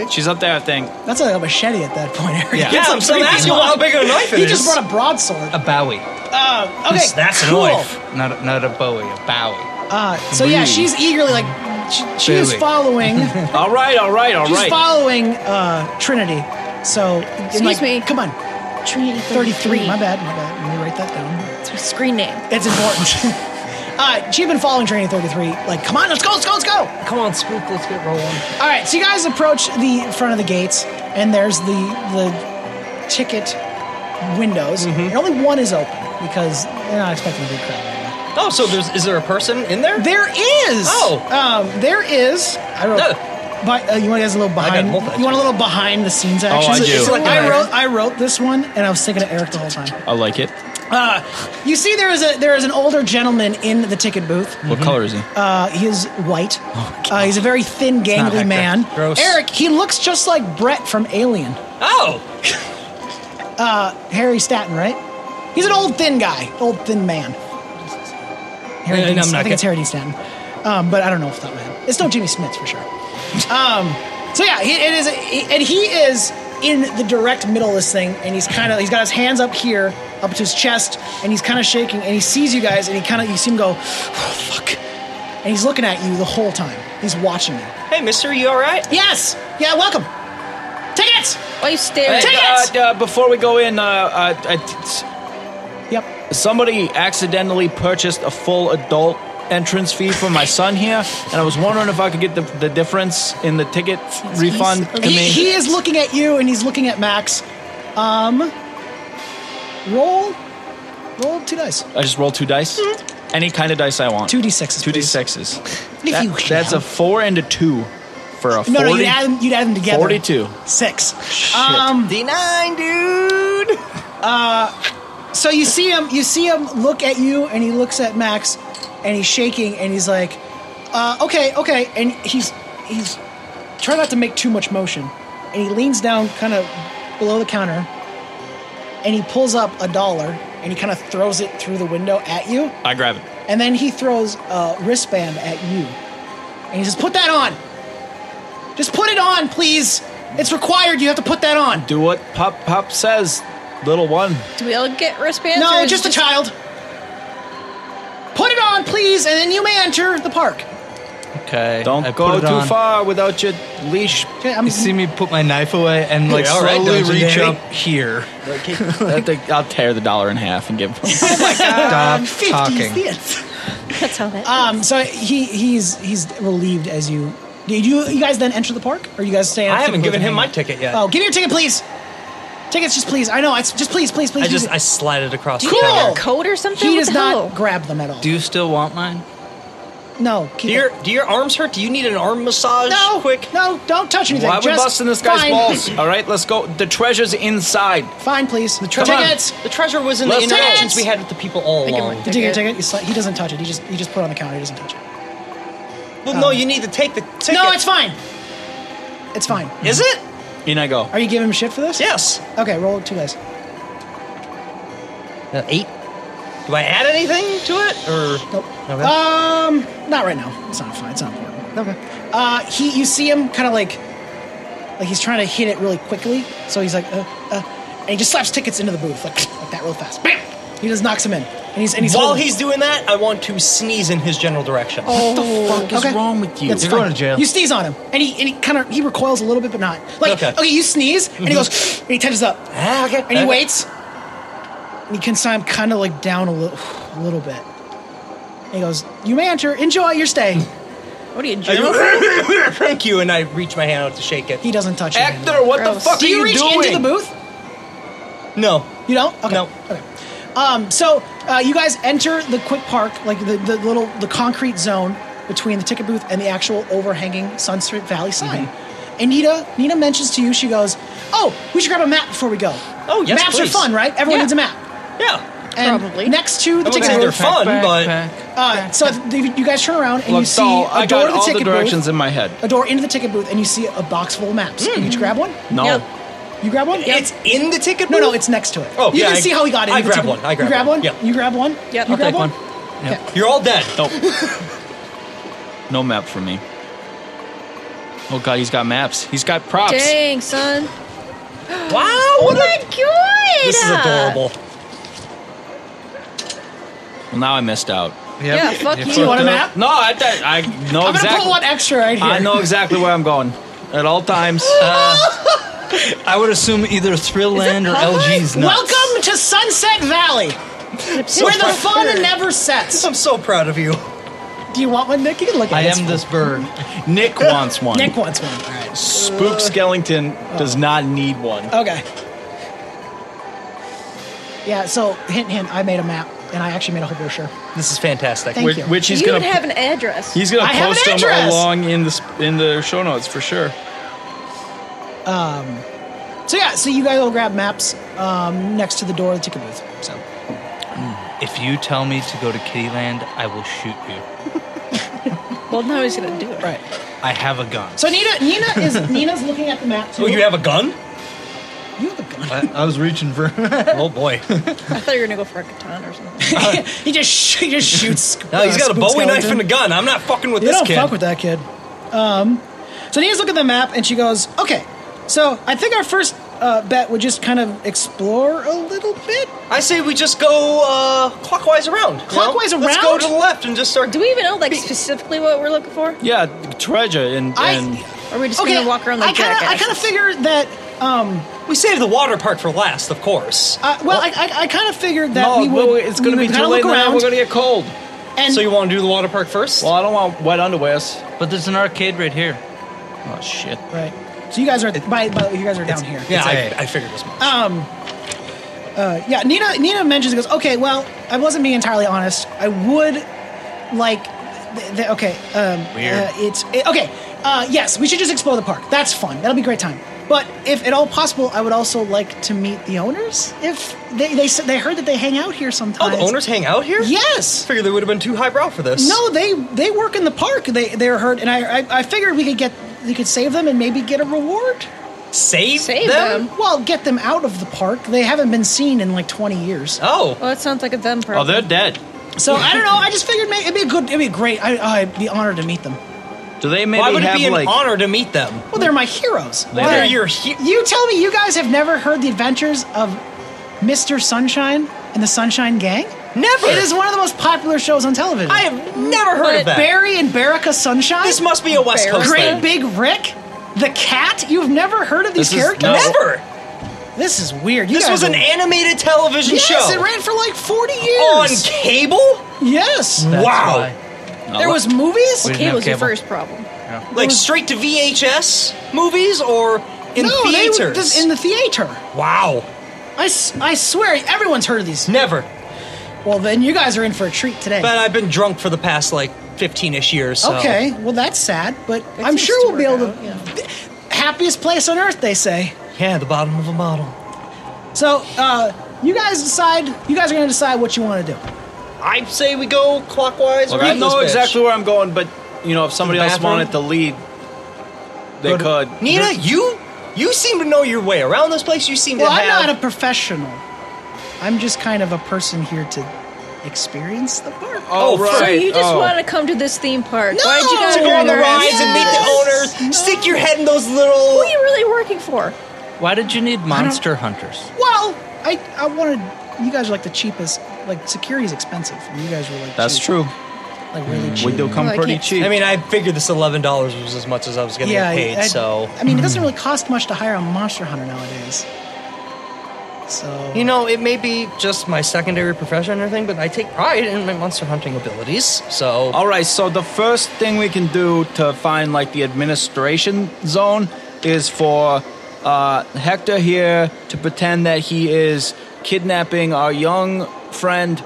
[SPEAKER 5] she's up there, I think.
[SPEAKER 1] That's like a machete at that point. Eric.
[SPEAKER 2] Yeah.
[SPEAKER 1] It's a
[SPEAKER 10] I'm still
[SPEAKER 1] pretty big
[SPEAKER 10] asking
[SPEAKER 1] one.
[SPEAKER 10] how big a knife it
[SPEAKER 1] He
[SPEAKER 10] is.
[SPEAKER 1] just brought a broadsword.
[SPEAKER 2] A bowie,
[SPEAKER 1] Uh, okay,
[SPEAKER 10] That's
[SPEAKER 1] cool.
[SPEAKER 10] a knife.
[SPEAKER 2] not a, not a bowie, a bowie.
[SPEAKER 1] Uh, so yeah, she's eagerly like she, she is
[SPEAKER 2] Bowie.
[SPEAKER 1] following.
[SPEAKER 5] All right, all right, all
[SPEAKER 1] she's
[SPEAKER 5] right.
[SPEAKER 1] following uh, Trinity. So
[SPEAKER 6] Excuse
[SPEAKER 1] like,
[SPEAKER 6] me.
[SPEAKER 1] Come on,
[SPEAKER 6] Trinity
[SPEAKER 1] thirty-three. My bad. My bad. Let me write that down.
[SPEAKER 6] It's my screen name.
[SPEAKER 1] It's important. *laughs* uh, she's been following Training 33. Like, come on, let's go, let's go, let's go.
[SPEAKER 10] Come on, spook. Let's get rolling.
[SPEAKER 1] All right, so you guys approach the front of the gates, and there's the the ticket windows, and only one is open because they're not expecting a big crowd. right
[SPEAKER 10] Oh, so there's is there a person in there?
[SPEAKER 1] now. There is.
[SPEAKER 10] Oh.
[SPEAKER 1] Um, there is. I wrote.
[SPEAKER 10] No.
[SPEAKER 1] But uh, you want guys a little behind?
[SPEAKER 10] multi-
[SPEAKER 1] You want a little behind the scenes action?
[SPEAKER 5] I do.
[SPEAKER 1] It's like
[SPEAKER 10] Ooh.
[SPEAKER 1] I wrote. I wrote this one, and I was thinking of Eric the whole time.
[SPEAKER 5] I like it.
[SPEAKER 1] You see, there is a there is an older gentleman in the ticket booth.
[SPEAKER 5] What color is he?
[SPEAKER 1] Uh, he is white. uh, he's a very thin,
[SPEAKER 2] not
[SPEAKER 1] gangly
[SPEAKER 2] Hector.
[SPEAKER 1] man.
[SPEAKER 10] Gross.
[SPEAKER 1] Eric, he looks just like Brett from Alien.
[SPEAKER 10] Oh,
[SPEAKER 1] Harry Staten, right? He's an old, thin guy. Old, thin man. Harry
[SPEAKER 10] Yeah,
[SPEAKER 1] Dean-
[SPEAKER 10] I'm not
[SPEAKER 1] I think it's Harry
[SPEAKER 10] gonna-
[SPEAKER 1] Dean Stanton. Um, but I don't know if that man. It's no Jimmy Smith for sure. Um, so yeah, he, it is, he- and he is in the direct middle of this thing, and he's kind of he's got his hands up here, up to his chest, and he's kind of shaking, and he sees you guys, and he kind of you see him go, oh, fuck, and he's looking at you the whole time. He's watching you.
[SPEAKER 10] hey, Mister, you all right?
[SPEAKER 1] Yes. Yeah. Welcome. Tickets.
[SPEAKER 6] Why are you staring?
[SPEAKER 1] Take
[SPEAKER 5] Uh,
[SPEAKER 1] it!
[SPEAKER 5] uh, before we go in, uh, uh, I t-
[SPEAKER 1] Yep.
[SPEAKER 5] somebody accidentally purchased a full adult entrance fee for my son here, and I was wondering if I could get the, the difference in the ticket refund to
[SPEAKER 1] He,
[SPEAKER 5] me.
[SPEAKER 1] he is looking at you and he's looking at Max. Um, roll, roll two dice.
[SPEAKER 5] I just roll two dice. Any kind of dice I want.
[SPEAKER 1] Mm-hmm. Two d6s.
[SPEAKER 5] Two d
[SPEAKER 1] please.
[SPEAKER 5] sixes.
[SPEAKER 1] If
[SPEAKER 5] That-
[SPEAKER 1] you shall.
[SPEAKER 5] that's a four and a two for a
[SPEAKER 1] No,
[SPEAKER 5] forty.
[SPEAKER 1] no, you'd add them. You'd add them together.
[SPEAKER 5] 42.
[SPEAKER 1] Six. Um,
[SPEAKER 5] Shit.
[SPEAKER 10] D nine, dude.
[SPEAKER 1] So you see him. You see him look at you, and he looks at Max, and he's shaking and he's like, uh, okay, okay, and he's he's trying not to make too much motion, and he leans down kind of below the counter, and he pulls up a dollar and he kind of throws it through the window at you,
[SPEAKER 5] I grab it.
[SPEAKER 1] and then he throws a wristband at you, and he says, put that on, just put it on, please. It's required. You have to put that on.
[SPEAKER 5] Do what Pop Pop says, little one.
[SPEAKER 6] Do we all get wristbands? or
[SPEAKER 1] No,
[SPEAKER 6] is
[SPEAKER 1] just
[SPEAKER 6] it
[SPEAKER 1] a child. Put it on, please, and then you may enter the park.
[SPEAKER 3] Okay.
[SPEAKER 5] Don't
[SPEAKER 3] I put
[SPEAKER 5] go
[SPEAKER 3] it
[SPEAKER 5] too
[SPEAKER 3] on.
[SPEAKER 5] far without your
[SPEAKER 1] *laughs*
[SPEAKER 5] leash.
[SPEAKER 1] Okay, I'm,
[SPEAKER 3] You see me put my knife away and like
[SPEAKER 5] Yeah, all right,
[SPEAKER 3] slowly
[SPEAKER 5] Dungeon
[SPEAKER 3] reach
[SPEAKER 5] Danny.
[SPEAKER 3] up here.
[SPEAKER 5] I think I'll tear the dollar in half
[SPEAKER 1] *laughs*
[SPEAKER 5] and give.
[SPEAKER 3] *laughs* Stop
[SPEAKER 1] 50s
[SPEAKER 3] talking.
[SPEAKER 1] cents.
[SPEAKER 6] That's how that.
[SPEAKER 1] Um, so he he's he's relieved as you. Did you you guys then enter the park, or you guys stay? at
[SPEAKER 10] I
[SPEAKER 1] the
[SPEAKER 10] haven't
[SPEAKER 1] Stick
[SPEAKER 10] given
[SPEAKER 1] Booth
[SPEAKER 10] him
[SPEAKER 1] and
[SPEAKER 10] my
[SPEAKER 1] hang out?
[SPEAKER 10] ticket yet.
[SPEAKER 1] Oh, give me your ticket, please. Tickets, just please. I know. It's just please, please, please.
[SPEAKER 10] I
[SPEAKER 1] *laughs*
[SPEAKER 10] just I
[SPEAKER 1] please.
[SPEAKER 10] slide it across.
[SPEAKER 1] Cool.
[SPEAKER 10] The counter.
[SPEAKER 6] a coat or something?
[SPEAKER 1] he
[SPEAKER 6] what
[SPEAKER 1] does
[SPEAKER 6] the
[SPEAKER 1] not
[SPEAKER 6] hell?
[SPEAKER 1] grab them at all.
[SPEAKER 3] Do you still want mine?
[SPEAKER 1] no, keep
[SPEAKER 10] Do
[SPEAKER 1] it.
[SPEAKER 10] your do your arms hurt? Do you need an arm massage?
[SPEAKER 1] no,
[SPEAKER 10] quick.
[SPEAKER 1] No, don't touch anything.
[SPEAKER 5] Why are we
[SPEAKER 1] Just-
[SPEAKER 5] busting this guy's
[SPEAKER 1] fine. *laughs*
[SPEAKER 5] balls? All right, let's go. The treasure's inside.
[SPEAKER 1] Fine, please. The
[SPEAKER 10] Come on.
[SPEAKER 1] tickets.
[SPEAKER 10] The treasure was in
[SPEAKER 5] Let's
[SPEAKER 10] the interactions
[SPEAKER 1] dance.
[SPEAKER 10] we had with the people all
[SPEAKER 6] Think of
[SPEAKER 10] along.
[SPEAKER 6] it.
[SPEAKER 1] The ticket, ticket.
[SPEAKER 6] Ticket.
[SPEAKER 1] He sli- He doesn't touch it. He just he just put it on the counter. He doesn't touch it.
[SPEAKER 10] Well, no, you need to take the ticket.
[SPEAKER 1] No, it's fine. It's fine.
[SPEAKER 10] Is it?
[SPEAKER 5] In I go.
[SPEAKER 1] Are you giving him shit for this?
[SPEAKER 10] Yes.
[SPEAKER 1] Okay, roll two dice.
[SPEAKER 3] Uh, eight.
[SPEAKER 10] Do I add anything to it, or
[SPEAKER 1] Nope. Um, not right now. It's not fine. It's not important. Okay. Uh, he, you see him kind of like, like he's trying to hit it really quickly. So he's like, uh, uh, and he just slaps tickets into the booth like, like that real fast. Bam! He just knocks him in, and he's and he's
[SPEAKER 10] while
[SPEAKER 1] holding- Oh.
[SPEAKER 10] he's doing that, I want to sneeze in his general direction.
[SPEAKER 5] What the fuck is
[SPEAKER 1] okay.
[SPEAKER 5] wrong with you?
[SPEAKER 1] That's
[SPEAKER 2] You're going
[SPEAKER 1] fine.
[SPEAKER 2] to jail.
[SPEAKER 1] You sneeze on him, and he and he kind of he recoils a little bit, but not like okay.
[SPEAKER 10] Okay.
[SPEAKER 1] you sneeze, and
[SPEAKER 5] Mm-hmm.
[SPEAKER 1] he goes, and he tenses up,
[SPEAKER 10] Ah, okay.
[SPEAKER 1] and he waits, and he can see him kind of like down a little, a little bit. And he goes, "You may enter. Enjoy your stay."
[SPEAKER 6] What are you
[SPEAKER 10] I
[SPEAKER 6] doing?
[SPEAKER 10] go, *laughs* Thank you, and I reach my hand out to shake it.
[SPEAKER 1] He doesn't touch you.
[SPEAKER 5] Actor, what the
[SPEAKER 6] Gross.
[SPEAKER 5] fuck
[SPEAKER 1] Do
[SPEAKER 5] are
[SPEAKER 1] you,
[SPEAKER 5] you
[SPEAKER 1] reach
[SPEAKER 5] doing?
[SPEAKER 1] into the booth?
[SPEAKER 10] No,
[SPEAKER 1] You don't? Okay.
[SPEAKER 10] No.
[SPEAKER 1] Okay. Um, so uh, you guys enter the quick park, like the, the little the concrete zone between the ticket booth and the actual overhanging Sunset Valley sign. And Nita Nita mentions to you, she goes, "Oh, we should grab a map before we go.
[SPEAKER 10] Oh, yes,
[SPEAKER 1] maps
[SPEAKER 10] please.
[SPEAKER 1] are fun, right? Everyone
[SPEAKER 10] Yeah.
[SPEAKER 1] needs a map.
[SPEAKER 10] yeah.
[SPEAKER 1] And
[SPEAKER 6] Probably.
[SPEAKER 1] Next to the
[SPEAKER 10] wouldn't
[SPEAKER 1] ticket
[SPEAKER 10] say they're
[SPEAKER 1] booth,
[SPEAKER 10] fun, but-
[SPEAKER 1] uh, so if you you guys turn around and you
[SPEAKER 5] Look,
[SPEAKER 1] see
[SPEAKER 5] doll, I
[SPEAKER 1] a door
[SPEAKER 5] got
[SPEAKER 1] to the
[SPEAKER 5] all the
[SPEAKER 1] ticket
[SPEAKER 5] directions
[SPEAKER 1] booth,
[SPEAKER 5] in my head.
[SPEAKER 1] a door into the ticket booth, and you see a box full of maps. You each grab one.
[SPEAKER 5] No.
[SPEAKER 6] Yep.
[SPEAKER 1] You grab one.
[SPEAKER 10] It's in the ticket.
[SPEAKER 1] No,
[SPEAKER 10] booth?
[SPEAKER 1] no, it's next to it.
[SPEAKER 10] Oh,
[SPEAKER 1] you
[SPEAKER 10] yeah,
[SPEAKER 1] can
[SPEAKER 10] I-
[SPEAKER 1] see how he got in.
[SPEAKER 10] I
[SPEAKER 1] You
[SPEAKER 10] grab
[SPEAKER 1] took-
[SPEAKER 10] one, I grab
[SPEAKER 1] you grab
[SPEAKER 10] one,
[SPEAKER 1] one.
[SPEAKER 10] yeah.
[SPEAKER 1] You grab one.
[SPEAKER 6] Yep.
[SPEAKER 1] You
[SPEAKER 6] I'll
[SPEAKER 1] grab
[SPEAKER 6] take
[SPEAKER 1] one.
[SPEAKER 6] one.
[SPEAKER 10] You're all dead.
[SPEAKER 5] No map for me. Oh god, he's got maps. He's got props.
[SPEAKER 6] Dang, son.
[SPEAKER 10] Wow,
[SPEAKER 6] Oh
[SPEAKER 10] what
[SPEAKER 6] my
[SPEAKER 10] a,
[SPEAKER 6] god!
[SPEAKER 10] this is adorable.
[SPEAKER 5] Well, now I missed out.
[SPEAKER 6] Yeah, fuck
[SPEAKER 1] Do you
[SPEAKER 6] you.
[SPEAKER 1] want a map?
[SPEAKER 5] No, I, th- I know
[SPEAKER 1] I'm gonna
[SPEAKER 5] exactly.
[SPEAKER 1] put one extra right here.
[SPEAKER 5] I know exactly where I'm going at
[SPEAKER 1] *laughs*
[SPEAKER 5] all times. Uh,
[SPEAKER 3] I would assume either Thrill Land or LG's nuts.
[SPEAKER 1] Welcome to Sunset Valley, where the fun never sets.
[SPEAKER 10] I'm so proud of you.
[SPEAKER 1] Do you want one, Nick? You can look at
[SPEAKER 3] I
[SPEAKER 1] it. It's
[SPEAKER 3] am this bird.
[SPEAKER 5] Nick wants one.
[SPEAKER 1] fine. Nick wants one. Oh, All right.
[SPEAKER 5] Spook Skellington does not need one.
[SPEAKER 1] Okay. Yeah. So hint, hint. I made a map, and I actually made a whole brochure.
[SPEAKER 10] This is fantastic.
[SPEAKER 1] Thank
[SPEAKER 5] which,
[SPEAKER 1] you.
[SPEAKER 5] which he's
[SPEAKER 6] you
[SPEAKER 5] gonna
[SPEAKER 6] would have an address.
[SPEAKER 5] he's gonna
[SPEAKER 1] I have an
[SPEAKER 5] post them
[SPEAKER 1] address.
[SPEAKER 5] along in the sp- in the show notes for sure.
[SPEAKER 1] so yeah. So you guys will grab maps um, next to the door of the ticket booth. So
[SPEAKER 3] If you tell me to go to Kittyland, I will shoot you.
[SPEAKER 6] well, now he's gonna do it.
[SPEAKER 1] right.
[SPEAKER 3] I have a gun.
[SPEAKER 1] So Nina, Nina is *laughs* Nina's looking at the map too.
[SPEAKER 10] Oh, you have a gun?
[SPEAKER 1] Uh, you have a gun.
[SPEAKER 3] I, I was reaching *laughs* for.
[SPEAKER 10] Oh boy.
[SPEAKER 6] I thought you were gonna go for a katana or something.
[SPEAKER 1] he just sh- he just shoots.
[SPEAKER 10] *laughs* No, he's
[SPEAKER 1] uh,
[SPEAKER 10] got a
[SPEAKER 1] Spook
[SPEAKER 10] Bowie knife
[SPEAKER 1] Skellington.
[SPEAKER 10] and a gun. I'm not fucking with
[SPEAKER 1] You
[SPEAKER 10] this
[SPEAKER 1] don't
[SPEAKER 10] kid.
[SPEAKER 1] fuck with that kid. Um, so Nina's looking at the map and she goes, "Okay, so I think our first uh, bet would just kind of explore a little bit.
[SPEAKER 10] I say we just go uh, clockwise around. you know?
[SPEAKER 1] Clockwise
[SPEAKER 10] Let's go
[SPEAKER 1] around?
[SPEAKER 10] to the left and just start.
[SPEAKER 6] do we even know like specifically what we're looking for?
[SPEAKER 5] Yeah, treasure and,
[SPEAKER 1] I-
[SPEAKER 5] and
[SPEAKER 6] Or are we just
[SPEAKER 1] okay,
[SPEAKER 6] gonna walk around like
[SPEAKER 1] I kinda, I
[SPEAKER 6] jackasses?
[SPEAKER 1] kind of figured that. Um,
[SPEAKER 10] We saved the water park for last, of course.
[SPEAKER 1] uh, well, I, I, I kind of figured that
[SPEAKER 5] no,
[SPEAKER 1] we would.
[SPEAKER 5] Oh, well, it's gonna
[SPEAKER 1] we would
[SPEAKER 5] be too
[SPEAKER 1] kinda
[SPEAKER 5] late
[SPEAKER 1] Look
[SPEAKER 5] now.
[SPEAKER 1] around
[SPEAKER 5] We're gonna get cold.
[SPEAKER 1] and
[SPEAKER 10] so you want to do the water park first?
[SPEAKER 5] Well, I don't want wet underwears.
[SPEAKER 3] But there's an arcade right here.
[SPEAKER 5] Oh shit.
[SPEAKER 1] right. So you guys are by, by you guys are down here.
[SPEAKER 10] yeah,
[SPEAKER 3] it's
[SPEAKER 10] I, I figured as much.
[SPEAKER 1] Uh, yeah, Nina Nina mentions goes, okay, well, I wasn't being entirely honest. I would like, th- th- okay, um,
[SPEAKER 3] Weird.
[SPEAKER 1] uh, it's it, okay. Uh, yes, we should just explore the park. That's fun. That'll be a great time. But if at all possible, I would also like to meet the owners. If they they said they heard that they hang out here
[SPEAKER 10] Oh,
[SPEAKER 1] sometimes.
[SPEAKER 10] the owners hang out here?
[SPEAKER 1] Yes.
[SPEAKER 10] Figure they would have been too highbrow for this.
[SPEAKER 1] No, they they work in the park. They they're hurt, and I I, I figured we could get we could save them and maybe get a reward.
[SPEAKER 10] Save,
[SPEAKER 6] Save
[SPEAKER 10] them?
[SPEAKER 6] them.
[SPEAKER 1] Well, get them out of the park. They haven't been seen in like 20 years.
[SPEAKER 10] Oh.
[SPEAKER 6] Well, that sounds like a them
[SPEAKER 5] Oh,
[SPEAKER 6] problem.
[SPEAKER 5] they're dead.
[SPEAKER 1] So I don't know. I just figured may- it'd be a good, it'd be great. I, oh, I'd be honored to meet them.
[SPEAKER 3] Do they maybe
[SPEAKER 10] Why would it
[SPEAKER 3] have
[SPEAKER 10] be an
[SPEAKER 3] like?
[SPEAKER 10] honor to meet them?
[SPEAKER 1] Well, they're my heroes.
[SPEAKER 10] Why are
[SPEAKER 1] Why-
[SPEAKER 10] you here?
[SPEAKER 1] You tell me you guys have never heard the adventures of Mr. Sunshine and the Sunshine Gang?
[SPEAKER 10] Never.
[SPEAKER 1] It is one of the most popular shows on television.
[SPEAKER 10] I have never heard
[SPEAKER 6] But
[SPEAKER 10] of that.
[SPEAKER 1] Barry and Baraka Sunshine.
[SPEAKER 10] this must be a West
[SPEAKER 6] Barry.
[SPEAKER 10] Coast
[SPEAKER 1] Great
[SPEAKER 10] thing.
[SPEAKER 1] Big Rick, the cat. You've never heard of these
[SPEAKER 5] This is-
[SPEAKER 1] characters?
[SPEAKER 5] no.
[SPEAKER 10] Never.
[SPEAKER 1] This is weird. You
[SPEAKER 10] This
[SPEAKER 1] guys
[SPEAKER 10] was an
[SPEAKER 1] are-
[SPEAKER 10] animated television
[SPEAKER 1] yes.
[SPEAKER 10] show
[SPEAKER 1] It ran for like forty
[SPEAKER 10] on
[SPEAKER 1] years.
[SPEAKER 10] cable.
[SPEAKER 1] yes.
[SPEAKER 10] wow.
[SPEAKER 1] There was movies.
[SPEAKER 3] We didn't
[SPEAKER 6] Cable's
[SPEAKER 3] have
[SPEAKER 6] your
[SPEAKER 3] cable.
[SPEAKER 6] first problem.
[SPEAKER 10] Like straight to VHS movies or in
[SPEAKER 1] no, they were
[SPEAKER 10] theaters?
[SPEAKER 1] just in the theater.
[SPEAKER 10] wow.
[SPEAKER 1] I, s- I swear, everyone's heard of these.
[SPEAKER 10] Never.
[SPEAKER 1] Well, then you guys are in for a treat today.
[SPEAKER 10] But I've been drunk for the past like 15 ish years. So.
[SPEAKER 1] Okay, well that's sad, but
[SPEAKER 6] It
[SPEAKER 1] I'm
[SPEAKER 6] seems
[SPEAKER 1] sure
[SPEAKER 6] to
[SPEAKER 1] we'll be
[SPEAKER 6] work
[SPEAKER 1] able to.
[SPEAKER 6] out, yeah.
[SPEAKER 1] Happiest place on earth, they say.
[SPEAKER 10] Yeah, the bottom of a bottle.
[SPEAKER 1] So, uh, you guys decide. You guys are gonna decide what you want to do.
[SPEAKER 10] I say we go clockwise.
[SPEAKER 5] Look, I
[SPEAKER 10] around this
[SPEAKER 5] know
[SPEAKER 10] bitch.
[SPEAKER 5] exactly where I'm going, but you know, if somebody else
[SPEAKER 10] bathroom?
[SPEAKER 5] wanted to lead, they could.
[SPEAKER 10] Nina, you you seem to know your way around this place. You seem
[SPEAKER 1] Well,
[SPEAKER 10] to
[SPEAKER 1] I'm
[SPEAKER 10] have.
[SPEAKER 1] not a professional. I'm just kind of a person here to experience the park.
[SPEAKER 5] Oh,
[SPEAKER 10] Oh,
[SPEAKER 5] right.
[SPEAKER 6] So you just
[SPEAKER 5] oh.
[SPEAKER 6] want to come to this theme park?
[SPEAKER 1] No!
[SPEAKER 6] Why'd you guys
[SPEAKER 1] To
[SPEAKER 10] go on the rides and meet the
[SPEAKER 1] Yes.
[SPEAKER 10] owners. Stick your head in those
[SPEAKER 6] Who
[SPEAKER 10] little.
[SPEAKER 6] are you really working for?
[SPEAKER 3] Why did you need monster hunters?
[SPEAKER 1] Well, I I wanted. You guys are like the cheapest. Like security's expensive, and you guys were like
[SPEAKER 5] That's
[SPEAKER 1] cheap,
[SPEAKER 5] true.
[SPEAKER 1] Like really cheap.
[SPEAKER 2] We do come
[SPEAKER 6] Well, Oh, I
[SPEAKER 2] pretty
[SPEAKER 6] can't-
[SPEAKER 2] cheap.
[SPEAKER 10] I mean, I figured this eleven dollars was as much as I was going to
[SPEAKER 1] yeah,
[SPEAKER 10] get paid.
[SPEAKER 1] I,
[SPEAKER 10] so
[SPEAKER 1] I mean, it doesn't really cost much to hire a monster hunter nowadays. So
[SPEAKER 10] you know, it may be just my secondary profession or thing, but I take pride in my monster hunting abilities. So
[SPEAKER 5] All right, so the first thing we can do to find like the administration zone is for uh, Hector here to pretend that he is kidnapping our young friend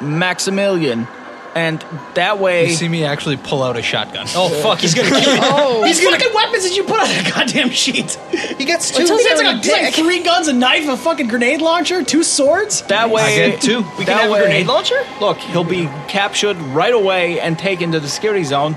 [SPEAKER 5] Maximilian, and that way.
[SPEAKER 3] You see me actually pull out a shotgun.
[SPEAKER 10] oh fuck, he's *laughs* going to kill.
[SPEAKER 1] Oh, these fucking weapons did you put on that goddamn sheet? *laughs*
[SPEAKER 10] He gets
[SPEAKER 1] He
[SPEAKER 10] two.
[SPEAKER 1] gets like, a, like three guns, a knife, a fucking grenade launcher, two swords.
[SPEAKER 5] that way,
[SPEAKER 3] I get two.
[SPEAKER 10] We
[SPEAKER 5] that
[SPEAKER 10] can have
[SPEAKER 5] way,
[SPEAKER 10] a grenade launcher.
[SPEAKER 5] Look, he'll be captured right away and taken to the security zone.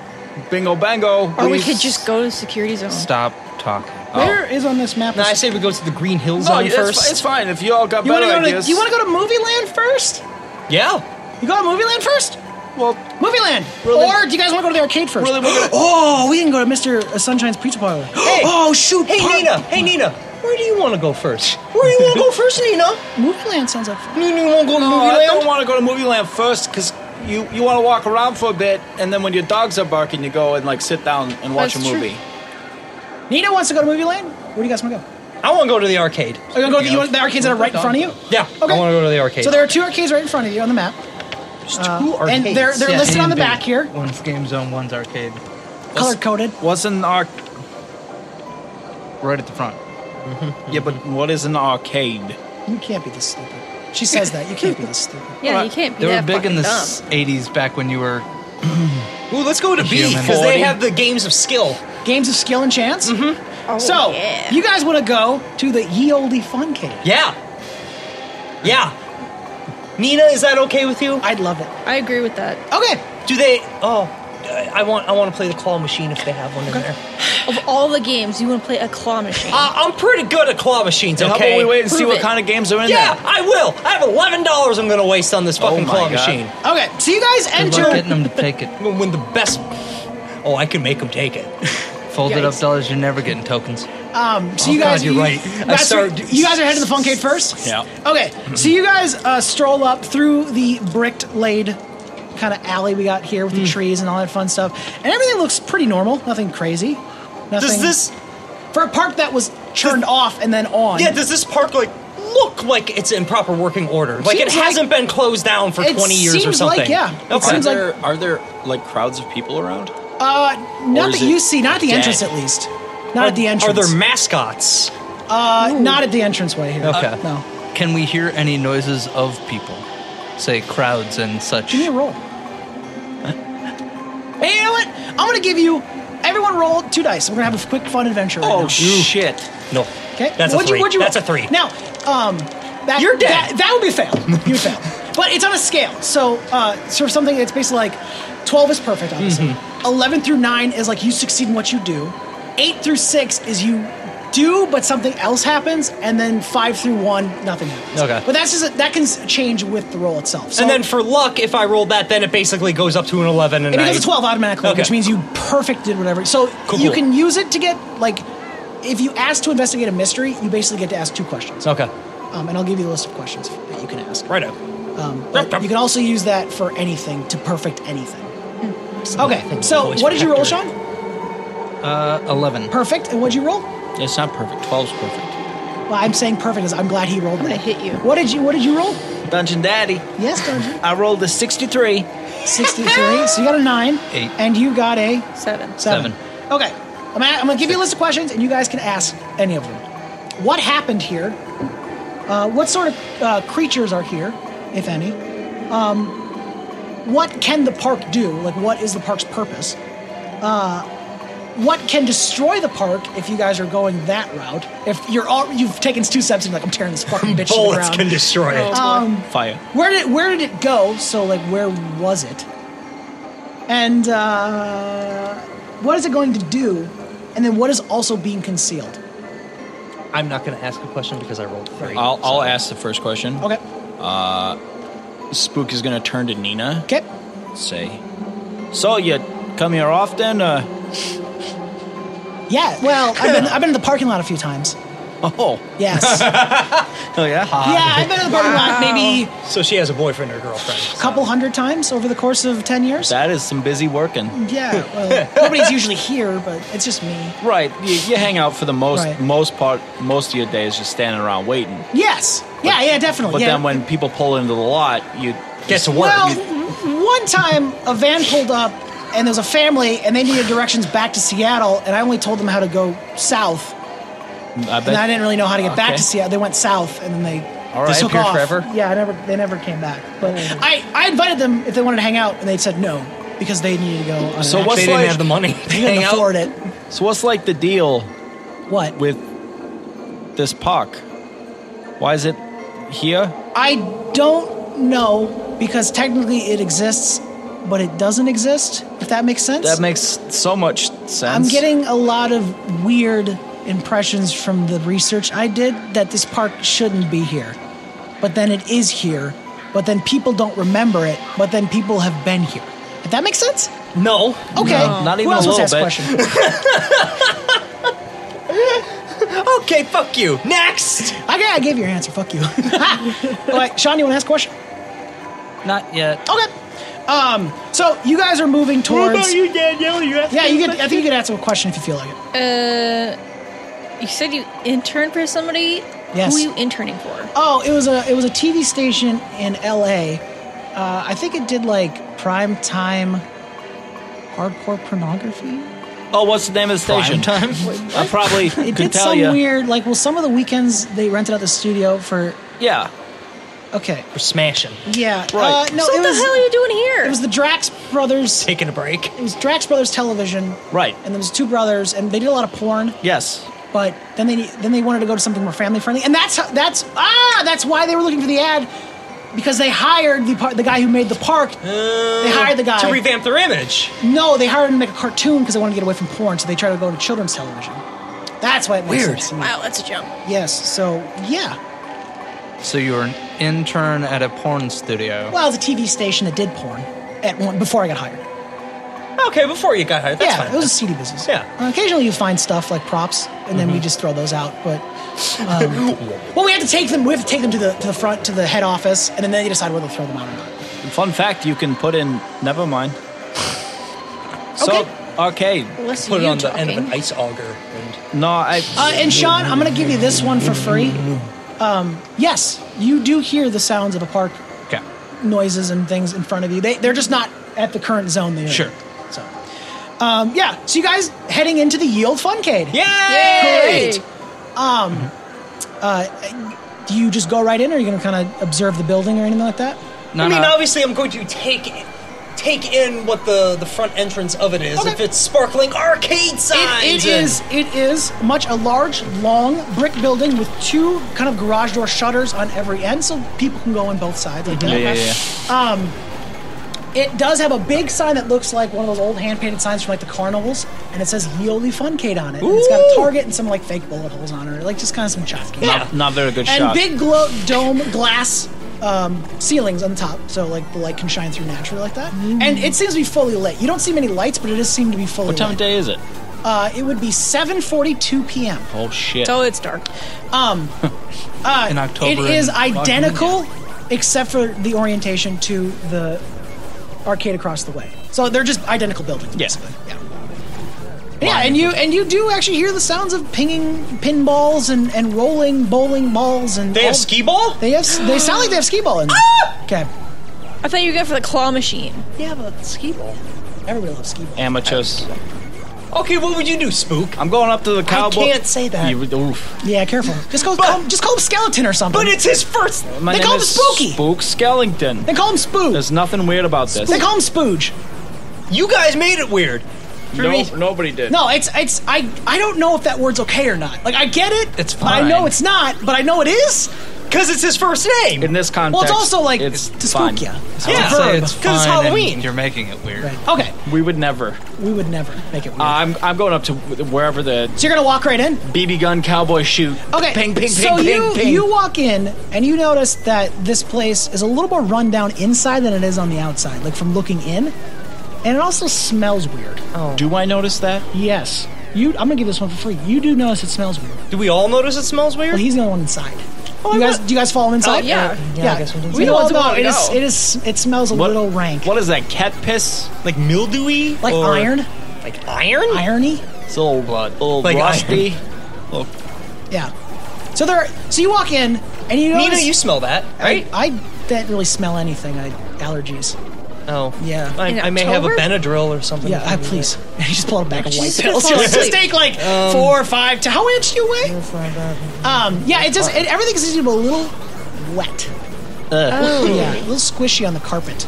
[SPEAKER 5] Bingo, bango.
[SPEAKER 6] Or we
[SPEAKER 5] We've- Oh.
[SPEAKER 6] could just go to security zone.
[SPEAKER 3] Stop talking.
[SPEAKER 1] Where is on this map?
[SPEAKER 10] No, I say we go to the Green Hill
[SPEAKER 5] No,
[SPEAKER 10] Zone
[SPEAKER 5] Oh, it's,
[SPEAKER 10] first.
[SPEAKER 5] fi- it's fine. If you all got
[SPEAKER 1] you want
[SPEAKER 5] better
[SPEAKER 1] to go to?
[SPEAKER 5] ideas,
[SPEAKER 1] You want to go to Movie Land first?
[SPEAKER 10] yeah.
[SPEAKER 1] You go to Movie Land first?
[SPEAKER 5] Well,
[SPEAKER 1] Movie Land, or do you guys want to go to the arcade first?
[SPEAKER 5] really, we're gonna.
[SPEAKER 1] Oh, we can go to Mr. Sunshine's Pizza Parlor. *gasps*
[SPEAKER 10] *gasps* Hey.
[SPEAKER 1] Oh shoot!
[SPEAKER 10] Hey
[SPEAKER 1] par-
[SPEAKER 10] Nina. Hey Nina. Where do you want to go first? Where do you want to go first, Nina?
[SPEAKER 1] Movie Land sounds like fun.
[SPEAKER 10] Nina, you want to go to
[SPEAKER 5] No,
[SPEAKER 10] movie
[SPEAKER 5] Oh, I
[SPEAKER 10] land?
[SPEAKER 5] don't want to go to movie land first because you, you want to walk around for a bit, and then when your dogs are barking, you go and like sit down and watch
[SPEAKER 6] That's
[SPEAKER 5] a
[SPEAKER 6] true.
[SPEAKER 5] movie.
[SPEAKER 1] Nina wants to go to Movie Land. Where do you guys want to go?
[SPEAKER 10] I want to go to the arcade.
[SPEAKER 1] Are you gonna go? to- You want the arcades that are right in front of you?
[SPEAKER 10] Yeah,
[SPEAKER 1] Okay.
[SPEAKER 10] I want to go to the arcade.
[SPEAKER 1] So there are two arcades right in front of you on the map, Uh,
[SPEAKER 10] There's two arcades.
[SPEAKER 1] and they're they're
[SPEAKER 3] Yeah,
[SPEAKER 1] listed on the
[SPEAKER 3] and big.
[SPEAKER 1] back here,
[SPEAKER 3] One's game zone, one's arcade.
[SPEAKER 1] color coded.
[SPEAKER 5] What's an arc?
[SPEAKER 3] Right at the front.
[SPEAKER 5] Yeah, but what is an arcade?
[SPEAKER 1] You can't be this stupid. She says that. You can't be this stupid.
[SPEAKER 6] yeah, you can't be
[SPEAKER 3] They were
[SPEAKER 6] that
[SPEAKER 3] big in
[SPEAKER 6] fucking
[SPEAKER 3] the
[SPEAKER 6] dumb.
[SPEAKER 3] s- 80s back when you were.
[SPEAKER 10] Ooh, let's go to B
[SPEAKER 3] Human.
[SPEAKER 10] because they
[SPEAKER 5] 40.
[SPEAKER 10] have the games of skill.
[SPEAKER 1] Games of skill and chance. Mm-hmm.
[SPEAKER 6] Oh,
[SPEAKER 1] so
[SPEAKER 6] yeah.
[SPEAKER 1] you guys want to go to the Ye Olde Fun Cave?
[SPEAKER 10] Yeah, yeah. Nina, is that okay with you?
[SPEAKER 1] I'd love it.
[SPEAKER 6] I agree with that.
[SPEAKER 1] Okay.
[SPEAKER 10] Do they? Oh, I want I want to play the claw machine if they have one in there.
[SPEAKER 6] Of all the games, you want to play a claw machine.
[SPEAKER 10] *laughs* Uh, I'm pretty good at claw machines. Okay.
[SPEAKER 5] How about we wait and see
[SPEAKER 6] Prove
[SPEAKER 5] what
[SPEAKER 6] it.
[SPEAKER 5] kind of games are in
[SPEAKER 10] Yeah,
[SPEAKER 5] there?
[SPEAKER 10] I will. I have eleven dollars. I'm gonna waste on this fucking
[SPEAKER 5] my
[SPEAKER 10] claw
[SPEAKER 5] God.
[SPEAKER 10] machine.
[SPEAKER 1] Okay. So you guys
[SPEAKER 3] Good luck
[SPEAKER 1] enter.
[SPEAKER 3] getting them to take
[SPEAKER 10] *laughs*
[SPEAKER 3] it.
[SPEAKER 10] I'm gonna win the best. Oh, I can make them take it.
[SPEAKER 1] *laughs*
[SPEAKER 3] Folded
[SPEAKER 6] Yikes.
[SPEAKER 3] up dollars, you're never getting tokens.
[SPEAKER 1] Um, so
[SPEAKER 10] Oh,
[SPEAKER 1] you guys,
[SPEAKER 10] God, you're
[SPEAKER 1] you,
[SPEAKER 10] right. I
[SPEAKER 1] that's-
[SPEAKER 10] started-
[SPEAKER 1] you guys are headed to the Fun Cave first.
[SPEAKER 5] Yeah.
[SPEAKER 1] Okay. So you guys uh, stroll up through the bricked laid kind of alley we got here with the
[SPEAKER 10] Hmm.
[SPEAKER 1] trees and all that fun stuff, and everything looks pretty normal. Nothing crazy. Nothing
[SPEAKER 10] Does this?
[SPEAKER 1] for a park that was turned
[SPEAKER 10] Does-
[SPEAKER 1] off and then on?
[SPEAKER 10] Yeah, does this park like look like it's in proper working order? Like it
[SPEAKER 1] Seems like-
[SPEAKER 10] hasn't been closed down for
[SPEAKER 1] It
[SPEAKER 10] twenty years or
[SPEAKER 1] seems like,
[SPEAKER 10] something.
[SPEAKER 1] yeah. It
[SPEAKER 10] Okay.
[SPEAKER 1] seems
[SPEAKER 5] are
[SPEAKER 1] like-
[SPEAKER 5] there are there like crowds of people around?
[SPEAKER 1] Uh,
[SPEAKER 5] Or
[SPEAKER 1] not
[SPEAKER 5] is
[SPEAKER 1] that you
[SPEAKER 5] it
[SPEAKER 1] see. Not at the
[SPEAKER 5] dead?
[SPEAKER 1] entrance, at least. Not at the
[SPEAKER 10] Are
[SPEAKER 1] entrance.
[SPEAKER 10] there mascots?
[SPEAKER 1] uh, not at the entrance way here.
[SPEAKER 10] Okay.
[SPEAKER 1] Uh, no.
[SPEAKER 3] Can we hear any noises of people? Say crowds and such.
[SPEAKER 1] Give me a roll. Hey, *laughs* you know what? I'm gonna give you everyone roll two dice. We're gonna have a quick fun adventure. Right
[SPEAKER 5] Oh
[SPEAKER 1] now.
[SPEAKER 5] shit!
[SPEAKER 10] No.
[SPEAKER 1] Okay.
[SPEAKER 10] That's a
[SPEAKER 1] What'd
[SPEAKER 10] three.
[SPEAKER 1] You, what'd you
[SPEAKER 10] That's
[SPEAKER 1] roll?
[SPEAKER 10] a three.
[SPEAKER 1] Now, um, that,
[SPEAKER 10] You're dead.
[SPEAKER 1] That, that would be fail. You would
[SPEAKER 10] *laughs*
[SPEAKER 1] fail. But it's on a scale. So, uh, sort of something that's basically like 12 is perfect, obviously.
[SPEAKER 10] Mm-hmm.
[SPEAKER 1] 11 through 9 is like you succeed in what you do. 8 through 6 is you do, but something else happens. And then 5 through 1, nothing happens.
[SPEAKER 3] Okay.
[SPEAKER 1] But that's just, that can s- change with the roll itself. So
[SPEAKER 10] And then for luck, if I roll that, then it basically goes up to an 11 and
[SPEAKER 1] it becomes
[SPEAKER 10] I-
[SPEAKER 1] a 12 automatically,
[SPEAKER 10] Okay.
[SPEAKER 1] which means you perfected whatever. So
[SPEAKER 10] Cool,
[SPEAKER 1] you
[SPEAKER 10] cool.
[SPEAKER 1] can use it to get, like, if you ask to investigate a mystery, you basically get to ask two questions.
[SPEAKER 10] Okay.
[SPEAKER 1] Um, and I'll give you the list of questions that you can ask. Um,
[SPEAKER 10] Right up.
[SPEAKER 1] But you can also use that for anything to perfect anything.
[SPEAKER 6] Mm.
[SPEAKER 1] Okay, so
[SPEAKER 10] always
[SPEAKER 1] what did you roll,
[SPEAKER 10] perfect.
[SPEAKER 1] Sean?
[SPEAKER 3] Uh, 11.
[SPEAKER 1] Perfect. And what'd you roll?
[SPEAKER 5] It's not perfect. 12's perfect.
[SPEAKER 1] Well, I'm saying perfect because I'm glad he rolled. I'm
[SPEAKER 6] gonna hit you.
[SPEAKER 1] What did you What did you roll?
[SPEAKER 5] Dungeon Daddy.
[SPEAKER 1] Yes,
[SPEAKER 6] *laughs*
[SPEAKER 1] Dungeon.
[SPEAKER 5] I rolled a 63.
[SPEAKER 1] 63. so you got a nine.
[SPEAKER 3] Eight.
[SPEAKER 1] And you got a
[SPEAKER 6] Seven.
[SPEAKER 1] seven.
[SPEAKER 5] Seven.
[SPEAKER 1] Okay, I'm, a- I'm gonna give you a list of questions, and you guys can ask any of them. What happened here? Uh, what sort of uh, creatures are here, if any? Um, what can the park do? Like, what is the park's purpose? Uh, what can destroy the park if you guys are going that route? If you're all, you've taken two steps and you're like I'm tearing this
[SPEAKER 10] *laughs*
[SPEAKER 1] fucking bitch to the
[SPEAKER 10] Bullets
[SPEAKER 1] ground.
[SPEAKER 10] can destroy
[SPEAKER 1] Oh.
[SPEAKER 10] it.
[SPEAKER 5] Fire.
[SPEAKER 1] where did where did it go? So like where was it? And uh, what is it going to do? And then what is also being concealed?
[SPEAKER 10] I'm not going to ask a question because I rolled three.
[SPEAKER 5] I'll, I'll ask the first question.
[SPEAKER 1] Okay.
[SPEAKER 5] Spook is going to turn to Nina
[SPEAKER 1] Okay.
[SPEAKER 5] say, So you come here often? Uh,
[SPEAKER 1] Yeah. Well, I've been I've been in the parking lot a few times.
[SPEAKER 5] oh. *laughs*
[SPEAKER 1] Yes. yeah,
[SPEAKER 3] Oh, yeah?
[SPEAKER 1] I've been in the parking lot maybe
[SPEAKER 10] so she has a boyfriend or girlfriend.
[SPEAKER 1] a couple hundred times over the course of ten years.
[SPEAKER 5] That is some busy working.
[SPEAKER 1] yeah. Well, nobody's usually here, but it's just me.
[SPEAKER 5] Right. You, you hang out for the most
[SPEAKER 1] Right.
[SPEAKER 5] most part, most of your day is just standing around waiting.
[SPEAKER 1] Yes. yeah. Yeah. Definitely.
[SPEAKER 5] But
[SPEAKER 1] Oh, yeah.
[SPEAKER 5] then when people pull into the lot, you
[SPEAKER 10] Get to work.
[SPEAKER 1] Well, w- one time a van pulled up and there was a family and they needed directions back to Seattle and I only told them how to go south
[SPEAKER 5] I bet
[SPEAKER 1] and I didn't really know how to get back
[SPEAKER 5] Okay.
[SPEAKER 1] to Seattle. They went south and then they
[SPEAKER 5] right.
[SPEAKER 1] just took
[SPEAKER 5] Disappeared
[SPEAKER 1] off.
[SPEAKER 5] forever?
[SPEAKER 1] Yeah, I never they never came back. But I, I invited them if they wanted to hang out and they said no because they needed to go on
[SPEAKER 5] So
[SPEAKER 1] an action.
[SPEAKER 5] what's
[SPEAKER 10] they didn't
[SPEAKER 5] like-
[SPEAKER 10] have the
[SPEAKER 1] *laughs*
[SPEAKER 10] money.
[SPEAKER 1] they couldn't afford it.
[SPEAKER 5] So what's like the deal
[SPEAKER 1] What?
[SPEAKER 5] with this puck? Why is it here?
[SPEAKER 1] I don't know because technically it exists but it doesn't exist, if that makes sense.
[SPEAKER 5] That makes so much sense.
[SPEAKER 1] I'm getting a lot of weird impressions from the research I did that this park shouldn't be here. But then it is here. But then people don't remember it. But then people have been here. If that makes sense?
[SPEAKER 10] No.
[SPEAKER 1] Okay.
[SPEAKER 5] No, not
[SPEAKER 1] Who
[SPEAKER 5] even a
[SPEAKER 1] else wants to
[SPEAKER 5] little
[SPEAKER 1] ask a
[SPEAKER 5] bit.
[SPEAKER 1] question?
[SPEAKER 5] *laughs*
[SPEAKER 10] Okay, fuck you. Next.
[SPEAKER 1] I, I gave you your answer. Fuck you. *laughs* All right, Sean, you want to ask a question?
[SPEAKER 3] Not yet.
[SPEAKER 1] Okay. Um, so you guys are moving towards.
[SPEAKER 10] Danielle? You asked
[SPEAKER 1] yeah, you could. I think you could answer a question if you feel like it.
[SPEAKER 6] Uh, you said you interned for somebody.
[SPEAKER 1] Yes.
[SPEAKER 6] Who are you interning for?
[SPEAKER 1] Oh, it was a it was a TV station in L.A. Uh, I think it did like prime time hardcore pornography.
[SPEAKER 5] Oh, what's the name of the station?
[SPEAKER 3] Prime
[SPEAKER 5] *laughs* I probably
[SPEAKER 1] It
[SPEAKER 5] could
[SPEAKER 1] did
[SPEAKER 5] tell
[SPEAKER 1] some
[SPEAKER 5] you.
[SPEAKER 1] weird like well some of the weekends they rented out the studio for
[SPEAKER 5] yeah.
[SPEAKER 1] okay
[SPEAKER 10] We're smashing.
[SPEAKER 1] yeah
[SPEAKER 5] Right.
[SPEAKER 1] uh, no
[SPEAKER 6] so
[SPEAKER 1] it
[SPEAKER 6] what
[SPEAKER 1] was
[SPEAKER 6] the hell are you doing here?
[SPEAKER 1] it was the Drax brothers
[SPEAKER 10] Taking a break.
[SPEAKER 1] it was Drax brothers television
[SPEAKER 5] Right.
[SPEAKER 1] and there was two brothers and they did a lot of porn
[SPEAKER 5] Yes.
[SPEAKER 1] but then they then they wanted to go to something more family friendly, and that's how, that's ah that's why they were looking for the ad because they hired the par- the guy who made the park. they hired the guy.
[SPEAKER 10] To revamp their image.
[SPEAKER 1] no, they hired him to make a cartoon because they wanted to get away from porn, so they tried to go to children's television. That's why it makes
[SPEAKER 10] Weird.
[SPEAKER 1] sense. to me.
[SPEAKER 6] wow, that's a jump.
[SPEAKER 1] Yes, so yeah.
[SPEAKER 3] So you were an intern at a porn studio.
[SPEAKER 1] Well, it's a TV station that did porn at one before I got hired.
[SPEAKER 10] Okay, before you got hired. That's
[SPEAKER 1] yeah,
[SPEAKER 10] fine.
[SPEAKER 1] it was a CD business.
[SPEAKER 10] Yeah. Mm-hmm.
[SPEAKER 1] Uh, occasionally you find stuff like props, and then we just throw those out. But
[SPEAKER 10] *laughs*
[SPEAKER 1] um, well, we had to take them. We have to take them to the to the front to the head office, and then they decide whether to throw them out or not.
[SPEAKER 5] Fun fact: you can put in. Never mind. So
[SPEAKER 1] Okay.
[SPEAKER 5] okay.
[SPEAKER 6] Unless
[SPEAKER 10] Put it
[SPEAKER 6] you
[SPEAKER 10] on the
[SPEAKER 6] talking.
[SPEAKER 10] end of an ice auger. And
[SPEAKER 5] No, I.
[SPEAKER 1] Uh, and Sean, I'm going to give you this one for free. Um, yes, you do hear the sounds of a park,
[SPEAKER 5] okay.
[SPEAKER 1] noises and things in front of you. They, they're just not at the current zone. They are. in.
[SPEAKER 10] Sure.
[SPEAKER 1] So, um, yeah. So you guys heading into the Yield Funcade?
[SPEAKER 10] Yay!
[SPEAKER 6] Yay!
[SPEAKER 1] Do you just go right in, or are you going to kind of observe the building or anything like that?
[SPEAKER 3] No,
[SPEAKER 10] I mean,
[SPEAKER 3] no.
[SPEAKER 10] obviously, I'm going to take take in what the, the front entrance of it is.
[SPEAKER 1] Okay.
[SPEAKER 10] If it's sparkling arcade
[SPEAKER 3] Ah,
[SPEAKER 1] It,
[SPEAKER 10] signs.
[SPEAKER 1] it
[SPEAKER 10] and-
[SPEAKER 1] is. It is much a large, long brick building with two kind of garage door shutters on every end, so people can go on both sides. Like that.
[SPEAKER 3] Mm-hmm. yeah, yeah.
[SPEAKER 1] It does have a big sign that looks like one of those old hand painted signs from like the carnivals, and it says Yoli Funcade on it. And it's got a target and some like fake bullet holes on it, like just kind of some chalky.
[SPEAKER 5] Not, not very good
[SPEAKER 1] And
[SPEAKER 5] shot.
[SPEAKER 1] big glow dome glass um, ceilings on the top, so like the light can shine through naturally like that. And it seems to be fully lit. You don't see many lights, but it does seem to be fully
[SPEAKER 5] Mm. what time
[SPEAKER 1] lit.
[SPEAKER 5] of day is it?
[SPEAKER 1] Uh, it would be 7:42 p.m.
[SPEAKER 5] Oh shit!
[SPEAKER 6] So it's dark.
[SPEAKER 1] It
[SPEAKER 3] in October.
[SPEAKER 1] is
[SPEAKER 3] and-
[SPEAKER 1] identical, except for the orientation to the arcade across the way. So they're just identical buildings,
[SPEAKER 5] Yeah.
[SPEAKER 1] basically. Yeah. Yeah, and you and you do actually hear the sounds of pinging pinballs and, and rolling bowling balls and
[SPEAKER 10] They
[SPEAKER 1] all-
[SPEAKER 10] have skee ball?
[SPEAKER 1] They have they sound like they have skee ball in them.
[SPEAKER 5] Ah!
[SPEAKER 1] okay.
[SPEAKER 6] I thought you were good for the claw machine.
[SPEAKER 1] Yeah, but skee ball. Everybody loves skee ball.
[SPEAKER 5] Amateurs.
[SPEAKER 10] Okay, what would you do, Spook?
[SPEAKER 5] I'm going up to the cowboy.
[SPEAKER 1] I can't say that.
[SPEAKER 5] You, oof.
[SPEAKER 1] yeah, careful. Just call, call him, just call him skeleton or something.
[SPEAKER 10] But it's his first.
[SPEAKER 5] My
[SPEAKER 1] They
[SPEAKER 5] name
[SPEAKER 1] call him
[SPEAKER 5] is
[SPEAKER 1] Spooky.
[SPEAKER 5] Spook Skellington.
[SPEAKER 1] they call him Spooge.
[SPEAKER 5] There's nothing weird about this.
[SPEAKER 1] They call him Spooge.
[SPEAKER 10] You guys made it weird.
[SPEAKER 5] No, nobody did.
[SPEAKER 1] No, it's it's I I don't know if that word's okay or not. Like I get it.
[SPEAKER 3] It's
[SPEAKER 1] but I know
[SPEAKER 3] fine.
[SPEAKER 1] it's not, but I know it is.
[SPEAKER 10] Because it's his first name.
[SPEAKER 5] In this context,
[SPEAKER 1] Well, it's also like
[SPEAKER 5] it's
[SPEAKER 1] to
[SPEAKER 5] fine.
[SPEAKER 1] spook you. It's
[SPEAKER 3] I would
[SPEAKER 1] a
[SPEAKER 10] Yeah.
[SPEAKER 3] say
[SPEAKER 1] verb.
[SPEAKER 3] it's
[SPEAKER 10] 'cause it's
[SPEAKER 3] fine and
[SPEAKER 10] Halloween.
[SPEAKER 3] You're making it weird.
[SPEAKER 1] Right. Okay,
[SPEAKER 5] We would never. Uh,
[SPEAKER 1] we would never make it weird.
[SPEAKER 3] Uh,
[SPEAKER 5] I'm I'm going up to wherever the
[SPEAKER 1] so you're gonna walk right in.
[SPEAKER 5] BB gun cowboy shoot.
[SPEAKER 1] Okay.
[SPEAKER 5] Ping ping ping
[SPEAKER 1] so
[SPEAKER 5] ping
[SPEAKER 1] you
[SPEAKER 5] ping.
[SPEAKER 1] you walk in and you notice that this place is a little more rundown inside than it is on the outside, like from looking in, and it also smells weird.
[SPEAKER 5] Do I notice that?
[SPEAKER 1] Yes, you. I'm gonna give this one for free. You do notice it smells weird.
[SPEAKER 10] do we all notice it smells weird?
[SPEAKER 1] Well, he's the only one inside. you guys, do you guys follow him inside?
[SPEAKER 6] Oh, yeah.
[SPEAKER 1] yeah.
[SPEAKER 11] I guess we do.
[SPEAKER 1] we,
[SPEAKER 11] We're the
[SPEAKER 1] all
[SPEAKER 11] ones who
[SPEAKER 1] know
[SPEAKER 11] wanna
[SPEAKER 1] it is.
[SPEAKER 11] know.
[SPEAKER 1] It is. It smells a
[SPEAKER 5] What-
[SPEAKER 1] little rank,
[SPEAKER 5] What is that? Cat piss?
[SPEAKER 10] like mildewy?
[SPEAKER 1] like
[SPEAKER 10] or-
[SPEAKER 1] iron,
[SPEAKER 10] Like iron?
[SPEAKER 1] irony.
[SPEAKER 5] It's a little, a little
[SPEAKER 1] *laughs*
[SPEAKER 10] Like
[SPEAKER 5] rusty.
[SPEAKER 1] Yeah. So there. So you walk in and you
[SPEAKER 10] Nina,
[SPEAKER 1] notice.
[SPEAKER 10] you smell that, right?
[SPEAKER 1] I, I didn't really smell anything. I allergies.
[SPEAKER 10] oh.
[SPEAKER 1] Yeah.
[SPEAKER 6] In
[SPEAKER 10] I, I may have a
[SPEAKER 6] October?
[SPEAKER 10] Benadryl or something.
[SPEAKER 1] yeah, I, please. *laughs* You just pulled a bag of white
[SPEAKER 6] She's
[SPEAKER 1] pills.
[SPEAKER 6] gonna fall
[SPEAKER 1] Just
[SPEAKER 6] asleep.
[SPEAKER 1] take like
[SPEAKER 10] Um,
[SPEAKER 1] four or five. To, how much do you weigh? Um, yeah, it just it, everything seems to be a little wet. Yeah, a little squishy on the carpet.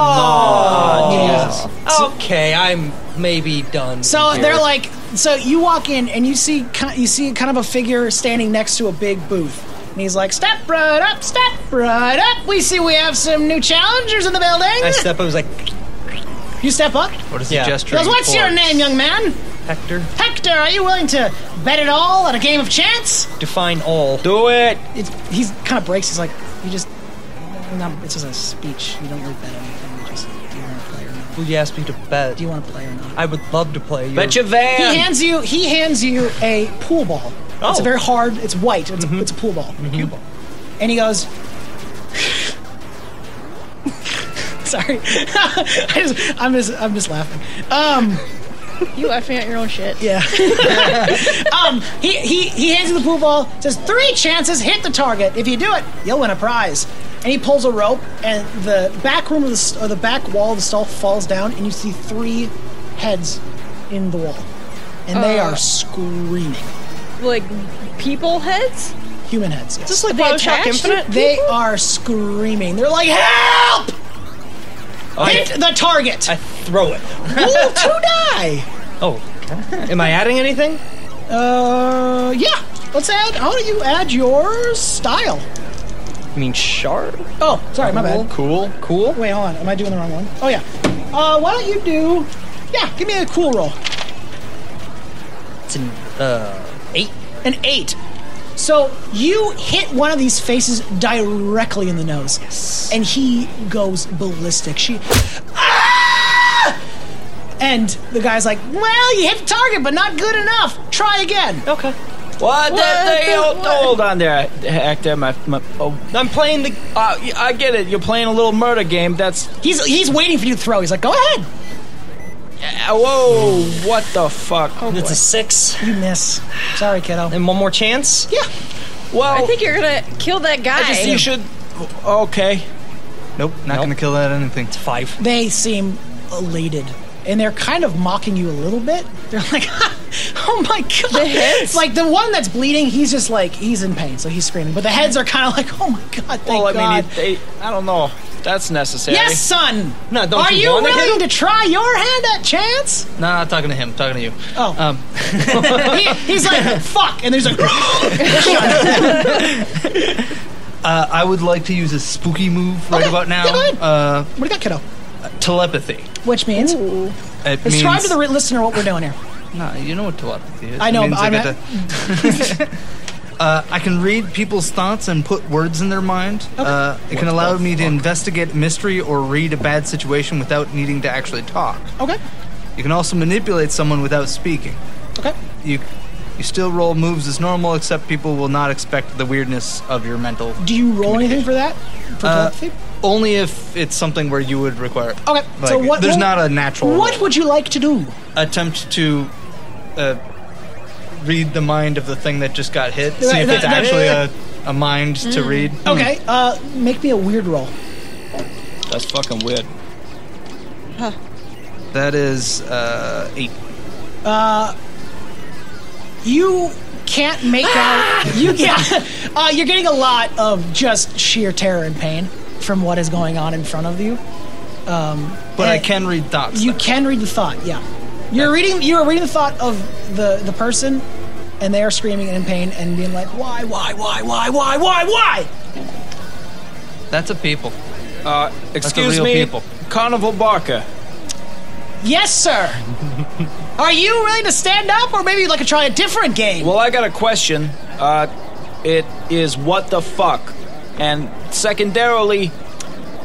[SPEAKER 1] Oh, no! Yeah.
[SPEAKER 10] Okay, I'm maybe done.
[SPEAKER 1] So
[SPEAKER 10] here.
[SPEAKER 1] they're like, so you walk in and you see ki- you see kind of a figure standing next to a big booth, and he's like, "Step right up, step right up. We see we have some new challengers in the building."
[SPEAKER 10] I step up. I was like,
[SPEAKER 1] you step up.
[SPEAKER 3] What is
[SPEAKER 10] Yeah.
[SPEAKER 3] the gesture?
[SPEAKER 1] He goes, "What's your name, young man?
[SPEAKER 10] Hector,
[SPEAKER 1] Hector, are you willing to bet it all on a game of chance?"
[SPEAKER 10] define all.
[SPEAKER 5] Do it.
[SPEAKER 1] It's, he's kind of breaks. He's like, "You just, no, it's just a speech. You don't really bet anything. You just, do you want to play or not?
[SPEAKER 10] Would you ask me to bet?
[SPEAKER 1] Do you want to play or not?"
[SPEAKER 10] I would love to play.
[SPEAKER 5] Bet
[SPEAKER 10] your-
[SPEAKER 5] your van.
[SPEAKER 1] He hands you. He hands you a pool ball. It's
[SPEAKER 10] Oh. Mm-hmm.
[SPEAKER 1] very hard. It's white. It's, it's a pool ball. Cue ball. And he goes. *laughs* Sorry, *laughs* I just, I'm just I'm just laughing. Um,
[SPEAKER 6] You laughing at your own shit.
[SPEAKER 1] yeah. um, he, he he hands you the pool ball. Says three chances, hit the target. If you do it, you'll win a prize. And he pulls a rope, and the back room of the s- or the back wall of the stall falls down, and you see three heads in the wall, and they
[SPEAKER 6] Uh.
[SPEAKER 1] are screaming.
[SPEAKER 6] Like people heads?
[SPEAKER 1] Human heads. Yes.
[SPEAKER 6] Just like
[SPEAKER 10] Bioshock Infinite?
[SPEAKER 1] They are screaming. They're like, "Help! Hit the target!
[SPEAKER 10] I throw it. *laughs*
[SPEAKER 1] Roll to die."
[SPEAKER 10] Oh, am I adding anything?
[SPEAKER 1] Uh, yeah. Let's add. How do you add your style?
[SPEAKER 10] I mean, shard.
[SPEAKER 1] Oh, sorry, my bad.
[SPEAKER 5] Cool. Cool.
[SPEAKER 1] Wait, hold on. Am I doing the wrong one? Oh yeah. Uh, why don't you do? Yeah, give me a cool roll.
[SPEAKER 10] It's an uh eight.
[SPEAKER 1] An eight. So you hit one of these faces directly in the nose. Yes. And he goes ballistic. She. Ah! And the guy's like, well, you hit the target, but not good enough. Try again.
[SPEAKER 10] Okay.
[SPEAKER 5] What, the
[SPEAKER 6] What the
[SPEAKER 5] hell?
[SPEAKER 6] what?
[SPEAKER 5] Hold on there, Hector. My, my, oh,
[SPEAKER 10] I'm playing the.
[SPEAKER 5] uh, y- I get it. You're playing a little murder game. That's
[SPEAKER 1] He's he's waiting for you to throw. He's like, go ahead.
[SPEAKER 5] uh, whoa. What the fuck?
[SPEAKER 10] It's a six.
[SPEAKER 1] You miss. Sorry, kiddo.
[SPEAKER 10] And one more chance.
[SPEAKER 1] Yeah.
[SPEAKER 5] Well,
[SPEAKER 6] I
[SPEAKER 1] Oh.
[SPEAKER 6] think you're gonna kill that guy.
[SPEAKER 5] I just- you should. Okay.
[SPEAKER 3] Nope, not gonna kill that anything. It's five.
[SPEAKER 1] They seem elated. And they're kind of mocking you a little bit. They're like, *laughs* oh my god.
[SPEAKER 6] The heads?
[SPEAKER 1] Like the one that's bleeding, he's just like, he's in pain, so he's screaming. But the heads are kind of like, oh my god, thank
[SPEAKER 5] Well, I
[SPEAKER 1] god.
[SPEAKER 5] mean, it- they, I don't know. That's necessary.
[SPEAKER 1] Yes, son.
[SPEAKER 3] No, don't
[SPEAKER 1] Are
[SPEAKER 3] you
[SPEAKER 1] you
[SPEAKER 3] wanna
[SPEAKER 1] willing
[SPEAKER 3] hit
[SPEAKER 1] to try your hand at chance?
[SPEAKER 3] No, not talking to him. Talking to you.
[SPEAKER 1] Oh.
[SPEAKER 3] Um,
[SPEAKER 1] *laughs* He- he's like, fuck, and *laughs* there's like,
[SPEAKER 3] uh, I would like to use a spooky move right
[SPEAKER 1] Okay,
[SPEAKER 3] about now.
[SPEAKER 1] yeah, go ahead.
[SPEAKER 3] Uh,
[SPEAKER 1] what do you got, kiddo?
[SPEAKER 3] telepathy.
[SPEAKER 1] Which means,
[SPEAKER 3] It means,
[SPEAKER 1] describe to the re- listener what we're doing here.
[SPEAKER 3] Nah, you know what telepathy is.
[SPEAKER 1] I know,
[SPEAKER 3] It
[SPEAKER 1] but
[SPEAKER 3] means I,
[SPEAKER 1] I'm
[SPEAKER 3] get
[SPEAKER 1] not-
[SPEAKER 3] to- *laughs* Uh, I can read people's thoughts and put words in their mind. Uh, it can allow me to investigate mystery or read a bad situation without needing to actually talk.
[SPEAKER 1] Okay,
[SPEAKER 3] You can also manipulate someone without speaking.
[SPEAKER 1] okay,
[SPEAKER 3] You you still roll moves as normal, except people will not expect the weirdness of your mental.
[SPEAKER 1] do you roll anything for that? For
[SPEAKER 3] Uh,
[SPEAKER 1] telepathy?
[SPEAKER 3] Only if it's something where you would require. it.
[SPEAKER 1] Okay, so
[SPEAKER 3] Like,
[SPEAKER 1] what?
[SPEAKER 3] There's
[SPEAKER 1] what-
[SPEAKER 3] not a natural.
[SPEAKER 1] What
[SPEAKER 3] roll.
[SPEAKER 1] would you like to do?
[SPEAKER 3] attempt to uh, read the mind of the thing that just got hit? See if
[SPEAKER 1] that-
[SPEAKER 3] it's
[SPEAKER 1] that-
[SPEAKER 3] actually a, a mind to
[SPEAKER 1] Mm.
[SPEAKER 3] read.
[SPEAKER 1] Okay, uh, make me a weird roll.
[SPEAKER 5] That's fucking weird.
[SPEAKER 3] That is uh, eight.
[SPEAKER 1] You can't make out. *laughs* You yeah, uh, you're getting a lot of just sheer terror and pain from what is going on in front of you.
[SPEAKER 3] But I
[SPEAKER 1] Eh,
[SPEAKER 3] can read thoughts.
[SPEAKER 1] You
[SPEAKER 3] though.
[SPEAKER 1] can read the thought. Yeah, you're reading. You are reading the thought of the the person, and they are screaming and in pain and being like, "Why? Why? Why? Why? Why? Why? Why?"
[SPEAKER 3] That's a people.
[SPEAKER 5] Uh, excuse
[SPEAKER 3] real
[SPEAKER 5] me,
[SPEAKER 3] people.
[SPEAKER 5] Carnival Barker.
[SPEAKER 1] Yes, *laughs* sir. are you willing to stand up, or maybe you'd like to try a different game?
[SPEAKER 5] Well, I got a question. Uh, it is what the fuck, and secondarily,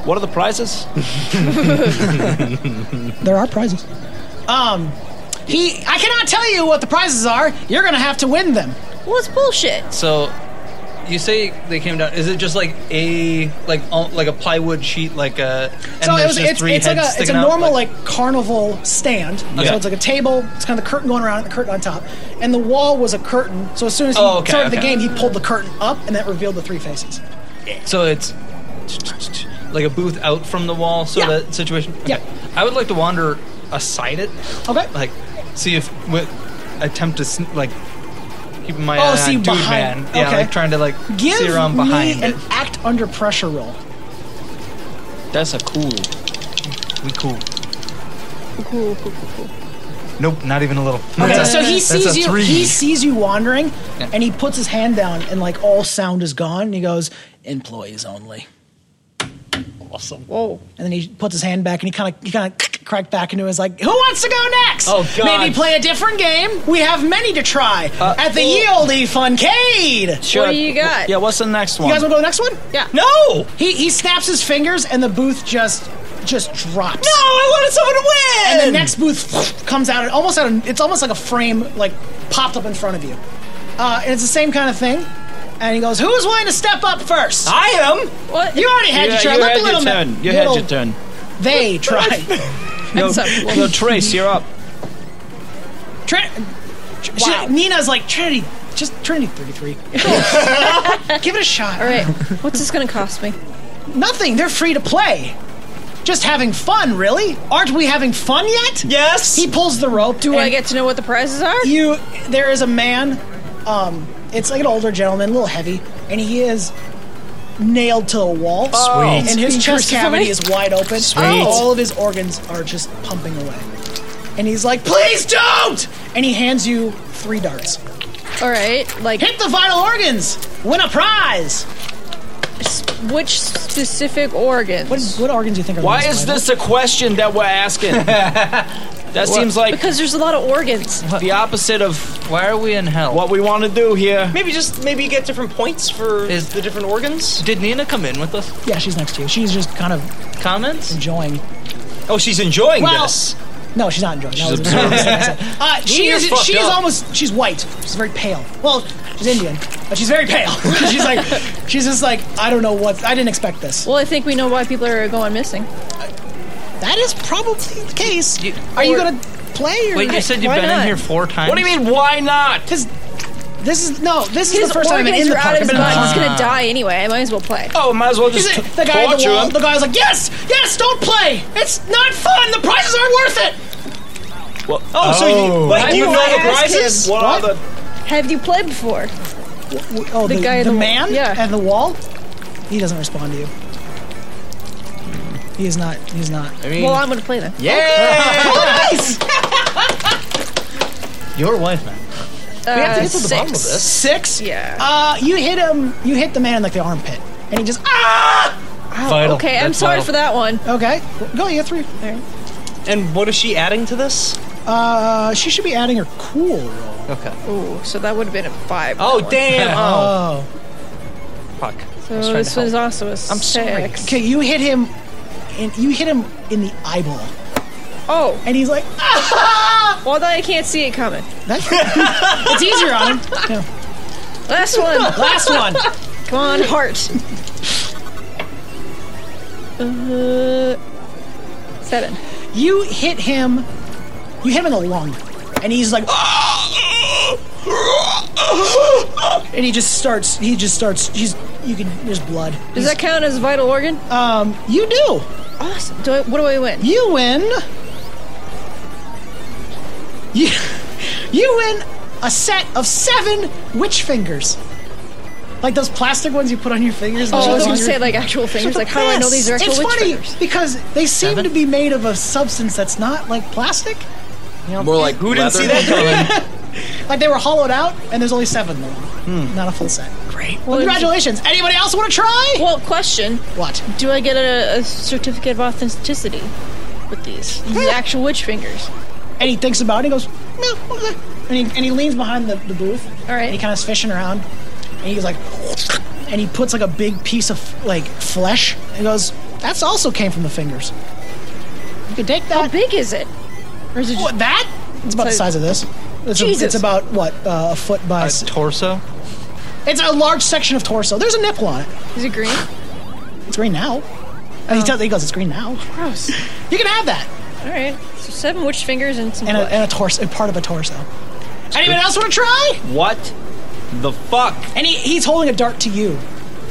[SPEAKER 5] what are the prizes?
[SPEAKER 1] There are prizes. Um, he. I cannot tell you what the prizes are. You're gonna have to win them.
[SPEAKER 6] Well, it's bullshit.
[SPEAKER 3] So you say they came down. Is it just like a like uh, like a plywood sheet like a? And
[SPEAKER 1] So it
[SPEAKER 3] there's
[SPEAKER 1] was,
[SPEAKER 3] just
[SPEAKER 1] it's,
[SPEAKER 3] three
[SPEAKER 1] it's like
[SPEAKER 3] heads
[SPEAKER 1] a it's a
[SPEAKER 3] sticking out,
[SPEAKER 1] normal like, carnival stand.
[SPEAKER 5] Okay.
[SPEAKER 1] So it's like a table. It's kind of the curtain going around, and the curtain on top, and the wall was a curtain. So as soon as he
[SPEAKER 3] Oh, okay,
[SPEAKER 1] started the
[SPEAKER 3] okay.
[SPEAKER 1] game, he pulled the curtain up, and that revealed the three faces.
[SPEAKER 3] So it's like a booth out from the wall sort
[SPEAKER 1] Yeah.
[SPEAKER 3] of situation.
[SPEAKER 1] Yeah.
[SPEAKER 3] I would like to wander aside it.
[SPEAKER 1] Okay.
[SPEAKER 3] Like, see if wi- attempt to sn- like keep my
[SPEAKER 1] Oh,
[SPEAKER 3] eye
[SPEAKER 1] see,
[SPEAKER 3] on dude
[SPEAKER 1] behind-
[SPEAKER 3] man. Yeah,
[SPEAKER 1] okay.
[SPEAKER 3] like trying to like
[SPEAKER 1] Give
[SPEAKER 3] see around
[SPEAKER 1] me
[SPEAKER 3] behind
[SPEAKER 1] an
[SPEAKER 3] it.
[SPEAKER 1] act under pressure roll.
[SPEAKER 5] That's a cool.
[SPEAKER 3] We cool.
[SPEAKER 6] Cool, cool, cool, cool.
[SPEAKER 3] Nope, not even a little.
[SPEAKER 1] Okay,
[SPEAKER 3] That's a-
[SPEAKER 1] so he
[SPEAKER 3] that's a
[SPEAKER 1] sees you.
[SPEAKER 3] three.
[SPEAKER 1] He sees you wandering,
[SPEAKER 3] Yeah.
[SPEAKER 1] and he puts his hand down, and like all sound is gone. And he goes, "Employees only."
[SPEAKER 6] Whoa.
[SPEAKER 1] And then he puts his hand back, and he kind of he kind of cracked back into his like, "Who wants to go next?
[SPEAKER 5] Oh, God.
[SPEAKER 1] Maybe play a different game. We have many to try
[SPEAKER 3] Uh,
[SPEAKER 1] at
[SPEAKER 3] oh.
[SPEAKER 1] the ye olde funcade."
[SPEAKER 5] Sure.
[SPEAKER 6] do you got?
[SPEAKER 5] Yeah, what's the next one?
[SPEAKER 1] You guys want to go to the next one?
[SPEAKER 6] Yeah.
[SPEAKER 10] No!
[SPEAKER 1] He he snaps his fingers, and the booth just just drops.
[SPEAKER 10] No, I wanted someone to win!
[SPEAKER 1] And the next booth comes out. It almost out. Of, it's almost like a frame like popped up in front of you, uh, and it's the same kind of thing. And he goes, "Who's willing to step up first?
[SPEAKER 10] I am!
[SPEAKER 6] What?
[SPEAKER 1] You already had
[SPEAKER 5] Ah. Yeah,
[SPEAKER 1] your turn.
[SPEAKER 5] you
[SPEAKER 1] Let
[SPEAKER 5] had
[SPEAKER 1] the
[SPEAKER 5] your
[SPEAKER 1] little man-
[SPEAKER 5] turn. You had your
[SPEAKER 1] little-
[SPEAKER 5] turn. *laughs*
[SPEAKER 1] They try.
[SPEAKER 6] Heads up.
[SPEAKER 5] No, Trace,
[SPEAKER 1] *laughs*
[SPEAKER 5] you're up.
[SPEAKER 1] Trin- Tr- she-
[SPEAKER 6] Wow.
[SPEAKER 1] Nina's like Trinity, just Trinity 33.
[SPEAKER 5] *laughs*
[SPEAKER 1] Give it a shot.
[SPEAKER 6] All right. What's this gonna cost
[SPEAKER 1] *laughs*
[SPEAKER 6] me?
[SPEAKER 1] Nothing. They're free to play. Just having fun, really? Aren't we having fun yet?
[SPEAKER 10] Yes!
[SPEAKER 1] He pulls the rope.
[SPEAKER 6] Do I
[SPEAKER 1] and
[SPEAKER 6] get to know what the prizes are?
[SPEAKER 1] you? There is a man. Um, it's like an older gentleman, a little heavy, and he is nailed to a wall.
[SPEAKER 5] Oh. Sweet.
[SPEAKER 1] And his
[SPEAKER 6] Being
[SPEAKER 1] chest cavity is
[SPEAKER 6] crucified?
[SPEAKER 1] wide open. Sweet. All of his organs are just pumping away. And he's like, "Please don't!" And he hands you three darts.
[SPEAKER 6] All right. Like
[SPEAKER 1] Hit the vital organs! Win a prize!
[SPEAKER 6] s- which specific organs?
[SPEAKER 1] What, what organs do you think are the
[SPEAKER 5] Why
[SPEAKER 1] most
[SPEAKER 5] is
[SPEAKER 1] vital?
[SPEAKER 5] this a question that
[SPEAKER 3] *laughs*
[SPEAKER 5] we're asking? that seems like
[SPEAKER 6] Because there's a lot of organs.
[SPEAKER 5] the opposite of
[SPEAKER 3] Why are we in hell?
[SPEAKER 5] what we want to do here.
[SPEAKER 10] Maybe just maybe you get different points for
[SPEAKER 3] Is-
[SPEAKER 10] the different organs.
[SPEAKER 3] Did Nina come in with us?
[SPEAKER 1] Yeah, she's next to you. She's just kind of
[SPEAKER 3] Comments?
[SPEAKER 1] enjoying.
[SPEAKER 10] Oh, she's enjoying
[SPEAKER 1] Well-
[SPEAKER 10] this.
[SPEAKER 1] No, she's not enjoying. She's uh, she
[SPEAKER 10] You're
[SPEAKER 1] is.
[SPEAKER 10] fucked
[SPEAKER 1] She is
[SPEAKER 10] up.
[SPEAKER 1] almost. She's white. She's very pale. Well, she's Indian, but she's very pale. she's like. She's just like. I don't know what. I didn't expect this.
[SPEAKER 6] Well, I think we know why people are going missing.
[SPEAKER 1] That is probably the case.
[SPEAKER 3] You-
[SPEAKER 1] Are you
[SPEAKER 3] or-
[SPEAKER 1] gonna play or?
[SPEAKER 3] Wait, you said you've
[SPEAKER 6] why
[SPEAKER 3] been in
[SPEAKER 6] not?
[SPEAKER 3] here four times.
[SPEAKER 5] What do you mean? Why not?
[SPEAKER 1] Because this is no. This is
[SPEAKER 6] His
[SPEAKER 1] the first time I've
[SPEAKER 6] organs
[SPEAKER 1] been in the
[SPEAKER 6] are out
[SPEAKER 1] park.
[SPEAKER 6] of
[SPEAKER 1] I've
[SPEAKER 6] his
[SPEAKER 1] been
[SPEAKER 6] body.
[SPEAKER 1] in
[SPEAKER 6] He's gonna die anyway. I might as well play.
[SPEAKER 5] Oh, might as well
[SPEAKER 1] Is
[SPEAKER 5] just
[SPEAKER 1] it
[SPEAKER 5] t-
[SPEAKER 1] the guy at the
[SPEAKER 5] torture
[SPEAKER 1] wall?
[SPEAKER 5] him.
[SPEAKER 1] The guy's like, yes, yes, don't play. It's not fun. The prizes aren't worth it.
[SPEAKER 5] Well,
[SPEAKER 10] Oh, so you,
[SPEAKER 5] I
[SPEAKER 10] wait, you
[SPEAKER 5] would
[SPEAKER 10] know
[SPEAKER 5] not
[SPEAKER 10] the
[SPEAKER 5] ask
[SPEAKER 10] prizes?
[SPEAKER 5] what,
[SPEAKER 1] What?
[SPEAKER 5] are the?
[SPEAKER 6] Have you played before?
[SPEAKER 1] Oh, the,
[SPEAKER 6] guy
[SPEAKER 1] the
[SPEAKER 6] at the wall.
[SPEAKER 1] man
[SPEAKER 6] Yeah.
[SPEAKER 1] at the wall. He doesn't respond to you. He is not. He's not.
[SPEAKER 5] I mean,
[SPEAKER 6] Well, I'm gonna play then.
[SPEAKER 3] *laughs*
[SPEAKER 5] yeah. *laughs*
[SPEAKER 1] Nice.
[SPEAKER 2] Your wife, man.
[SPEAKER 6] Uh,
[SPEAKER 5] have to get to the bottom of
[SPEAKER 6] six.
[SPEAKER 5] this.
[SPEAKER 1] Six.
[SPEAKER 6] Yeah.
[SPEAKER 1] Uh, you hit him. You hit the man in like the armpit, and he just ah.
[SPEAKER 6] Oh,
[SPEAKER 2] Vital.
[SPEAKER 6] Okay, I'm
[SPEAKER 2] That's
[SPEAKER 6] sorry
[SPEAKER 2] vital.
[SPEAKER 6] for that one.
[SPEAKER 1] Okay. Go. You have three. There.
[SPEAKER 10] And what is she adding to this?
[SPEAKER 1] Uh, she should be adding her cool roll.
[SPEAKER 3] Okay.
[SPEAKER 6] Ooh, so that would have been a five.
[SPEAKER 10] Oh, damn.
[SPEAKER 5] Uh-huh.
[SPEAKER 10] Oh.
[SPEAKER 1] Oh.
[SPEAKER 10] Fuck. I was
[SPEAKER 6] So
[SPEAKER 10] trying to
[SPEAKER 6] this was
[SPEAKER 10] help.
[SPEAKER 6] also a
[SPEAKER 10] sorry.
[SPEAKER 6] six.
[SPEAKER 1] Okay. You hit him, and you hit him in the eyeball,
[SPEAKER 6] Oh,
[SPEAKER 1] and he's like, ah.
[SPEAKER 6] well then I can't see it coming.
[SPEAKER 1] That's, *laughs* it's easier on him. Yeah.
[SPEAKER 6] Last one.
[SPEAKER 1] Last one.
[SPEAKER 6] Come on, heart. Uh, seven.
[SPEAKER 1] You hit him. You hit him in the lung, and he's like, "Ah!" and he just starts. He just starts. He's. You can. There's blood.
[SPEAKER 6] Does that count as a vital organ?
[SPEAKER 1] Um. You do.
[SPEAKER 6] awesome. Do I, what do I win?
[SPEAKER 1] You win. You. You win a set of seven witch fingers. Like those plastic ones you put on your fingers.
[SPEAKER 6] Oh, I was
[SPEAKER 1] on
[SPEAKER 6] gonna
[SPEAKER 1] your-
[SPEAKER 6] say like actual fingers.
[SPEAKER 1] They're
[SPEAKER 6] Like
[SPEAKER 1] the
[SPEAKER 6] how do I know these are
[SPEAKER 1] best.
[SPEAKER 6] actual
[SPEAKER 1] It's
[SPEAKER 6] witch
[SPEAKER 1] funny
[SPEAKER 6] fingers?
[SPEAKER 1] because they seem to be made of a substance that's not like plastic. You know,
[SPEAKER 5] More like who
[SPEAKER 10] didn't see that
[SPEAKER 5] coming?
[SPEAKER 1] Like they were hollowed out, and there's only seven of them.
[SPEAKER 6] Hmm.
[SPEAKER 1] Not a full set. Great. Well, congratulations. Anybody else want to try?
[SPEAKER 6] Well, question:
[SPEAKER 1] What?
[SPEAKER 6] Do I get a, a certificate of authenticity with these? These actual witch fingers.
[SPEAKER 1] And he thinks about it. And he goes, no, okay. And he, and he leans behind the, the booth.
[SPEAKER 6] All right.
[SPEAKER 1] And he kind of is fishing around, and he's like, and he puts like a big piece of like flesh, and goes, that's also came from the fingers. You can take
[SPEAKER 6] How
[SPEAKER 1] that.
[SPEAKER 6] big is it? Or is it just
[SPEAKER 1] What, that? It's about the
[SPEAKER 6] So-
[SPEAKER 1] size of this. It's, A,
[SPEAKER 6] Jesus.
[SPEAKER 1] it's about what uh, a foot by.
[SPEAKER 3] A
[SPEAKER 1] s-
[SPEAKER 3] torso?
[SPEAKER 1] it's a large section of torso. There's a nipple on it.
[SPEAKER 6] is it green?
[SPEAKER 1] It's green now. And
[SPEAKER 6] Uh.
[SPEAKER 1] he tells he goes, it's green now.
[SPEAKER 6] Gross.
[SPEAKER 1] You can have that.
[SPEAKER 6] All right. So seven witch fingers and some.
[SPEAKER 1] and a,
[SPEAKER 6] flesh.
[SPEAKER 1] and a torso, and part of a torso. Anyone else want to try?
[SPEAKER 5] What the fuck?
[SPEAKER 1] And he, he's holding a dart to you.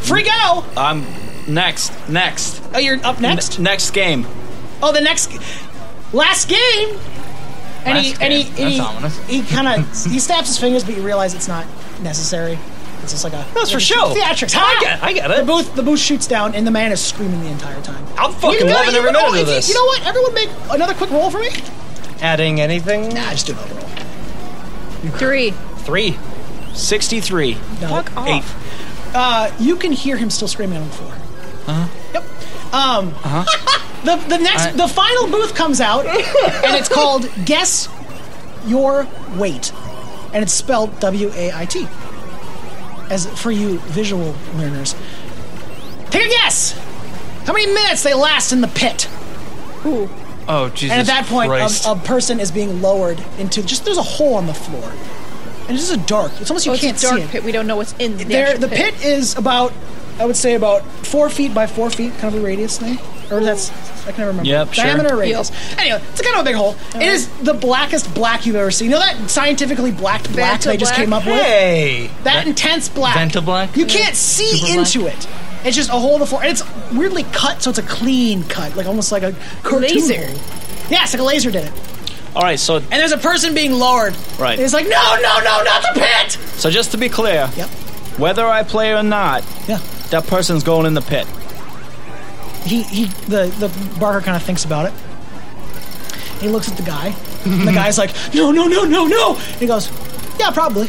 [SPEAKER 1] Free go!
[SPEAKER 5] I'm next. Next.
[SPEAKER 1] Oh, you're up next.
[SPEAKER 5] N- next game.
[SPEAKER 1] oh, the next, last game. And he
[SPEAKER 3] Last
[SPEAKER 1] and he
[SPEAKER 3] game.
[SPEAKER 1] and he,
[SPEAKER 3] That's ominous.
[SPEAKER 1] he kind of he snaps his fingers, but you realize it's not necessary. It's just like a
[SPEAKER 10] That's for
[SPEAKER 1] like a
[SPEAKER 10] show.
[SPEAKER 1] theatrics.
[SPEAKER 10] I
[SPEAKER 1] Ah!
[SPEAKER 10] get- I get it.
[SPEAKER 1] The booth the booth shoots down, and the man is screaming the entire time.
[SPEAKER 10] I'm fucking
[SPEAKER 1] know-
[SPEAKER 10] loving every
[SPEAKER 1] know-
[SPEAKER 10] minute of
[SPEAKER 1] if you-
[SPEAKER 10] this.
[SPEAKER 1] You know what? Everyone make another quick roll for me.
[SPEAKER 10] Adding anything?
[SPEAKER 1] Nah, just do another roll.
[SPEAKER 6] Three.
[SPEAKER 10] Three.
[SPEAKER 5] 63.
[SPEAKER 1] No.
[SPEAKER 6] Fuck off.
[SPEAKER 5] Eight.
[SPEAKER 1] Uh, you can hear him still screaming on the floor. Uh-huh. Yep. Um,
[SPEAKER 3] Uh-huh.
[SPEAKER 1] *laughs* the the next the final booth comes out, and it's
[SPEAKER 3] *laughs*
[SPEAKER 1] called Guess Your Weight, and it's spelled W A I T. As for you visual learners, take a guess. How many minutes they last in the pit?
[SPEAKER 3] Oh, Jesus.
[SPEAKER 1] And at that point, um, oh.
[SPEAKER 3] Christ.
[SPEAKER 1] a, a person is being lowered into just there's a hole on the floor, and it's just a dark. It's almost you
[SPEAKER 6] Oh,
[SPEAKER 1] can't
[SPEAKER 6] it's a dark
[SPEAKER 1] see it.
[SPEAKER 6] pit. We don't know what's in the
[SPEAKER 1] There,
[SPEAKER 6] actual
[SPEAKER 1] the pit is about, I would say, about four feet by four feet, kind of a radius thing. Or that's, I can never remember.
[SPEAKER 5] Yep, sure.
[SPEAKER 1] Diameter or radius. Anyway, it's kind of a big hole. It is
[SPEAKER 6] Uh-huh.
[SPEAKER 1] the blackest black you've ever seen. You know that scientifically blacked black
[SPEAKER 6] Vanta
[SPEAKER 1] they just
[SPEAKER 6] black?
[SPEAKER 1] came up with?
[SPEAKER 3] hey!
[SPEAKER 1] That intense black.
[SPEAKER 3] Vanta black?
[SPEAKER 1] You can't see
[SPEAKER 3] Super black?
[SPEAKER 1] into it. It's just a hole in the floor. And it's weirdly cut, so it's a clean cut, like almost like a cartoon
[SPEAKER 6] Laser.
[SPEAKER 1] hole. Yeah, it's like a laser did it.
[SPEAKER 5] All right, so
[SPEAKER 1] And there's a person being lowered.
[SPEAKER 5] Right.
[SPEAKER 1] And it's like, no, no, no, not the pit!
[SPEAKER 5] so just to be clear,
[SPEAKER 1] Yep.
[SPEAKER 5] whether I play or not,
[SPEAKER 1] Yeah.
[SPEAKER 5] that person's going in the pit.
[SPEAKER 1] he, he the, the barker kind of thinks about it. He looks at the guy. and
[SPEAKER 5] *laughs*
[SPEAKER 1] the guy's like, no, no, no, no, no. And he goes, yeah, probably.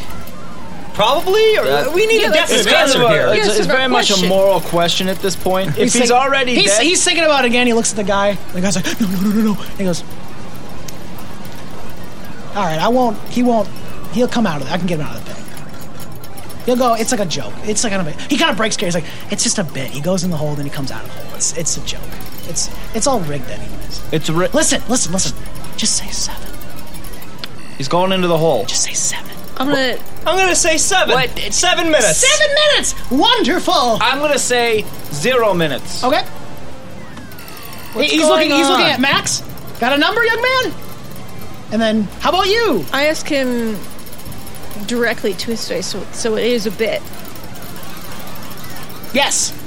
[SPEAKER 10] Probably? Or
[SPEAKER 5] That-
[SPEAKER 10] we need
[SPEAKER 6] Yeah,
[SPEAKER 10] a
[SPEAKER 6] that's-
[SPEAKER 10] definite
[SPEAKER 6] it's kind of
[SPEAKER 10] answer
[SPEAKER 5] a-
[SPEAKER 10] here.
[SPEAKER 5] it's,
[SPEAKER 6] Yes,
[SPEAKER 5] it's
[SPEAKER 6] about
[SPEAKER 5] very much a
[SPEAKER 6] question.
[SPEAKER 5] moral question at this point. If he's,
[SPEAKER 1] think-
[SPEAKER 5] already
[SPEAKER 1] he's,
[SPEAKER 5] dead,
[SPEAKER 1] he's thinking about it again. He looks at the guy. The guy's like, no, no, no, no, no. And he goes, all right, I won't. He won't. He'll come out of it. I can get him out of the pit. He'll go. It's like a joke. It's like kind of. A, he kind of breaks character. He's like, it's just a bit. He goes in the hole, then he comes out of the hole. It's it's a joke. It's it's all rigged anyways.
[SPEAKER 5] it's ri-
[SPEAKER 1] Listen, listen, listen. Just say seven.
[SPEAKER 5] he's going into the hole.
[SPEAKER 1] Just say seven.
[SPEAKER 6] I'm gonna.
[SPEAKER 10] I'm gonna say seven.
[SPEAKER 5] What?
[SPEAKER 10] Seven minutes.
[SPEAKER 1] Seven minutes! Wonderful!
[SPEAKER 5] I'm gonna say zero minutes.
[SPEAKER 1] Uh, Okay. He- he's
[SPEAKER 6] going
[SPEAKER 1] looking he's looking
[SPEAKER 5] on?
[SPEAKER 1] at Max. Got a number, young man? And then how about you?
[SPEAKER 6] I ask him directly to his face, so so it is a bit.
[SPEAKER 1] Yes.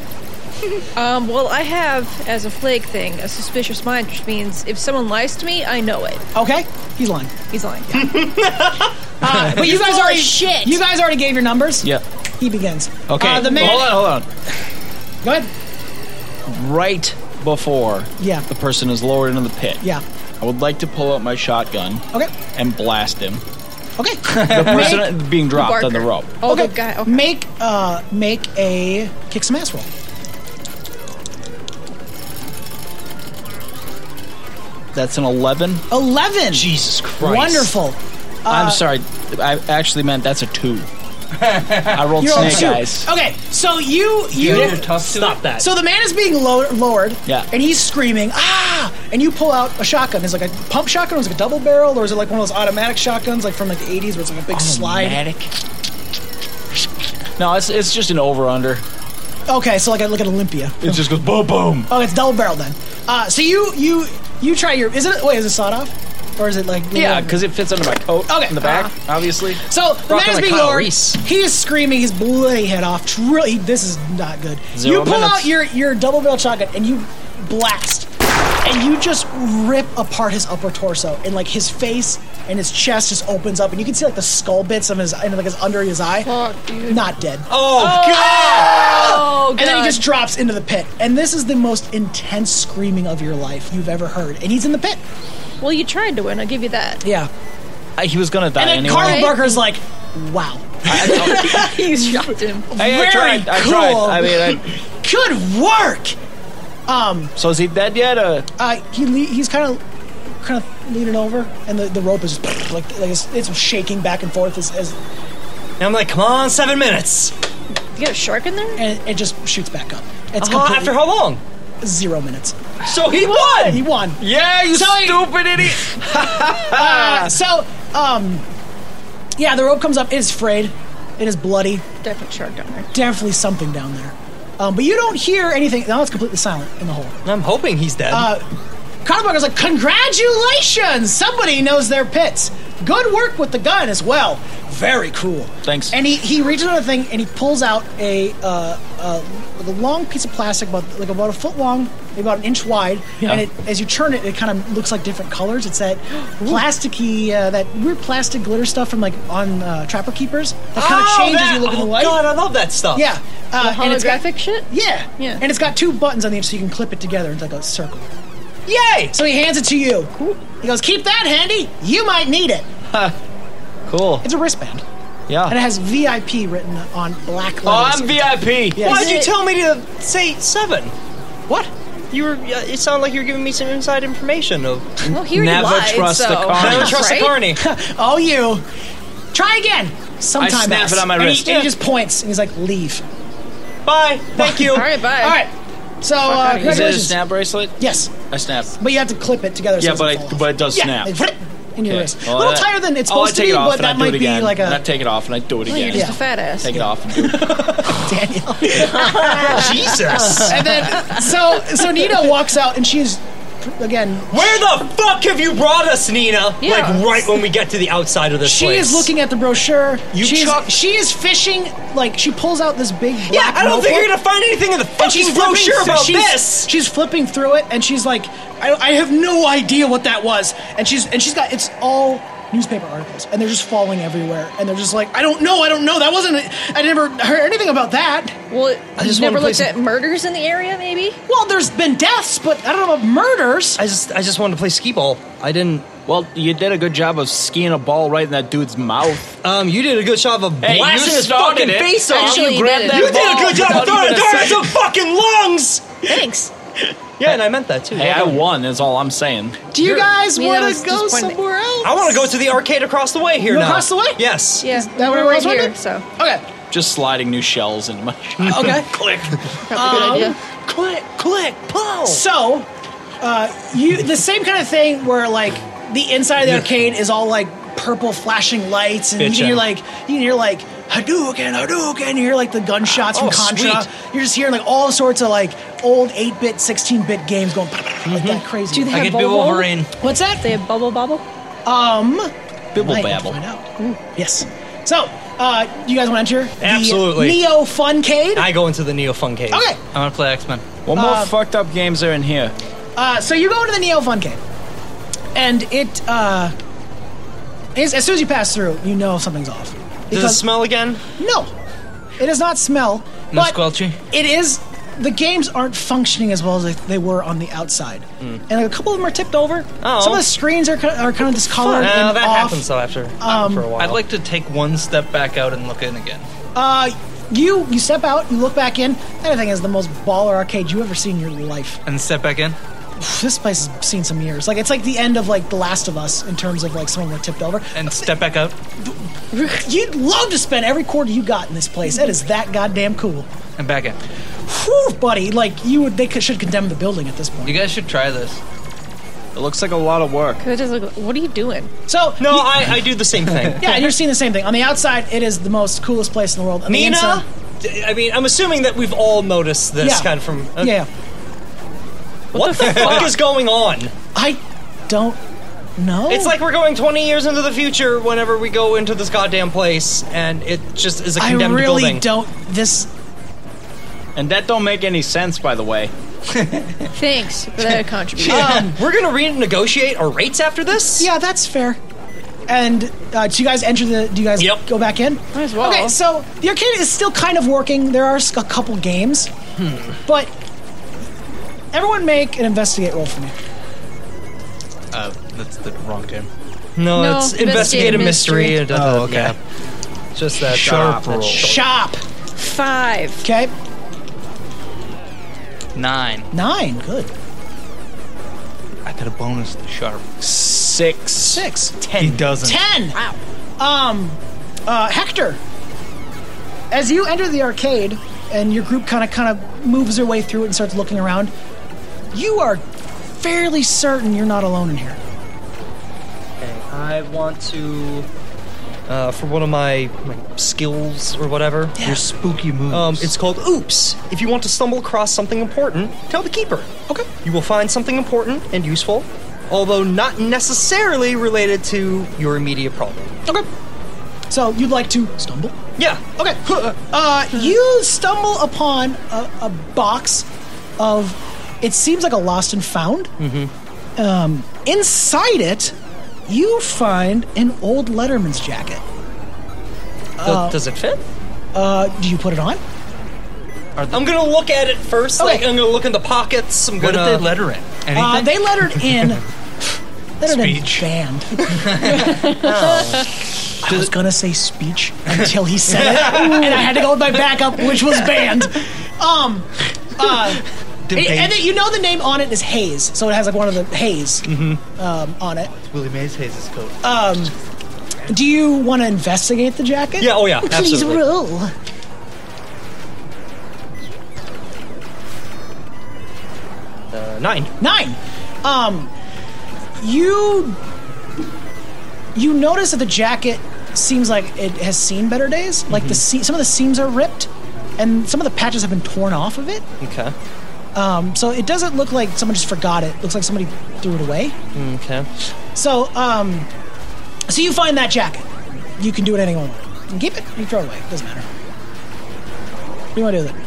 [SPEAKER 6] Um, well, I have as a flag thing a suspicious mind, which means if someone lies to me, I know it.
[SPEAKER 1] Okay. He's
[SPEAKER 6] *laughs*
[SPEAKER 1] lying.
[SPEAKER 6] He's lying.
[SPEAKER 1] Uh, but you guys
[SPEAKER 6] full of
[SPEAKER 1] already
[SPEAKER 6] shit.
[SPEAKER 1] You guys already gave your numbers?
[SPEAKER 5] Yeah.
[SPEAKER 1] He begins.
[SPEAKER 5] Okay.
[SPEAKER 1] Uh, the man
[SPEAKER 5] Hold on, hold
[SPEAKER 1] Go ahead.
[SPEAKER 5] on. Right before
[SPEAKER 1] Yeah.
[SPEAKER 5] the person is lowered into the pit.
[SPEAKER 1] Yeah.
[SPEAKER 5] I would like to pull out my shotgun
[SPEAKER 1] Okay.
[SPEAKER 5] and blast him.
[SPEAKER 1] Okay.
[SPEAKER 5] *laughs* The person being dropped on the
[SPEAKER 6] Barker.
[SPEAKER 5] rope.
[SPEAKER 6] Oh, the guy. Okay.
[SPEAKER 1] Make uh make a kick some ass roll.
[SPEAKER 5] That's an 11.
[SPEAKER 1] Eleven.
[SPEAKER 5] Jesus Christ.
[SPEAKER 1] Wonderful. Uh,
[SPEAKER 5] I'm sorry. I actually meant that's a 2. I rolled
[SPEAKER 1] You're on
[SPEAKER 5] snake
[SPEAKER 1] two.
[SPEAKER 5] eyes.
[SPEAKER 1] Okay, so you you
[SPEAKER 4] Stop that.
[SPEAKER 1] So the man is being lo- lowered,
[SPEAKER 5] Yeah.
[SPEAKER 1] and he's screaming, ah! And you pull out a shotgun. Is it like a pump shotgun, or is it like a double barrel, or is it like one of those automatic shotguns, like from like the '80s, where it's like a big slide?
[SPEAKER 5] No, it's, it's just an over under.
[SPEAKER 1] Okay, so like I look at Olympia.
[SPEAKER 5] It just goes boom, boom.
[SPEAKER 1] Oh, it's double barrel then. Uh, so you you you try your is it wait is it sawed off, or is it like
[SPEAKER 5] Yeah, because it fits under my coat
[SPEAKER 1] Okay.
[SPEAKER 5] in the back,
[SPEAKER 3] Uh-huh.
[SPEAKER 5] obviously.
[SPEAKER 1] So the
[SPEAKER 5] Rocking
[SPEAKER 1] man is
[SPEAKER 5] like
[SPEAKER 1] being
[SPEAKER 5] Kyle
[SPEAKER 1] lowered.
[SPEAKER 5] Reese.
[SPEAKER 1] He is screaming his bloody head off. Tr- Really, this is not good.
[SPEAKER 5] Zero
[SPEAKER 1] you pull
[SPEAKER 5] minutes.
[SPEAKER 1] out your your double barrel shotgun and you blast, and you just rip apart his upper torso and like his face and his chest just opens up and you can see like the skull bits of his and like his under his eye. Not dead.
[SPEAKER 6] Oh,
[SPEAKER 1] And
[SPEAKER 6] God.
[SPEAKER 1] then he just drops into the pit. And this is the most intense screaming of your life you've ever heard. And he's in the pit.
[SPEAKER 6] well, you tried to win. I'll give you that.
[SPEAKER 1] *laughs*
[SPEAKER 6] *laughs*
[SPEAKER 1] Yeah.
[SPEAKER 5] Uh, He was going to die
[SPEAKER 1] And then
[SPEAKER 5] anyway.
[SPEAKER 1] Carl
[SPEAKER 6] Right.
[SPEAKER 1] Barker's like, wow.
[SPEAKER 6] you shot him.
[SPEAKER 5] Hey, I
[SPEAKER 1] Very
[SPEAKER 5] tried. I
[SPEAKER 1] cool.
[SPEAKER 5] tried. I mean, I,
[SPEAKER 1] Good work.
[SPEAKER 5] so is he dead yet? Uh,
[SPEAKER 1] Uh, he le- he's kind of kind of leaning over, and the, the rope is *laughs* like, like it's, it's shaking back and forth as, as
[SPEAKER 10] And I'm like, come on, seven minutes.
[SPEAKER 6] You got a shark in there?
[SPEAKER 1] and it just shoots back up. It's
[SPEAKER 5] Uh-huh,
[SPEAKER 10] Huh,
[SPEAKER 1] completely
[SPEAKER 10] after how long?
[SPEAKER 1] zero minutes.
[SPEAKER 10] So he won.
[SPEAKER 1] He won.
[SPEAKER 5] yeah, you
[SPEAKER 1] So he-
[SPEAKER 5] stupid idiot.
[SPEAKER 1] *laughs*
[SPEAKER 5] *laughs*
[SPEAKER 1] Uh, so um, yeah, the rope comes up. It is frayed. It is bloody.
[SPEAKER 6] Definitely shark down there.
[SPEAKER 1] Definitely something down there. Um, but you don't hear anything. Now it's completely silent in the hole.
[SPEAKER 10] I'm hoping he's dead.
[SPEAKER 1] Uh, Carbucker's like, congratulations! Somebody knows their pits. Good work with the gun as well. Very cool.
[SPEAKER 5] Thanks.
[SPEAKER 1] And he, he reaches out a thing and he pulls out a uh, uh, like a long piece of plastic, about like about a foot long, maybe about an inch wide. And it, as you turn it, it kind of looks like different colors. It's that plasticky, uh, that weird plastic glitter stuff from like on uh, Trapper Keepers. That kind of
[SPEAKER 10] Oh,
[SPEAKER 1] changes
[SPEAKER 10] that-
[SPEAKER 1] as you look in the
[SPEAKER 10] oh,
[SPEAKER 1] light.
[SPEAKER 10] God, I love that stuff.
[SPEAKER 1] Yeah. Uh, and it's got-
[SPEAKER 6] Holographic shit?
[SPEAKER 1] yeah.
[SPEAKER 6] Yeah.
[SPEAKER 1] And it's got two buttons on the end so you can clip it together into like a circle.
[SPEAKER 10] Yay!
[SPEAKER 1] So he hands it to you. He goes, "Keep that handy. You might need it."
[SPEAKER 5] Cool.
[SPEAKER 1] It's a wristband, and it
[SPEAKER 5] Yeah.
[SPEAKER 1] has VIP written on black
[SPEAKER 5] Oh,
[SPEAKER 1] letters.
[SPEAKER 5] I'm VIP.
[SPEAKER 1] Yeah.
[SPEAKER 10] Why'd
[SPEAKER 1] Is
[SPEAKER 10] you
[SPEAKER 1] it-
[SPEAKER 10] tell me to say seven?
[SPEAKER 1] What?
[SPEAKER 10] You were. uh, It sounded like you were giving me some inside information of.
[SPEAKER 6] Well, here you
[SPEAKER 5] Never
[SPEAKER 6] lied,
[SPEAKER 5] trust
[SPEAKER 6] so.
[SPEAKER 5] a carny.
[SPEAKER 10] Never trust
[SPEAKER 6] Right?
[SPEAKER 10] a carny.
[SPEAKER 1] Oh, you. Try again. Sometime
[SPEAKER 5] snap
[SPEAKER 1] else.
[SPEAKER 5] it on my
[SPEAKER 1] and he-
[SPEAKER 5] wrist.
[SPEAKER 1] and He, just points, and he's like, "Leave."
[SPEAKER 10] Bye. Thank you.
[SPEAKER 6] All right, bye.
[SPEAKER 1] All right. So uh,
[SPEAKER 6] outta here.
[SPEAKER 5] Is it a
[SPEAKER 1] congratulations.
[SPEAKER 5] snap bracelet?
[SPEAKER 1] Yes,
[SPEAKER 5] I snap.
[SPEAKER 1] but you have to clip it together. So
[SPEAKER 5] Yeah,
[SPEAKER 1] it
[SPEAKER 5] but
[SPEAKER 1] doesn't
[SPEAKER 5] I-
[SPEAKER 1] fall
[SPEAKER 5] but
[SPEAKER 1] off.
[SPEAKER 5] it does
[SPEAKER 1] yeah,
[SPEAKER 5] snap.
[SPEAKER 1] like, vrrt, in your
[SPEAKER 5] Okay.
[SPEAKER 1] wrist.
[SPEAKER 5] Well,
[SPEAKER 1] a little
[SPEAKER 5] that-
[SPEAKER 1] tighter than it's
[SPEAKER 5] Oh, I
[SPEAKER 1] supposed to
[SPEAKER 5] take
[SPEAKER 1] be,
[SPEAKER 5] it off
[SPEAKER 1] but
[SPEAKER 5] and I
[SPEAKER 1] that
[SPEAKER 5] do it
[SPEAKER 1] might be
[SPEAKER 5] again.
[SPEAKER 1] like a
[SPEAKER 5] And I take it off and I do it
[SPEAKER 6] Well, you're
[SPEAKER 5] again.
[SPEAKER 6] just
[SPEAKER 1] Yeah.
[SPEAKER 6] a fat ass.
[SPEAKER 5] Take it off. And do it. *laughs*
[SPEAKER 1] Daniel. *laughs*
[SPEAKER 10] Jesus.
[SPEAKER 1] and then so so Nina walks out, and she's again
[SPEAKER 10] Where the fuck have you brought us, Nina?
[SPEAKER 6] Yeah.
[SPEAKER 10] Like right when we get to the outside of this
[SPEAKER 1] She
[SPEAKER 10] place.
[SPEAKER 1] is looking at the brochure.
[SPEAKER 10] You
[SPEAKER 1] She's-
[SPEAKER 10] chucked-
[SPEAKER 1] she is fishing. Like she pulls out this big. Black
[SPEAKER 10] Yeah, I don't think
[SPEAKER 1] notebook,
[SPEAKER 10] you're gonna find anything in the
[SPEAKER 1] and
[SPEAKER 10] fucking
[SPEAKER 1] flipping
[SPEAKER 10] brochure
[SPEAKER 1] through-
[SPEAKER 10] about
[SPEAKER 1] she's-
[SPEAKER 10] this.
[SPEAKER 1] She's flipping through it, and she's like, I, "I have no idea what that was." And she's and she's got it's all newspaper articles, and they're just falling everywhere, and they're just like, "I don't know, I don't know. That wasn't. A, I never heard anything about that."
[SPEAKER 6] Well, I
[SPEAKER 10] just
[SPEAKER 6] just never
[SPEAKER 10] wanna play
[SPEAKER 6] looked
[SPEAKER 10] some-
[SPEAKER 6] at murders in the area, maybe?
[SPEAKER 1] Well, there's been deaths, but I don't know about murders.
[SPEAKER 10] I just, I just wanted to play skee ball. I didn't.
[SPEAKER 5] Well, you did a good job of skiing a ball right in that dude's mouth.
[SPEAKER 10] Um, you did a good job of
[SPEAKER 5] Hey, you
[SPEAKER 10] blasting his
[SPEAKER 5] started
[SPEAKER 10] fucking
[SPEAKER 5] it.
[SPEAKER 10] face off.
[SPEAKER 6] Actually, you did.
[SPEAKER 10] You did a good job of
[SPEAKER 5] without
[SPEAKER 10] throwing
[SPEAKER 5] even
[SPEAKER 10] it
[SPEAKER 5] a
[SPEAKER 10] down
[SPEAKER 5] second.
[SPEAKER 10] into fucking lungs.
[SPEAKER 6] Thanks.
[SPEAKER 10] *laughs* Yeah, and I meant that too.
[SPEAKER 5] *laughs* Hey, I
[SPEAKER 10] Well done.
[SPEAKER 5] won. Is all I'm saying.
[SPEAKER 1] Do you guys
[SPEAKER 6] Yeah, that
[SPEAKER 1] want
[SPEAKER 6] was
[SPEAKER 1] to go
[SPEAKER 6] disappointing.
[SPEAKER 1] somewhere else?
[SPEAKER 10] I want to go to the arcade across the way here
[SPEAKER 1] You wanna
[SPEAKER 10] now.
[SPEAKER 1] cross the way?
[SPEAKER 10] Yes.
[SPEAKER 6] Yeah.
[SPEAKER 1] that what everyone
[SPEAKER 6] we're right
[SPEAKER 1] else
[SPEAKER 6] here,
[SPEAKER 1] wanted?
[SPEAKER 6] so.
[SPEAKER 1] Okay.
[SPEAKER 5] Just sliding new shells into my. *laughs*
[SPEAKER 10] *laughs*
[SPEAKER 1] Okay.
[SPEAKER 5] Click.
[SPEAKER 6] Probably a good idea.
[SPEAKER 10] Um, Click, click, pull.
[SPEAKER 1] So, uh, you the same kind of thing where like the inside of the arcade is all like purple flashing lights, and you can hear
[SPEAKER 10] Bitchin'.
[SPEAKER 1] like you can hear like Hadouken, Hadouken. You hear like the gunshots from
[SPEAKER 10] Oh,
[SPEAKER 1] Contra.
[SPEAKER 10] sweet.
[SPEAKER 1] You're just hearing like all sorts of like old eight bit, sixteen bit games going like that crazy.
[SPEAKER 6] Do they
[SPEAKER 3] I
[SPEAKER 6] have
[SPEAKER 3] could be
[SPEAKER 6] bubble bubble?
[SPEAKER 3] Wolverine.
[SPEAKER 1] What's that?
[SPEAKER 6] They have bubble bobble?
[SPEAKER 5] Bibble
[SPEAKER 1] Might
[SPEAKER 5] babble.
[SPEAKER 1] find out. Yes. So, uh, you guys want to enter? the
[SPEAKER 10] Absolutely.
[SPEAKER 1] Neo Funcade.
[SPEAKER 10] I go into the Neo Funcade.
[SPEAKER 1] okay.
[SPEAKER 3] I'm gonna play X Men.
[SPEAKER 5] What more fucked up games are in here?
[SPEAKER 1] Uh, so you go into the Neo Fun Cave, and it uh, is, as soon as you pass through, you know something's off.
[SPEAKER 10] Does it smell again?
[SPEAKER 1] No, it does not smell.
[SPEAKER 3] No
[SPEAKER 1] but
[SPEAKER 3] squelchy?
[SPEAKER 1] It is the games aren't functioning as well as they- they were on the outside, and like, a couple of them are tipped over.
[SPEAKER 4] Oh.
[SPEAKER 1] Some of the screens are kind of, are kind of discolored
[SPEAKER 4] Uh,
[SPEAKER 1] and
[SPEAKER 4] that
[SPEAKER 1] off. um,
[SPEAKER 4] happens though after for a while.
[SPEAKER 3] I'd like to take one step back out and look in again.
[SPEAKER 1] Uh, you you step out, you look back in. That thing is the most baller arcade you have ever seen in your life.
[SPEAKER 3] And step back in.
[SPEAKER 1] Pff, This place has seen some years. Like it's like the end of like The Last of Us in terms of like someone were tipped over.
[SPEAKER 3] And step back out.
[SPEAKER 1] You'd love to spend every quarter you got in this place. That is that goddamn cool.
[SPEAKER 3] And back in.
[SPEAKER 1] Whew, buddy, like you would, they could, should condemn the building at this
[SPEAKER 3] You
[SPEAKER 1] point.
[SPEAKER 3] guys should try this.
[SPEAKER 5] It looks like a lot of work.
[SPEAKER 6] It is like, what are you doing?
[SPEAKER 1] So
[SPEAKER 10] No,
[SPEAKER 1] you-
[SPEAKER 10] I, I do the
[SPEAKER 1] *laughs*
[SPEAKER 10] same thing.
[SPEAKER 1] yeah, you're seeing the same thing. On the outside, it is the most coolest place in the world. On the
[SPEAKER 10] Nina?
[SPEAKER 1] inside,
[SPEAKER 10] D- I mean, I'm assuming that we've all noticed this
[SPEAKER 1] Yeah.
[SPEAKER 10] kind of from. uh,
[SPEAKER 1] yeah,
[SPEAKER 10] What the fuck is going on?
[SPEAKER 1] I don't know.
[SPEAKER 10] It's like we're going 20 years into the future whenever we go into this goddamn place, and it just is a
[SPEAKER 1] I
[SPEAKER 10] condemned
[SPEAKER 1] really
[SPEAKER 10] building.
[SPEAKER 1] don't. This
[SPEAKER 5] And that don't make any sense, by the way.
[SPEAKER 6] Thanks for *laughs* that contribution.
[SPEAKER 10] Um, we're gonna renegotiate our rates after this.
[SPEAKER 1] Yeah, that's fair. And uh, do you guys enter the? Do you guys
[SPEAKER 10] Yep.
[SPEAKER 1] go back in?
[SPEAKER 6] Might as well.
[SPEAKER 1] Okay, so the arcade is still kind of working. There are s- a couple games,
[SPEAKER 10] Hmm.
[SPEAKER 1] but everyone make an investigate roll for me.
[SPEAKER 3] Uh, that's the wrong game.
[SPEAKER 10] No,
[SPEAKER 6] No,
[SPEAKER 10] it's investigate a mystery.
[SPEAKER 1] Oh,
[SPEAKER 6] mystery.
[SPEAKER 10] Da, da, da, yeah. Just that.
[SPEAKER 3] Sharp
[SPEAKER 10] that
[SPEAKER 3] roll.
[SPEAKER 10] sh-
[SPEAKER 1] Shop.
[SPEAKER 6] Five.
[SPEAKER 1] Okay,
[SPEAKER 3] Nine.
[SPEAKER 1] nine. Good.
[SPEAKER 3] I got a bonus to sharp.
[SPEAKER 5] Six.
[SPEAKER 1] Six.
[SPEAKER 3] He doesn't.
[SPEAKER 1] Ten.
[SPEAKER 6] Wow.
[SPEAKER 1] Um, uh, Hector. As you enter the arcade and your group kind of kind of moves their way through it and starts looking around, you are fairly certain you're not alone in here.
[SPEAKER 10] I want to. Uh, for one of my, my skills or whatever,
[SPEAKER 3] Your spooky moves.
[SPEAKER 10] um, it's called Oops. If you want to stumble across something important, tell the keeper.
[SPEAKER 1] Okay.
[SPEAKER 10] You will find something important and useful, although not necessarily related to your immediate problem.
[SPEAKER 1] Okay. So you'd like to stumble?
[SPEAKER 10] Yeah.
[SPEAKER 1] Okay. Uh, you stumble upon a, a box of. It seems like a lost and found. Mm-hmm. Um, inside it, you find an old Letterman's jacket.
[SPEAKER 10] Th- does it fit?
[SPEAKER 1] Uh, do you put it on?
[SPEAKER 10] I'm gonna look at it first. Like
[SPEAKER 1] Okay.
[SPEAKER 10] I'm gonna look in the pockets. I'm
[SPEAKER 3] what
[SPEAKER 10] gonna.
[SPEAKER 3] did they letter in? Anything?
[SPEAKER 1] Uh, they lettered
[SPEAKER 3] *laughs*
[SPEAKER 1] in. lettered
[SPEAKER 3] Speech. Oh.
[SPEAKER 1] in
[SPEAKER 3] *laughs*
[SPEAKER 1] band. I was gonna say speech until he said
[SPEAKER 3] *laughs*
[SPEAKER 1] it, and I had to go with my backup, which was banned. Um, uh,
[SPEAKER 3] Debate.
[SPEAKER 1] And, and then you know the name on it is Hayes, so it has like one of the Hayes
[SPEAKER 10] Mm-hmm.
[SPEAKER 1] um, on it.
[SPEAKER 3] Willie Mays Hayes' coat.
[SPEAKER 1] Do you want to investigate the jacket?
[SPEAKER 10] Yeah. Oh yeah.
[SPEAKER 1] Please
[SPEAKER 10] absolutely.
[SPEAKER 1] roll.
[SPEAKER 10] Uh, nine.
[SPEAKER 1] Nine. Um, you you notice that the jacket seems like it has seen better days. Like the
[SPEAKER 10] Mm-hmm.
[SPEAKER 1] se- some of the seams are ripped, and some of the patches have been torn off of it.
[SPEAKER 10] Okay.
[SPEAKER 1] Um, so it doesn't look like someone just forgot it. Looks like somebody threw it away.
[SPEAKER 10] Okay.
[SPEAKER 1] So, um, so you find that jacket. You can do it anyone want. You can keep it. You can throw it away. Doesn't matter. What do you want to do with it?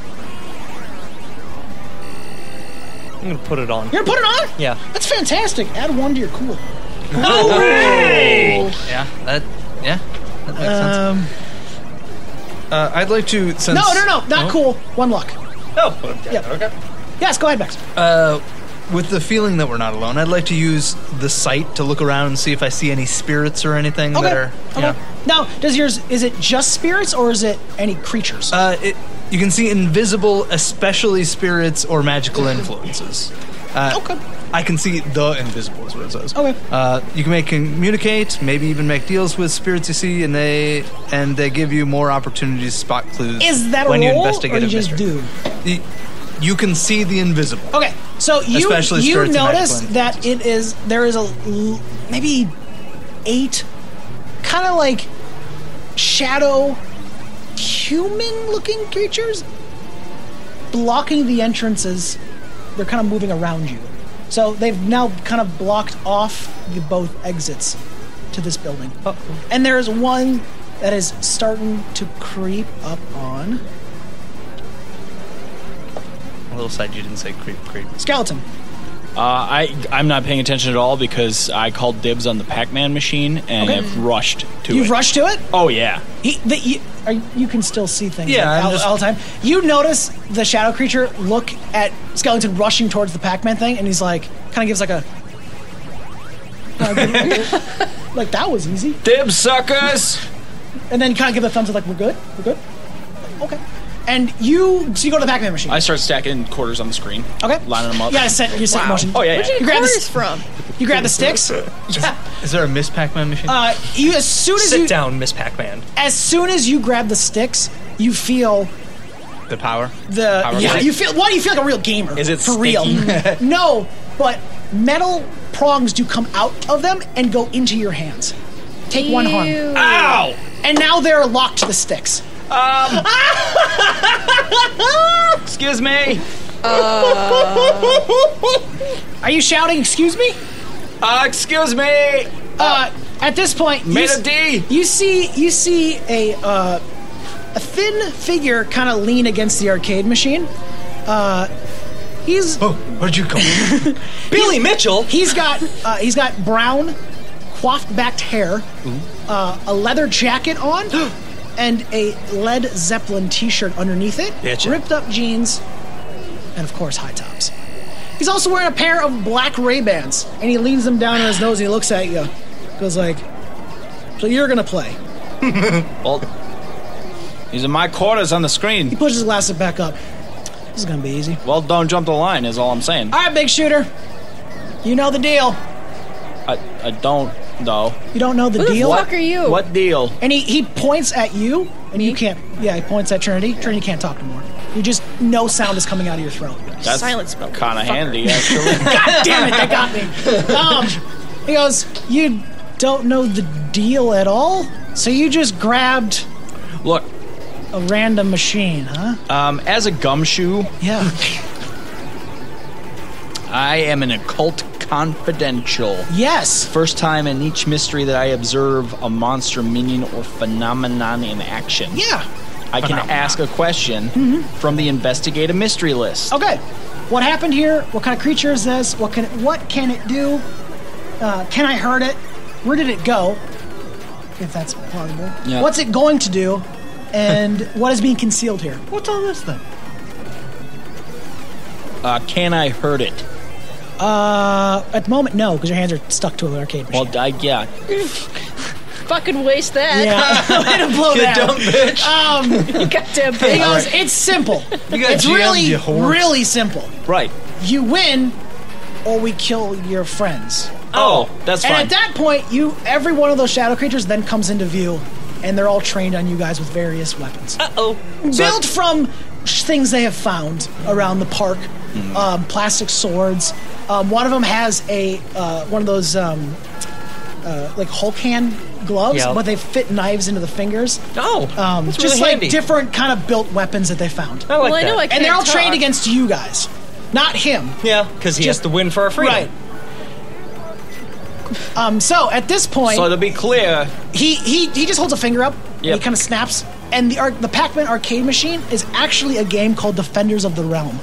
[SPEAKER 10] I'm gonna put it on.
[SPEAKER 1] You're gonna put it on?
[SPEAKER 10] Yeah.
[SPEAKER 1] That's fantastic. Add one to your cool.
[SPEAKER 3] Yeah, that. Yeah, that makes sense. Uh, I'd like to since
[SPEAKER 1] No, no, no, not cool. One luck.
[SPEAKER 10] Oh. Okay.
[SPEAKER 1] Yeah. Yes, go ahead, Max.
[SPEAKER 3] Uh, with the feeling that we're not alone, I'd like to use the sight to look around and see if I see any spirits or anything
[SPEAKER 1] Okay.
[SPEAKER 3] that are.
[SPEAKER 1] okay.
[SPEAKER 3] You know.
[SPEAKER 1] Now, does yours is it just spirits or is it any creatures?
[SPEAKER 3] Uh, it, you can see invisible, especially spirits or magical influences. Uh,
[SPEAKER 1] Okay.
[SPEAKER 3] I can see the invisible is what it says.
[SPEAKER 1] Okay.
[SPEAKER 3] Uh, you can make communicate, maybe even make deals with spirits you see, and they and they give you more opportunities to spot clues.
[SPEAKER 1] is that a
[SPEAKER 3] when
[SPEAKER 1] roll
[SPEAKER 3] you investigate
[SPEAKER 1] or you
[SPEAKER 3] a
[SPEAKER 1] just
[SPEAKER 3] mystery.
[SPEAKER 1] do?
[SPEAKER 3] You- you can see the invisible.
[SPEAKER 1] Okay, so you
[SPEAKER 3] Especially
[SPEAKER 1] you
[SPEAKER 3] spirits and
[SPEAKER 1] notice
[SPEAKER 3] magical
[SPEAKER 1] that it is there is a l- maybe eight kind of like shadow human looking creatures blocking the entrances. They're kind of moving around you. So they've now kind of blocked off the both exits to this building. And there is one that is starting to creep up on
[SPEAKER 3] A little side you didn't say creep creep.
[SPEAKER 1] skeleton.
[SPEAKER 5] I I'm not paying attention at all because I called dibs on the Pac-Man machine and
[SPEAKER 1] Okay.
[SPEAKER 5] I've rushed to
[SPEAKER 1] You've
[SPEAKER 5] it.
[SPEAKER 1] rushed to it.
[SPEAKER 5] Oh yeah.
[SPEAKER 1] He, the, you, are, you can still see things
[SPEAKER 3] Yeah,
[SPEAKER 1] like,
[SPEAKER 3] I'm
[SPEAKER 1] all,
[SPEAKER 3] just-
[SPEAKER 1] all the time. You notice the shadow creature look at Skellington rushing towards the Pac-Man thing, and he's like, kind of gives like a,
[SPEAKER 5] *laughs*
[SPEAKER 1] like that was easy,
[SPEAKER 5] Dibs suckers.
[SPEAKER 1] and then kind of give a thumbs up, like we're good, we're good, okay. And you, so you go to the Pac-Man machine.
[SPEAKER 5] I start stacking quarters on the screen.
[SPEAKER 1] okay,
[SPEAKER 5] lining 'em up.
[SPEAKER 1] Yeah, set your set in motion.
[SPEAKER 5] Oh yeah.
[SPEAKER 6] Where'd you
[SPEAKER 5] yeah.
[SPEAKER 1] You
[SPEAKER 6] get
[SPEAKER 1] grab the-
[SPEAKER 6] quarters from?
[SPEAKER 1] You grab the
[SPEAKER 5] *laughs*
[SPEAKER 1] sticks. Yeah.
[SPEAKER 3] Is there a Miss Pac-Man machine?
[SPEAKER 1] Uh, you as soon as
[SPEAKER 10] Sit
[SPEAKER 1] you
[SPEAKER 10] down, Miss Pac-Man.
[SPEAKER 1] as soon as you grab the sticks, you feel
[SPEAKER 3] the power.
[SPEAKER 1] the
[SPEAKER 5] Power
[SPEAKER 1] yeah.
[SPEAKER 5] play?
[SPEAKER 1] You feel why do you feel like a real gamer?
[SPEAKER 5] Is it
[SPEAKER 1] for real? *laughs* no, but metal prongs do come out of them and go into your hands. Take one harm,
[SPEAKER 6] Ew.
[SPEAKER 10] Ah.
[SPEAKER 5] Ow!
[SPEAKER 1] and now they're locked to the sticks. *laughs*
[SPEAKER 5] Excuse me.
[SPEAKER 1] Are you shouting? Excuse me.
[SPEAKER 5] Uh, excuse me.
[SPEAKER 1] Uh, at this point, you
[SPEAKER 5] Made
[SPEAKER 1] s-
[SPEAKER 5] a D.
[SPEAKER 1] You see, you see a uh, a thin figure kind of lean against the arcade machine. Uh, he's
[SPEAKER 3] Oh, where'd you come? from?
[SPEAKER 10] Billy Mitchell.
[SPEAKER 1] He's got uh, he's got brown, coiffed backed hair, uh, a leather jacket
[SPEAKER 5] *gasps*
[SPEAKER 1] on, and a Led Zeppelin T-shirt underneath it.
[SPEAKER 10] Gotcha.
[SPEAKER 1] Ripped up jeans, and of course high tops. He's also wearing a pair of black Ray Bans, and he leans them down on his nose and he looks at you, goes like, "So you're gonna play?"
[SPEAKER 5] Well, these are my quarters on the screen.
[SPEAKER 1] Pushes his glasses back up. This is gonna be easy.
[SPEAKER 5] Well, don't jump the line. Is all I'm saying.
[SPEAKER 1] All right, big shooter. You know the deal.
[SPEAKER 5] I I don't though.
[SPEAKER 1] You don't know the
[SPEAKER 6] Who the
[SPEAKER 1] deal.
[SPEAKER 6] fuck are you?
[SPEAKER 5] What deal?
[SPEAKER 1] And he, he points at you, and you can't. Yeah, he points at Trinity. Trinity can't talk anymore. You just no sound is coming out of your
[SPEAKER 6] *laughs*
[SPEAKER 1] throat.
[SPEAKER 5] That's
[SPEAKER 6] Silent spell,
[SPEAKER 5] Kind of handy actually.
[SPEAKER 6] *laughs*
[SPEAKER 1] God damn it, they got me. Um, he goes, you don't know the deal at all, so you just grabbed
[SPEAKER 5] Look,
[SPEAKER 1] a random machine, huh?
[SPEAKER 5] um, as a gumshoe,
[SPEAKER 6] *laughs*
[SPEAKER 1] Yeah,
[SPEAKER 5] I am an occult confidential.
[SPEAKER 1] yes.
[SPEAKER 5] First time in each mystery that I observe a monster, minion, or phenomenon in action.
[SPEAKER 1] Yeah.
[SPEAKER 5] I can ask a question from the investigate a mystery list.
[SPEAKER 1] Okay. What happened here? What kind of creature is this? What can it, what can it do? Uh, can I hurt it? Where did it go? If that's plausible.
[SPEAKER 5] Yeah.
[SPEAKER 1] What's it going to do? And *laughs* what is being concealed here?
[SPEAKER 3] What's all this then?
[SPEAKER 5] Uh, can I hurt it?
[SPEAKER 1] Uh, at the moment, no, because your hands are stuck to an arcade machine.
[SPEAKER 5] Well, I, yeah.
[SPEAKER 6] Fucking waste that.
[SPEAKER 1] yeah, *laughs* way to blow that.
[SPEAKER 3] Dumb bitch.
[SPEAKER 6] *laughs* Goddamn
[SPEAKER 1] He
[SPEAKER 6] thing.
[SPEAKER 1] goes, it's simple.
[SPEAKER 3] got
[SPEAKER 1] it's
[SPEAKER 3] GM'd,
[SPEAKER 1] really,
[SPEAKER 3] you whore.
[SPEAKER 1] really simple.
[SPEAKER 5] Right.
[SPEAKER 1] You win, or we kill your friends.
[SPEAKER 5] Oh, that's
[SPEAKER 1] And
[SPEAKER 5] fine.
[SPEAKER 1] at that point, you every one of those shadow creatures then comes into view, and they're all trained on you guys with various weapons,
[SPEAKER 4] Oh.
[SPEAKER 1] built from sh- things they have found around the park,
[SPEAKER 4] Hmm.
[SPEAKER 1] um, plastic swords. Um, one of them has a uh, one of those um, uh, like Hulk hand gloves,
[SPEAKER 4] Yeah.
[SPEAKER 1] but they fit knives into the fingers.
[SPEAKER 4] No.
[SPEAKER 1] Um,
[SPEAKER 4] That's
[SPEAKER 1] just
[SPEAKER 4] really
[SPEAKER 1] like
[SPEAKER 4] handy.
[SPEAKER 1] different kind of built weapons that they found,
[SPEAKER 4] I like
[SPEAKER 6] Well, I know
[SPEAKER 4] that.
[SPEAKER 6] I can't
[SPEAKER 1] and they're all
[SPEAKER 6] talk.
[SPEAKER 1] trained against you guys, not him.
[SPEAKER 10] Yeah, because he has to win for our freedom.
[SPEAKER 1] Right. Um, so at this point,
[SPEAKER 5] so to be clear,
[SPEAKER 1] he, he he just holds a finger up. and He
[SPEAKER 5] Yep.
[SPEAKER 1] kind of snaps, and the ar- the Pac-Man arcade machine is actually a game called Defenders of the Realm.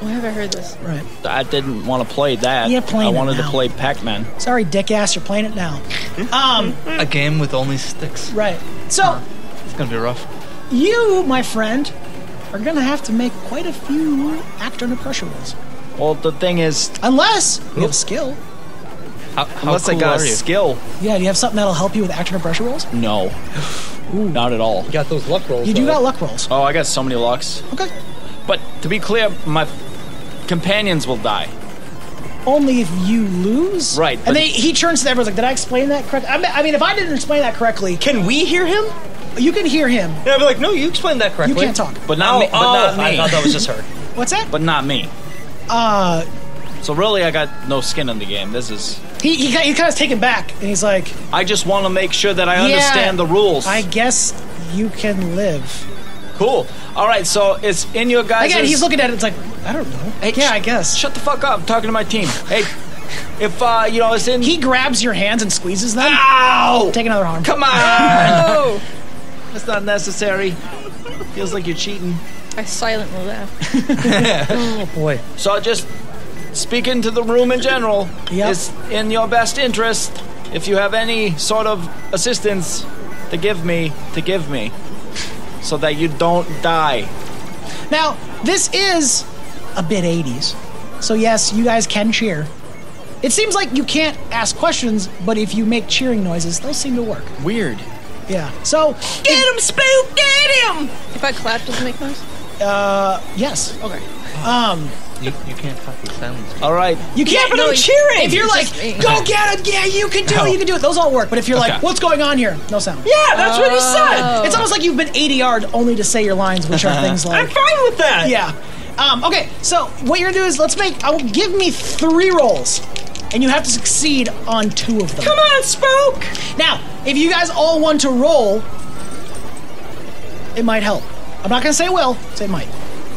[SPEAKER 6] Oh, have I heard this?
[SPEAKER 1] Right.
[SPEAKER 5] I didn't want to play that.
[SPEAKER 1] You're playing
[SPEAKER 5] I
[SPEAKER 1] it
[SPEAKER 5] wanted to
[SPEAKER 1] now.
[SPEAKER 5] play Pac-Man.
[SPEAKER 1] Sorry, dick ass, you're playing it now.
[SPEAKER 3] *laughs*
[SPEAKER 5] Hmm?
[SPEAKER 1] Um,
[SPEAKER 5] *laughs*
[SPEAKER 3] A game with only sticks.
[SPEAKER 1] Right. So
[SPEAKER 3] It's gonna be rough.
[SPEAKER 1] you, my friend, are gonna have to make quite a few act under pressure rolls,
[SPEAKER 5] Well, the thing is,
[SPEAKER 1] unless you have skill.
[SPEAKER 3] How, Uh, how
[SPEAKER 5] unless I
[SPEAKER 3] cool
[SPEAKER 5] got
[SPEAKER 3] are you?
[SPEAKER 5] skill,
[SPEAKER 1] Yeah, do you have something that'll help you with act under pressure rolls?
[SPEAKER 5] no, not at all.
[SPEAKER 10] Got those luck rolls.
[SPEAKER 1] You do got luck rolls.
[SPEAKER 5] Oh, I got so many lucks.
[SPEAKER 1] Okay.
[SPEAKER 5] But to be clear, my companions will die.
[SPEAKER 1] Only if you lose.
[SPEAKER 5] Right, but-
[SPEAKER 1] And they, he turns to everyone's like, "Did I explain that correctly?" I mean, I mean, if I didn't explain that correctly,
[SPEAKER 10] Can we hear him?
[SPEAKER 1] you can hear him.
[SPEAKER 10] And I'd be like, no, you explained that
[SPEAKER 1] You
[SPEAKER 10] correctly.
[SPEAKER 1] can't talk.
[SPEAKER 5] But not
[SPEAKER 10] Oh,
[SPEAKER 5] me.
[SPEAKER 10] oh,
[SPEAKER 5] But not
[SPEAKER 10] I
[SPEAKER 5] me.
[SPEAKER 10] thought that was
[SPEAKER 1] *laughs*
[SPEAKER 10] just her.
[SPEAKER 1] What's that?
[SPEAKER 5] but not me.
[SPEAKER 1] Uh,
[SPEAKER 5] So really, I got no skin in the game. This is.
[SPEAKER 1] he he, ki- he kind of taken back, and he's like,
[SPEAKER 5] I just want to make sure that I
[SPEAKER 1] "Yeah,
[SPEAKER 5] understand the rules.
[SPEAKER 1] I guess you can live."
[SPEAKER 5] cool. All right. So it's in your guys.
[SPEAKER 1] Again, he's looking at it. It's like, I don't know.
[SPEAKER 5] Hey,
[SPEAKER 1] yeah,
[SPEAKER 5] sh-
[SPEAKER 1] I guess.
[SPEAKER 5] Shut the fuck up. I'm talking to my team. Hey, if uh, you know, it's in.
[SPEAKER 1] he grabs your hands and squeezes them.
[SPEAKER 6] Ah!
[SPEAKER 5] Ow!
[SPEAKER 1] Take another arm.
[SPEAKER 5] Come on.
[SPEAKER 6] Oh!
[SPEAKER 5] That's not necessary. Feels like you're cheating.
[SPEAKER 6] I silently laugh.
[SPEAKER 5] So just speaking to the room in general,
[SPEAKER 1] Yep.
[SPEAKER 5] it's in your best interest if you have any sort of assistance to give me, to give me, so that you don't die.
[SPEAKER 1] Now, this is a bit 80s. So, yes, you guys can cheer. It seems like you can't ask questions, but if you make cheering noises, those seem to work.
[SPEAKER 5] Weird.
[SPEAKER 1] Yeah. So,
[SPEAKER 6] Get him, Spook! Get him! If I clap, does it make noise?
[SPEAKER 1] yes.
[SPEAKER 6] Okay.
[SPEAKER 3] You, you can't copy sounds.
[SPEAKER 5] All right.
[SPEAKER 1] You can't,
[SPEAKER 6] Yeah,
[SPEAKER 1] but
[SPEAKER 6] no,
[SPEAKER 1] I'm
[SPEAKER 6] it's-
[SPEAKER 1] cheering. If
[SPEAKER 6] it's
[SPEAKER 1] you're like,
[SPEAKER 6] just me.
[SPEAKER 1] go get him, yeah, you can do it, you can do it, those all work. But if you're like,
[SPEAKER 5] Okay.
[SPEAKER 1] what's going on here? No sound.
[SPEAKER 10] Yeah, that's what he said.
[SPEAKER 1] It's almost like you've been 80 yard only to say your lines, which are things
[SPEAKER 10] Oh. *laughs* I'm
[SPEAKER 1] like.
[SPEAKER 10] fine with that.
[SPEAKER 1] Uh, Yeah. Um, okay, so what you're gonna do is let's make. I will give me three rolls, and you have to succeed on two of them.
[SPEAKER 10] Come on, Spook.
[SPEAKER 1] Now, if you guys all want to roll, it might help. I'm not gonna say it will. Say it might.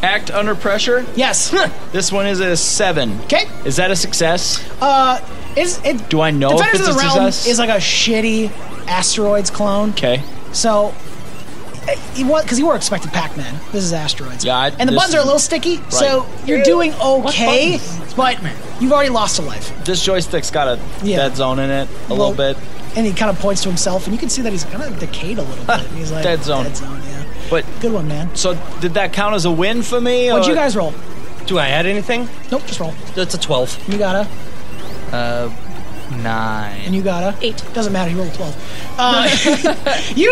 [SPEAKER 5] Act under pressure.
[SPEAKER 1] Yes. *laughs*
[SPEAKER 5] This one is a seven.
[SPEAKER 1] 'Kay.
[SPEAKER 5] Is that a success?
[SPEAKER 1] uh, is it?
[SPEAKER 5] Do I know if
[SPEAKER 1] Defenders
[SPEAKER 5] it's
[SPEAKER 1] of
[SPEAKER 5] a
[SPEAKER 1] the Realm
[SPEAKER 5] success?
[SPEAKER 1] is like a shitty asteroids clone.
[SPEAKER 5] okay.
[SPEAKER 1] So. uh, You want because you were expecting Pac-Man. This is asteroids.
[SPEAKER 5] Yeah, I-
[SPEAKER 1] and the
[SPEAKER 5] this
[SPEAKER 1] buttons are a
[SPEAKER 5] is-
[SPEAKER 1] little sticky, so you're doing okay, but you've already lost a life.
[SPEAKER 5] This joystick's got a
[SPEAKER 1] Yeah.
[SPEAKER 5] dead zone in it a
[SPEAKER 1] Well,
[SPEAKER 5] little bit.
[SPEAKER 1] And he kind of points to himself, and you can see that he's kind of decayed a little bit. And he's like,
[SPEAKER 5] Dead zone.
[SPEAKER 1] Dead zone, yeah.
[SPEAKER 5] But
[SPEAKER 1] Good one, man.
[SPEAKER 5] so did that count as a win for me?
[SPEAKER 1] What'd
[SPEAKER 5] or-
[SPEAKER 1] you guys roll?
[SPEAKER 10] Do I add anything?
[SPEAKER 1] Nope, just roll.
[SPEAKER 10] That's a 12.
[SPEAKER 1] You gotta,
[SPEAKER 3] Uh,
[SPEAKER 1] and
[SPEAKER 3] nine.
[SPEAKER 1] you gotta.
[SPEAKER 6] Eight.
[SPEAKER 1] Doesn't matter, he rolled a 12. Uh, *laughs* you,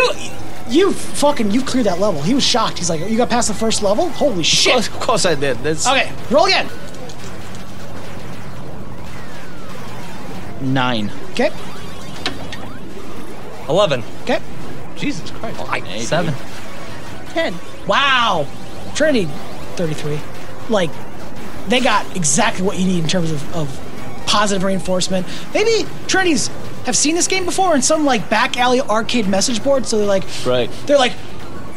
[SPEAKER 1] you fucking, you cleared that level. He was shocked. He's like, you got past the first level? Holy
[SPEAKER 5] Of
[SPEAKER 1] shit.
[SPEAKER 5] course- Of course I did. That's
[SPEAKER 1] Okay, roll again.
[SPEAKER 5] nine.
[SPEAKER 1] Okay,
[SPEAKER 10] 11.
[SPEAKER 1] okay.
[SPEAKER 3] Jesus Christ.
[SPEAKER 5] Hey,
[SPEAKER 3] Seven.
[SPEAKER 5] dude.
[SPEAKER 6] Ten.
[SPEAKER 1] Wow. Trinity, 33. Like, they got exactly what you need in terms of, of positive reinforcement. Maybe Trinities have seen this game before in some, like, back alley arcade message board, so they're like,
[SPEAKER 5] Right.
[SPEAKER 1] they're like,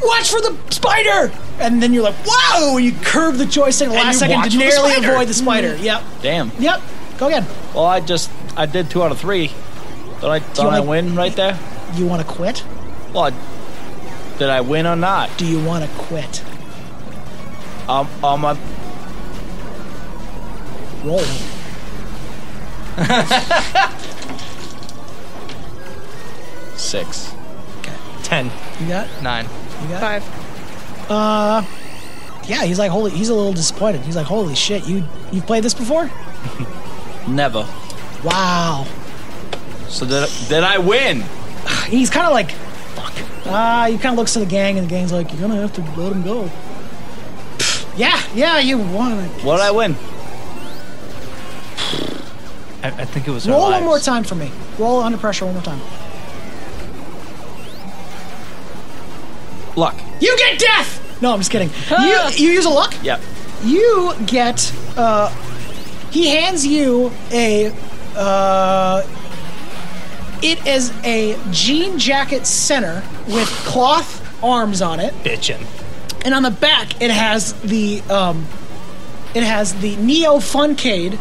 [SPEAKER 1] watch for the spider! And then you're like, wow! And you curve the joystick at the last
[SPEAKER 5] you
[SPEAKER 1] second
[SPEAKER 5] watch
[SPEAKER 1] to
[SPEAKER 5] for the
[SPEAKER 1] nearly
[SPEAKER 5] spider. Mm.
[SPEAKER 1] avoid the spider. Yep.
[SPEAKER 5] Damn.
[SPEAKER 1] Yep. Go again.
[SPEAKER 5] Well, I just I did two out of three. Did I did I
[SPEAKER 1] wanna-
[SPEAKER 5] win right there?
[SPEAKER 1] You want to quit?
[SPEAKER 5] Well, I, did I win or not?
[SPEAKER 1] Do you want to quit?
[SPEAKER 5] Um, um, I,
[SPEAKER 1] Roll.
[SPEAKER 5] six.
[SPEAKER 10] 10.
[SPEAKER 1] You got?
[SPEAKER 3] Nine.
[SPEAKER 1] You got? Uh,
[SPEAKER 6] Five.
[SPEAKER 1] Yeah, he's like, holy. He's a little disappointed. He's like, holy shit, you you've played this before?
[SPEAKER 5] Never.
[SPEAKER 1] Wow.
[SPEAKER 5] So did did I win?
[SPEAKER 1] He's kind of like, fuck. Ah, he kind of looks to the gang, and the gang's like, you're gonna have to let him go. yeah, yeah, you won.
[SPEAKER 5] What did I win?
[SPEAKER 3] I, I think it was. our
[SPEAKER 1] Roll one
[SPEAKER 3] lives.
[SPEAKER 1] more time for me. Roll under pressure one more time.
[SPEAKER 5] Luck.
[SPEAKER 1] You get death. No, I'm just kidding. you you use a luck.
[SPEAKER 5] Yeah.
[SPEAKER 1] You get. Uh, he hands you a. Uh, it is a jean jacket center with cloth arms on it.
[SPEAKER 10] Bitchin'.
[SPEAKER 1] and on the back it has the um, it has the Neo Funcade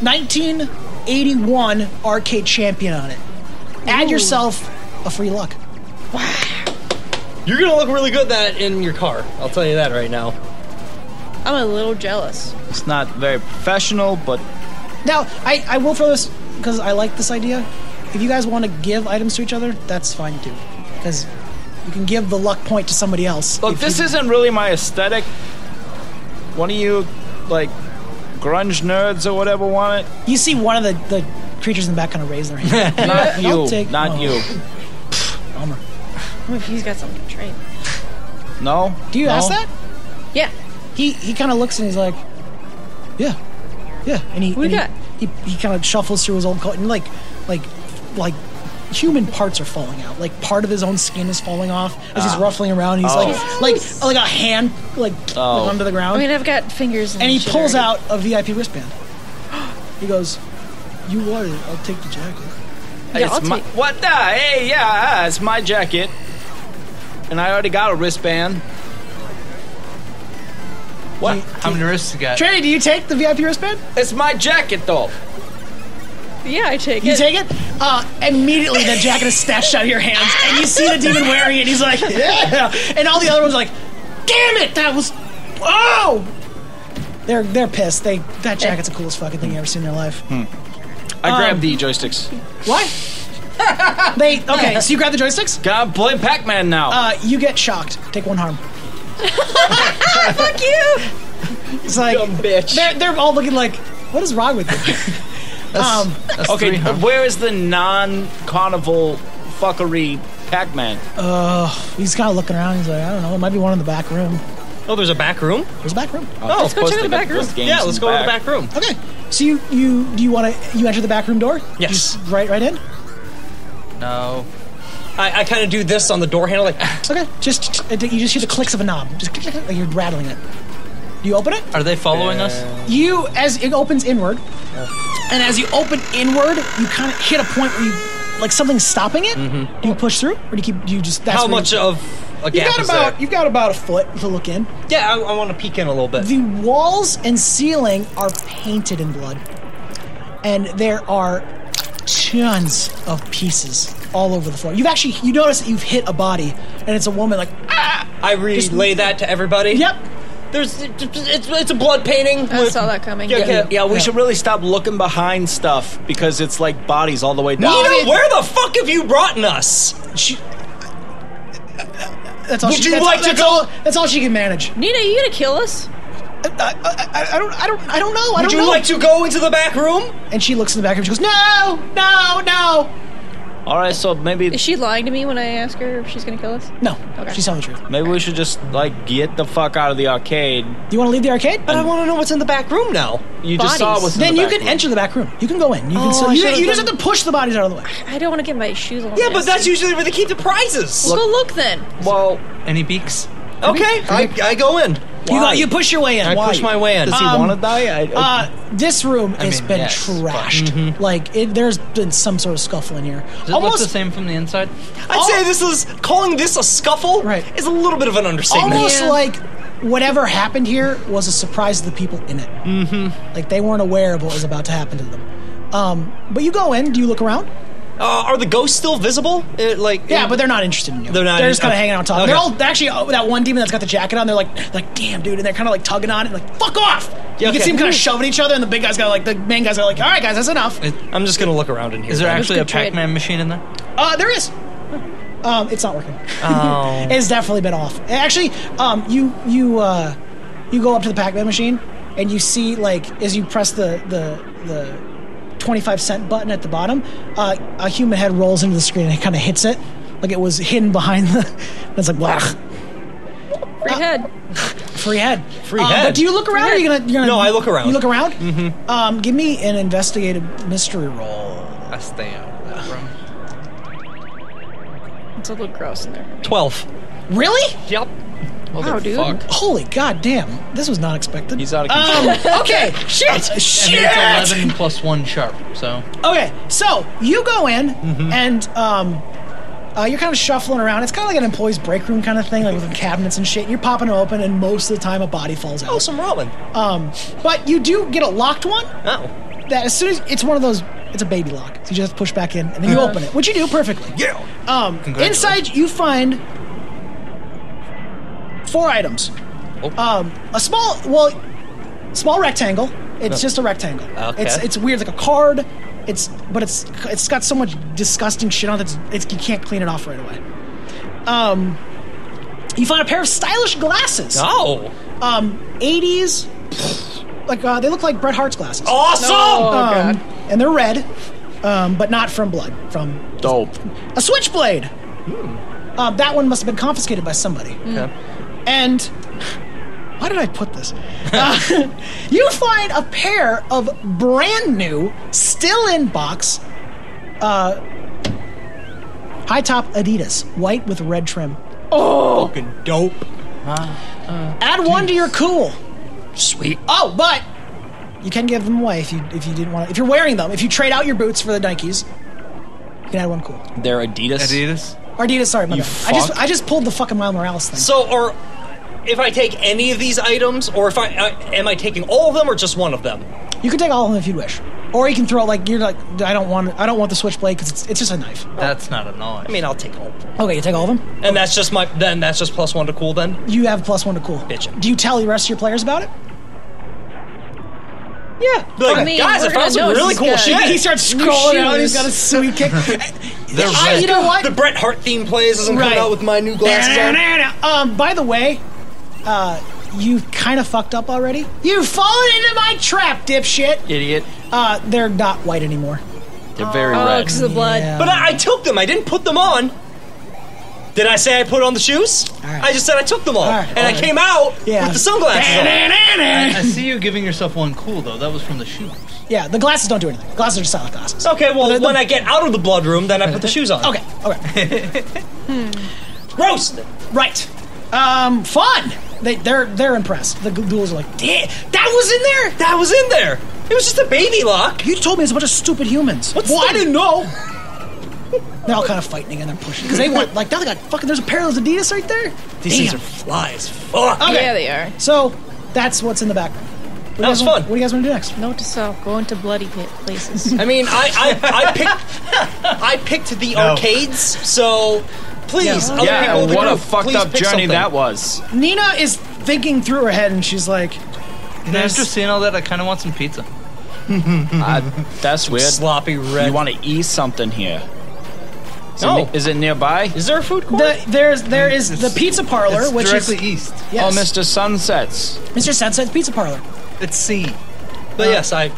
[SPEAKER 1] 1981 arcade champion on it. Add yourself a free luck.
[SPEAKER 10] You're gonna look really good that in your car. I'll tell you that right now.
[SPEAKER 6] I'm a little jealous.
[SPEAKER 5] It's not very professional, but
[SPEAKER 1] Now I, I will throw this because I like this idea. If you guys want to give items to each other, that's fine too, because you can give the luck point to somebody else.
[SPEAKER 5] look,
[SPEAKER 1] if
[SPEAKER 5] this
[SPEAKER 1] you-
[SPEAKER 5] isn't really my aesthetic. One of you, like, grunge nerds or whatever, want it?
[SPEAKER 1] you see one of the, the creatures in the back kind of raise their hand.
[SPEAKER 5] *laughs* Not
[SPEAKER 1] I'll
[SPEAKER 5] you.
[SPEAKER 1] take-
[SPEAKER 5] not
[SPEAKER 1] oh.
[SPEAKER 5] you.
[SPEAKER 1] Bummer.
[SPEAKER 6] Oh, he's got something to trade.
[SPEAKER 5] No.
[SPEAKER 1] Do you
[SPEAKER 5] No?
[SPEAKER 1] ask that?
[SPEAKER 6] Yeah.
[SPEAKER 1] he he kind of looks and he's like, yeah, yeah, and he
[SPEAKER 6] What do you
[SPEAKER 1] and he, he, he kind of shuffles through his old coat and like like like human parts are falling out. Like part of his own skin is falling off as
[SPEAKER 5] Ah.
[SPEAKER 1] he's ruffling around. He's
[SPEAKER 5] Oh.
[SPEAKER 1] like like like a hand like, like onto the ground,
[SPEAKER 6] I mean, I've got fingers. And,
[SPEAKER 1] and he
[SPEAKER 6] shit
[SPEAKER 1] pulls
[SPEAKER 6] already.
[SPEAKER 1] out a VIP wristband. *gasps* He goes, "You want it? I'll take the jacket."
[SPEAKER 6] Yeah, I'll
[SPEAKER 5] it's my,
[SPEAKER 6] take-
[SPEAKER 5] what the? Hey, yeah, uh, it's my jacket. And I already got a wristband.
[SPEAKER 3] What? How many wrists you got?
[SPEAKER 1] Trinity, do you take the VIP wristband?
[SPEAKER 5] It's my jacket, though.
[SPEAKER 6] Yeah, I take
[SPEAKER 1] You
[SPEAKER 6] it.
[SPEAKER 1] take it? Uh, immediately, that jacket is snatched out of your hands, and you see the demon wearing it, and he's like, *laughs* yeah! And all the other ones are like, damn it, that was. Oh! They're they're pissed. They that jacket's the coolest fucking thing you ever seen in their life.
[SPEAKER 5] I grabbed the joysticks.
[SPEAKER 1] Why? they okay. So you grab the joysticks.
[SPEAKER 5] God, play Pac-Man now.
[SPEAKER 1] Uh, you get shocked. Take one harm.
[SPEAKER 6] *laughs* Fuck you!
[SPEAKER 1] It's like
[SPEAKER 5] bitch.
[SPEAKER 1] they're they're all looking like, what is wrong with you?
[SPEAKER 5] *laughs*
[SPEAKER 1] um,
[SPEAKER 5] okay, where is the non-carnival fuckery Pac-Man?
[SPEAKER 1] he's kind of looking around. He's like, I don't know. It might be one in the back room.
[SPEAKER 10] Oh, there's a back room?
[SPEAKER 1] There's a back room.
[SPEAKER 5] Oh,
[SPEAKER 6] let's go check out the back room.
[SPEAKER 10] Yeah, let's go to the back room.
[SPEAKER 1] Okay. So you you do you want to you enter the back room door?
[SPEAKER 10] Yes.
[SPEAKER 1] Just right right in.
[SPEAKER 3] No.
[SPEAKER 10] I, I kind of do this on the door *sighs* handle, like,
[SPEAKER 1] Okay. Just you just hear the clicks of a knob. Just click, click, like you're rattling it. You open it.
[SPEAKER 3] Are they following us?
[SPEAKER 1] You as it opens inward, and as you open inward, you kind of hit a point where you like something's stopping it. Do you push through, or do you keep? Do you just? That's
[SPEAKER 10] Mm-hmm. how
[SPEAKER 1] where
[SPEAKER 10] much uh,
[SPEAKER 1] You,
[SPEAKER 10] of a
[SPEAKER 1] you
[SPEAKER 10] gap
[SPEAKER 1] got
[SPEAKER 10] is
[SPEAKER 1] about
[SPEAKER 10] there?
[SPEAKER 1] you've got about a foot to look in.
[SPEAKER 10] Yeah, I, I want to peek in a little bit.
[SPEAKER 1] The walls and ceiling are painted in blood, and there are tons of pieces all over the floor. You've actually you notice that you've hit a body, and it's a woman. Like
[SPEAKER 10] I relay that to everybody.
[SPEAKER 1] yep,
[SPEAKER 10] There's it's, it's a blood painting.
[SPEAKER 6] I saw that coming.
[SPEAKER 5] Yeah, yeah, yeah, we
[SPEAKER 1] Yeah.
[SPEAKER 5] should really stop looking behind stuff because it's like bodies all the way down.
[SPEAKER 10] Nina, where the fuck have you brought us?
[SPEAKER 1] she. That's all
[SPEAKER 10] Would
[SPEAKER 1] she,
[SPEAKER 10] you
[SPEAKER 1] that's,
[SPEAKER 10] like to
[SPEAKER 1] that's
[SPEAKER 10] go-
[SPEAKER 1] all- that's all she can manage.
[SPEAKER 6] Nina, you gonna kill us?
[SPEAKER 1] I, I, I- I don't, I don't, I don't know. I
[SPEAKER 10] Would
[SPEAKER 1] don't
[SPEAKER 10] you
[SPEAKER 1] know.
[SPEAKER 10] like to go into the back room?
[SPEAKER 1] and she looks in the back and she goes, "No, no, no,
[SPEAKER 5] All right, so maybe
[SPEAKER 6] Is she lying to me when I ask her if she's gonna kill us?
[SPEAKER 1] no."
[SPEAKER 6] Okay.
[SPEAKER 1] She's telling the truth.
[SPEAKER 5] maybe we should just like get the fuck out of the arcade.
[SPEAKER 1] You want to leave the arcade?
[SPEAKER 10] But I want to know what's in the back room now.
[SPEAKER 5] You just saw
[SPEAKER 6] Bodies.
[SPEAKER 5] what's in
[SPEAKER 1] then
[SPEAKER 5] the
[SPEAKER 1] you
[SPEAKER 5] back
[SPEAKER 1] can
[SPEAKER 5] room.
[SPEAKER 1] enter the back room. You can go in. You can.
[SPEAKER 6] Oh,
[SPEAKER 1] still,
[SPEAKER 6] I
[SPEAKER 1] you,
[SPEAKER 6] should've
[SPEAKER 1] you just have
[SPEAKER 6] done-
[SPEAKER 1] to push the bodies out of the way.
[SPEAKER 6] I don't want to get my shoes all
[SPEAKER 10] Yeah, but
[SPEAKER 6] nasty.
[SPEAKER 10] that's usually where they keep the
[SPEAKER 6] Let's
[SPEAKER 10] prizes.
[SPEAKER 6] go look then.
[SPEAKER 5] Well,
[SPEAKER 3] Any beaks?
[SPEAKER 10] Okay, I, I go in.
[SPEAKER 1] You, go, you push your way in.
[SPEAKER 10] I
[SPEAKER 1] Why?
[SPEAKER 10] push my way in.
[SPEAKER 5] does he
[SPEAKER 1] Um,
[SPEAKER 5] want to die? I,
[SPEAKER 1] Uh, this room has
[SPEAKER 3] mean,
[SPEAKER 1] been
[SPEAKER 3] yes, but-
[SPEAKER 1] trashed. Like it, there's been some sort of scuffle in here.
[SPEAKER 3] Does it look the same from the inside?
[SPEAKER 10] I'd say this is calling this a scuffle
[SPEAKER 1] Right.
[SPEAKER 10] is a little bit of an understatement.
[SPEAKER 1] almost
[SPEAKER 6] Yeah.
[SPEAKER 1] like whatever happened here was a surprise to the people in it. Mm-hmm. Like they weren't aware of what was about to happen to them. Um, but you go in. Do you look around?
[SPEAKER 10] Uh, are the ghosts still visible? Uh, like
[SPEAKER 1] Yeah, but they're not interested in you.
[SPEAKER 10] They're not
[SPEAKER 1] They're just
[SPEAKER 10] in-
[SPEAKER 1] kind of
[SPEAKER 10] okay.
[SPEAKER 1] hanging out and talking.
[SPEAKER 10] Okay.
[SPEAKER 1] They're all they're actually oh, that one demon that's got the jacket on. They're like, like, damn, dude, and they're kind of like tugging on it, like, fuck off. you
[SPEAKER 10] okay.
[SPEAKER 1] can see them kind of shoving each other, and the big guy's got like the main guy's got like, all right, guys, that's enough.
[SPEAKER 10] I'm just gonna look around in here.
[SPEAKER 3] Is there
[SPEAKER 6] That was
[SPEAKER 3] actually a
[SPEAKER 6] good trade.
[SPEAKER 3] Pac-Man machine in there?
[SPEAKER 1] Uh, there is. Um, it's not working.
[SPEAKER 10] Oh.
[SPEAKER 1] *laughs* it's definitely been off. Actually, um, you you uh, you go up to the Pac-Man machine and you see like as you press the the the. 25 cent button at the bottom uh, a human head rolls into the screen and it kind of hits it like it was hidden behind the *laughs* and it's like blah
[SPEAKER 6] Free head.
[SPEAKER 1] Free head. Free
[SPEAKER 10] head.
[SPEAKER 1] But do you look around? Or are you gonna, you're gonna?
[SPEAKER 10] No, I look around.
[SPEAKER 1] You look around. Mm-hmm. Um, give me an investigative mystery roll.
[SPEAKER 3] I stay out of that room.
[SPEAKER 6] It's a little gross in there.
[SPEAKER 10] Twelve.
[SPEAKER 1] Really?
[SPEAKER 10] Yep.
[SPEAKER 6] Wow, dude.
[SPEAKER 1] Holy god damn! This was not expected.
[SPEAKER 5] He's out of
[SPEAKER 10] uh,
[SPEAKER 5] control.
[SPEAKER 1] Um, *laughs* okay.
[SPEAKER 10] *laughs*
[SPEAKER 1] Shit.
[SPEAKER 3] And
[SPEAKER 1] Shit.
[SPEAKER 3] it's 11 plus 1 sharp, so...
[SPEAKER 1] Okay. So you go in
[SPEAKER 10] Mm-hmm.
[SPEAKER 1] and um. Uh, you're kind of shuffling around. It's kind of like an employee's break room kind of thing, like with cabinets and shit. You're popping them open, and most of the time a body falls out.
[SPEAKER 10] Oh, some ramen.
[SPEAKER 1] Um, but you do get a locked one,
[SPEAKER 10] Oh.
[SPEAKER 1] that as soon as it's one of those it's a baby lock so you just push back in and then you
[SPEAKER 10] Uh-huh.
[SPEAKER 1] open it which you do perfectly yeah um inside you find four items
[SPEAKER 10] Oh.
[SPEAKER 1] um a small well small rectangle it's just a rectangle
[SPEAKER 10] Okay.
[SPEAKER 1] it's it's weird it's like a card it's but it's it's got so much disgusting shit on it it's, it's you can't clean it off right away um you find a pair of stylish glasses
[SPEAKER 10] Oh.
[SPEAKER 1] um 80s like uh, they look like Bret Hart's glasses
[SPEAKER 10] Awesome.
[SPEAKER 6] Oh,
[SPEAKER 1] um,
[SPEAKER 6] God.
[SPEAKER 1] and they're red, um, but not from blood. From
[SPEAKER 5] Dope.
[SPEAKER 1] a switchblade. Uh, that one must have been confiscated by somebody. And why did I put this? Uh, *laughs* you find a pair of brand new, still in box, uh, high top Adidas, white with red trim.
[SPEAKER 10] Fucking dope.
[SPEAKER 1] Add one to your cool.
[SPEAKER 10] Sweet.
[SPEAKER 1] Oh, but you can give them away if you if you didn't want. to. If you're wearing them, if you trade out your boots for the Nikes, you can add one cool.
[SPEAKER 5] They're Adidas.
[SPEAKER 3] Adidas?
[SPEAKER 1] Or Adidas, sorry, my
[SPEAKER 5] You
[SPEAKER 1] bad. I just
[SPEAKER 5] fuck.
[SPEAKER 1] I just pulled the fucking Miles Morales thing.
[SPEAKER 10] So, or if I take any of these items, or if I, I am I taking all of them or just one of them?
[SPEAKER 1] you can take all of them if you wish, or you can throw like you're like I don't want I don't want the switchblade because it's, it's just a knife.
[SPEAKER 3] That's not a knife.
[SPEAKER 10] I mean, I'll take all. Of them.
[SPEAKER 1] Okay, you take all of them.
[SPEAKER 10] And that's just my. Then that's just plus one to cool. Then
[SPEAKER 1] You have plus one to cool.
[SPEAKER 10] Bitchin'.
[SPEAKER 1] Do you tell the rest of your players about it?
[SPEAKER 10] Yeah. Be Like,
[SPEAKER 6] I mean,
[SPEAKER 10] guys, I
[SPEAKER 6] we're gonna
[SPEAKER 10] found some
[SPEAKER 6] know
[SPEAKER 10] really
[SPEAKER 6] he's
[SPEAKER 10] cool
[SPEAKER 6] got
[SPEAKER 10] shit.
[SPEAKER 1] He starts scrolling out. He's
[SPEAKER 6] shoes.
[SPEAKER 1] got a sweet kick. I,
[SPEAKER 10] red.
[SPEAKER 1] you know what?
[SPEAKER 10] The *laughs* Bret Hart theme plays as I'm coming
[SPEAKER 1] Right.
[SPEAKER 10] out with my new glasses on.
[SPEAKER 1] Um, by the way, uh, you kind of fucked up already. You've fallen into my trap, dipshit.
[SPEAKER 5] Idiot.
[SPEAKER 1] Uh, they're not white anymore.
[SPEAKER 5] They're very
[SPEAKER 6] Oh,
[SPEAKER 5] red.
[SPEAKER 6] because of the blood.
[SPEAKER 1] Yeah.
[SPEAKER 10] But I, I took them. I didn't put them on. Did I say I put on the shoes?
[SPEAKER 1] right.
[SPEAKER 10] I just said I took them all,
[SPEAKER 1] All right,
[SPEAKER 10] and
[SPEAKER 1] all
[SPEAKER 10] I
[SPEAKER 1] right.
[SPEAKER 10] came out
[SPEAKER 1] Yeah.
[SPEAKER 10] with the sunglasses on.
[SPEAKER 3] I see you giving yourself one cool though. That was from the shoes.
[SPEAKER 1] *laughs* Yeah, the glasses don't do anything. The glasses are just solid glasses.
[SPEAKER 10] Okay, well, when I get out of the blood room, then I put the shoes on.
[SPEAKER 1] Okay,
[SPEAKER 10] *laughs*
[SPEAKER 1] okay.
[SPEAKER 10] Gross.
[SPEAKER 1] right. Um, fun. They, they're they're impressed. The ghouls are like, "Damn, that was in there?
[SPEAKER 10] That was in there. It was just a baby lock.
[SPEAKER 1] You told me it's a bunch of stupid humans.
[SPEAKER 10] What's
[SPEAKER 1] well,
[SPEAKER 10] the-
[SPEAKER 1] I didn't know. They're all kind of fighting again. They're pushing because they want like now they got fucking. There's a pair of those Adidas right there.
[SPEAKER 10] These things
[SPEAKER 1] Damn.
[SPEAKER 10] are fly as fuck.
[SPEAKER 1] Okay.
[SPEAKER 6] Yeah, they are.
[SPEAKER 1] So that's what's in the background. What do you
[SPEAKER 10] That was
[SPEAKER 1] guys want-
[SPEAKER 10] fun.
[SPEAKER 1] What do you guys want to do next?
[SPEAKER 6] Note to self: go into bloody pit places.
[SPEAKER 10] I mean, I I, I picked I picked the arcades, so please, other people in
[SPEAKER 5] yeah,
[SPEAKER 10] the
[SPEAKER 5] what a
[SPEAKER 10] group,
[SPEAKER 5] fucked
[SPEAKER 10] please
[SPEAKER 5] up
[SPEAKER 10] pick
[SPEAKER 5] journey
[SPEAKER 10] something.
[SPEAKER 5] that
[SPEAKER 10] *laughs*
[SPEAKER 5] was.
[SPEAKER 1] Nina is thinking through her head, and she's like,
[SPEAKER 3] And after seeing all that, I kind of want some pizza.
[SPEAKER 5] I, that's weird.
[SPEAKER 10] Sloppy red.
[SPEAKER 5] You want to eat something here? Is,
[SPEAKER 10] No.
[SPEAKER 5] it, ne- is it nearby?
[SPEAKER 10] Is there a food court?
[SPEAKER 1] the, "There's there is the
[SPEAKER 3] It's-
[SPEAKER 1] pizza parlor,
[SPEAKER 3] it's
[SPEAKER 1] which
[SPEAKER 3] directly
[SPEAKER 1] is
[SPEAKER 3] east.
[SPEAKER 5] Oh,
[SPEAKER 1] yes,
[SPEAKER 5] Mr. Sunsets.
[SPEAKER 1] Mr. Sunset's Pizza Parlor."
[SPEAKER 3] It's C.
[SPEAKER 10] but yes, I.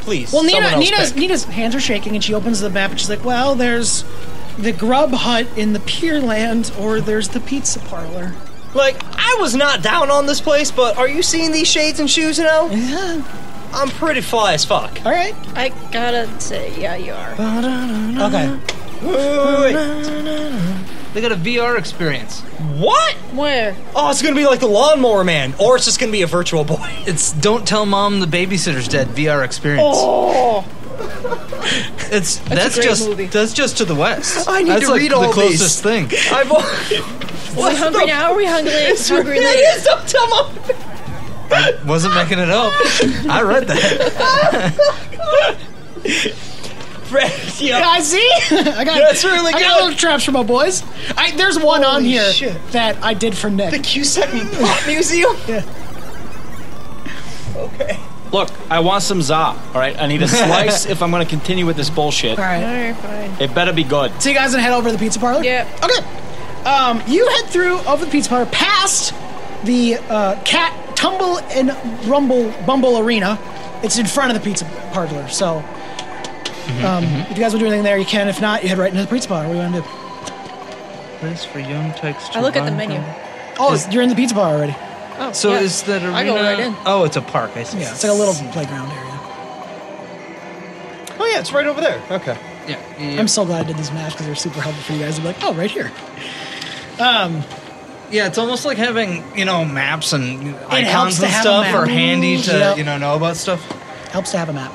[SPEAKER 10] Please.
[SPEAKER 1] Uh, Well,
[SPEAKER 10] someone
[SPEAKER 1] Nina,
[SPEAKER 10] else
[SPEAKER 1] Nina's,
[SPEAKER 10] pick.
[SPEAKER 1] Nina's hands are shaking, and she opens the map, and she's like, "Well, there's the Grub Hut in the Pier Land, or there's the Pizza Parlor."
[SPEAKER 10] Like, I was not down on this place, but are you seeing these shades and shoes now?
[SPEAKER 1] Yeah.
[SPEAKER 10] I'm pretty fly as fuck.
[SPEAKER 1] All right.
[SPEAKER 6] *laughs* I gotta say, yeah, you are.
[SPEAKER 1] Okay.
[SPEAKER 10] Wait, wait, wait.
[SPEAKER 3] They got a VR experience.
[SPEAKER 10] What?
[SPEAKER 6] Where?
[SPEAKER 10] Oh, it's gonna be like the lawnmower man, or it's just gonna be a
[SPEAKER 1] *laughs*
[SPEAKER 10] virtual boy.
[SPEAKER 3] It's don't tell mom the babysitter's dead VR experience.
[SPEAKER 6] Oh,
[SPEAKER 3] It's that's,
[SPEAKER 6] great
[SPEAKER 3] just
[SPEAKER 6] movie.
[SPEAKER 3] that's just to the west.
[SPEAKER 10] I need
[SPEAKER 3] that's
[SPEAKER 10] to
[SPEAKER 3] like
[SPEAKER 10] read
[SPEAKER 3] the
[SPEAKER 10] all
[SPEAKER 3] closest thing.
[SPEAKER 10] I've.
[SPEAKER 6] are we hungry now? Are we hungry? hungry later?
[SPEAKER 10] It is. Don't tell mom.
[SPEAKER 3] Wasn't making it up. I read that.
[SPEAKER 10] yeah.
[SPEAKER 1] I see. *laughs* I got.
[SPEAKER 10] That's
[SPEAKER 1] I
[SPEAKER 10] really
[SPEAKER 1] got
[SPEAKER 10] good.
[SPEAKER 1] little traps for my boys. I, there's one on
[SPEAKER 10] Holy
[SPEAKER 1] here
[SPEAKER 10] shit.
[SPEAKER 1] that I did for Nick.
[SPEAKER 10] The Cusack Pot Museum?
[SPEAKER 1] Yeah.
[SPEAKER 10] Okay.
[SPEAKER 5] Look, I want some za. All right, I need a slice if I'm going to continue with this bullshit.
[SPEAKER 1] All right.
[SPEAKER 6] Alright, fine.
[SPEAKER 5] It better be good.
[SPEAKER 1] So you guys gonna head over to the pizza parlor?
[SPEAKER 6] Yep.
[SPEAKER 1] Okay. Um, you head through over the pizza parlor, past the uh, cat tumble and rumble bumble arena. It's in front of the pizza parlor. So, um, if you guys want to do anything there, you can. If not, you head right into the pizza parlor. What do you want to do?
[SPEAKER 3] Place for young techs.
[SPEAKER 6] I look at the menu.
[SPEAKER 1] Oh, you're in the pizza bar already.
[SPEAKER 6] Oh,
[SPEAKER 3] So
[SPEAKER 6] yeah.
[SPEAKER 3] is that arena?
[SPEAKER 6] I go right in.
[SPEAKER 3] Oh, it's a park. I see.
[SPEAKER 1] Yeah, it's like a little playground area.
[SPEAKER 10] Oh, yeah, it's right over there. Okay.
[SPEAKER 3] Yeah.
[SPEAKER 1] I'm so glad I did these maps because they're super helpful for you guys. to be like, oh, right here.
[SPEAKER 3] Yeah, it's almost like having you know maps and
[SPEAKER 1] helps
[SPEAKER 3] icons
[SPEAKER 1] to
[SPEAKER 3] and
[SPEAKER 1] have a
[SPEAKER 3] stuff
[SPEAKER 1] map.
[SPEAKER 3] are handy to
[SPEAKER 1] Yep.
[SPEAKER 3] you know know about stuff.
[SPEAKER 1] Helps to have a map.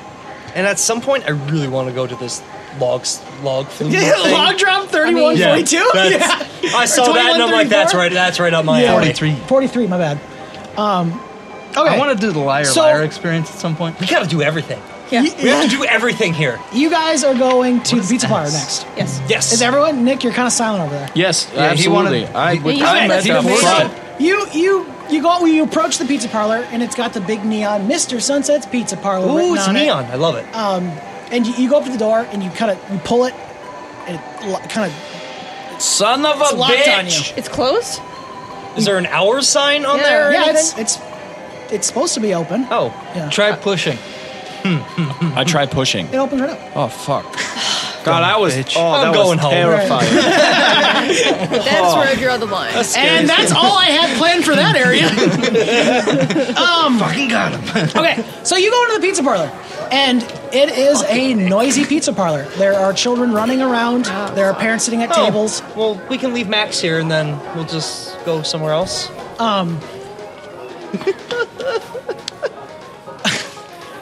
[SPEAKER 10] And at some point, I really want to go to this logs, log flume. thing.
[SPEAKER 1] Log drop 31,
[SPEAKER 6] Yeah,
[SPEAKER 1] 42?
[SPEAKER 10] That's- I saw that and I'm like, that's right, that's right up
[SPEAKER 1] *laughs*
[SPEAKER 10] my
[SPEAKER 1] Yeah.
[SPEAKER 10] alley.
[SPEAKER 3] 43.
[SPEAKER 1] 43, my bad. Um, okay.
[SPEAKER 3] I want to do the liar
[SPEAKER 1] So-
[SPEAKER 3] liar experience at some point.
[SPEAKER 10] We gotta do everything.
[SPEAKER 6] Yeah.
[SPEAKER 10] We have to do everything here.
[SPEAKER 1] You guys are going to the pizza parlor
[SPEAKER 3] S?
[SPEAKER 1] next.
[SPEAKER 6] Yes.
[SPEAKER 10] Yes.
[SPEAKER 1] Is everyone? Nick, you're kind of silent over there.
[SPEAKER 5] Yes,
[SPEAKER 3] he
[SPEAKER 5] absolutely.
[SPEAKER 3] wanted-
[SPEAKER 5] I
[SPEAKER 3] he-
[SPEAKER 5] would
[SPEAKER 6] he
[SPEAKER 5] I'm
[SPEAKER 6] wanted
[SPEAKER 5] at
[SPEAKER 6] to
[SPEAKER 5] the
[SPEAKER 6] make
[SPEAKER 5] front.
[SPEAKER 6] it.
[SPEAKER 1] You you you go. You approach the pizza parlor, and it's got the big neon "Mr. Sunset's Pizza Parlor."
[SPEAKER 10] Ooh,
[SPEAKER 1] written
[SPEAKER 10] it's
[SPEAKER 1] on it. Um,
[SPEAKER 10] neon. I love it.
[SPEAKER 1] And you, you go up to the door, and you kind of you pull it, and it kind of
[SPEAKER 5] Son of a
[SPEAKER 1] It's locked on
[SPEAKER 5] bitch!
[SPEAKER 6] It's closed.
[SPEAKER 10] Is there an hours sign on
[SPEAKER 6] Yeah.
[SPEAKER 10] there? or
[SPEAKER 1] yeah, it's
[SPEAKER 10] anything?
[SPEAKER 1] it's it's supposed to be open.
[SPEAKER 10] Oh.
[SPEAKER 1] Yeah.
[SPEAKER 3] Try pushing.
[SPEAKER 5] I tried pushing.
[SPEAKER 1] It opens right up.
[SPEAKER 5] Oh fuck! God, I was.
[SPEAKER 3] bitch.
[SPEAKER 5] Oh, that
[SPEAKER 10] I'm
[SPEAKER 5] was
[SPEAKER 10] going home.
[SPEAKER 5] terrifying.
[SPEAKER 6] That's where I draw the line.
[SPEAKER 1] And that's all I had planned for that
[SPEAKER 10] *laughs*
[SPEAKER 1] area.
[SPEAKER 3] Fucking got him.
[SPEAKER 1] Okay, so you go into the pizza parlor, and it is a noisy pizza parlor. There are children running around. There are parents sitting at
[SPEAKER 10] Oh,
[SPEAKER 1] tables.
[SPEAKER 10] Well, we can leave Max here and then we'll just go somewhere else.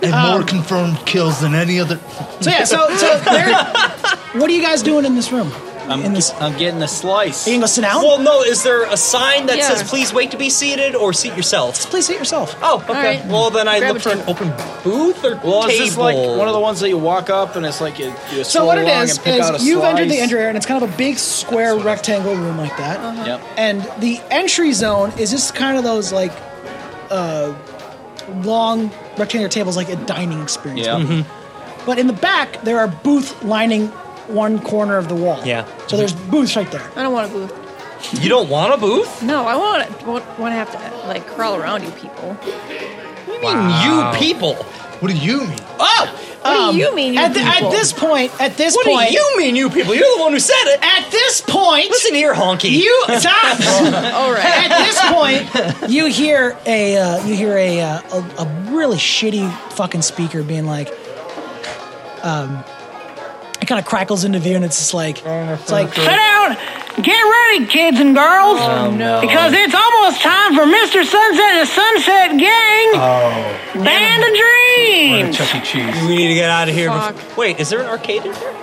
[SPEAKER 3] And more confirmed kills than any other.
[SPEAKER 1] So yeah, so so there. what are you guys doing in this room? in this, uh,
[SPEAKER 5] I'm getting a slice.
[SPEAKER 1] you can go sit down.
[SPEAKER 10] Well, no, is there a sign that
[SPEAKER 6] Yeah.
[SPEAKER 10] says please wait to be seated or seat yourself?
[SPEAKER 1] Please sit yourself.
[SPEAKER 10] Oh, okay.
[SPEAKER 6] right.
[SPEAKER 10] Well, then I
[SPEAKER 6] Grab
[SPEAKER 10] look
[SPEAKER 6] a
[SPEAKER 10] for an open booth or
[SPEAKER 5] Well,
[SPEAKER 10] table.
[SPEAKER 5] is this like one of the ones that you walk up and it's like you,
[SPEAKER 1] So
[SPEAKER 5] you scroll
[SPEAKER 1] what it
[SPEAKER 5] along
[SPEAKER 1] is
[SPEAKER 5] and pick out a
[SPEAKER 1] is you've entered the
[SPEAKER 5] slice? Uh-huh.
[SPEAKER 1] interior, and it's kind of a big square rectangle room like that.
[SPEAKER 5] Yep.
[SPEAKER 1] And the entry zone is just kind of those like uh, long rectangular tables like a dining experience.
[SPEAKER 5] Yeah.
[SPEAKER 1] But in the back, there are booths lining one corner of the wall.
[SPEAKER 10] Yeah.
[SPEAKER 1] So there's booths right there.
[SPEAKER 6] I don't want a booth.
[SPEAKER 10] You don't want a booth?
[SPEAKER 6] No, I want want want to have to like crawl around you people.
[SPEAKER 10] What do you mean, you people?
[SPEAKER 3] What do you mean?
[SPEAKER 10] Oh!
[SPEAKER 6] What do you mean, you
[SPEAKER 1] Um, at, the- at
[SPEAKER 6] people?
[SPEAKER 1] this point, at this
[SPEAKER 10] What
[SPEAKER 1] point,
[SPEAKER 10] do you mean, you people? You're the one who said it.
[SPEAKER 1] at this point,
[SPEAKER 10] Listen here, honky.
[SPEAKER 1] you stop.
[SPEAKER 6] *laughs* All
[SPEAKER 1] *laughs*
[SPEAKER 6] right.
[SPEAKER 1] at this point, you hear a uh, you hear a, uh, a a really shitty fucking speaker being like, um, it kind of crackles into view, and it's just like it's like
[SPEAKER 11] Sit down. Get ready, kids and girls. Because it's almost time for Mr. Sunset and Sunset Gang. Band of Dreams.
[SPEAKER 3] Chuck E. Cheese.
[SPEAKER 10] We need to get out of here.
[SPEAKER 6] Fuck.
[SPEAKER 10] before- Wait, is there an arcade in here?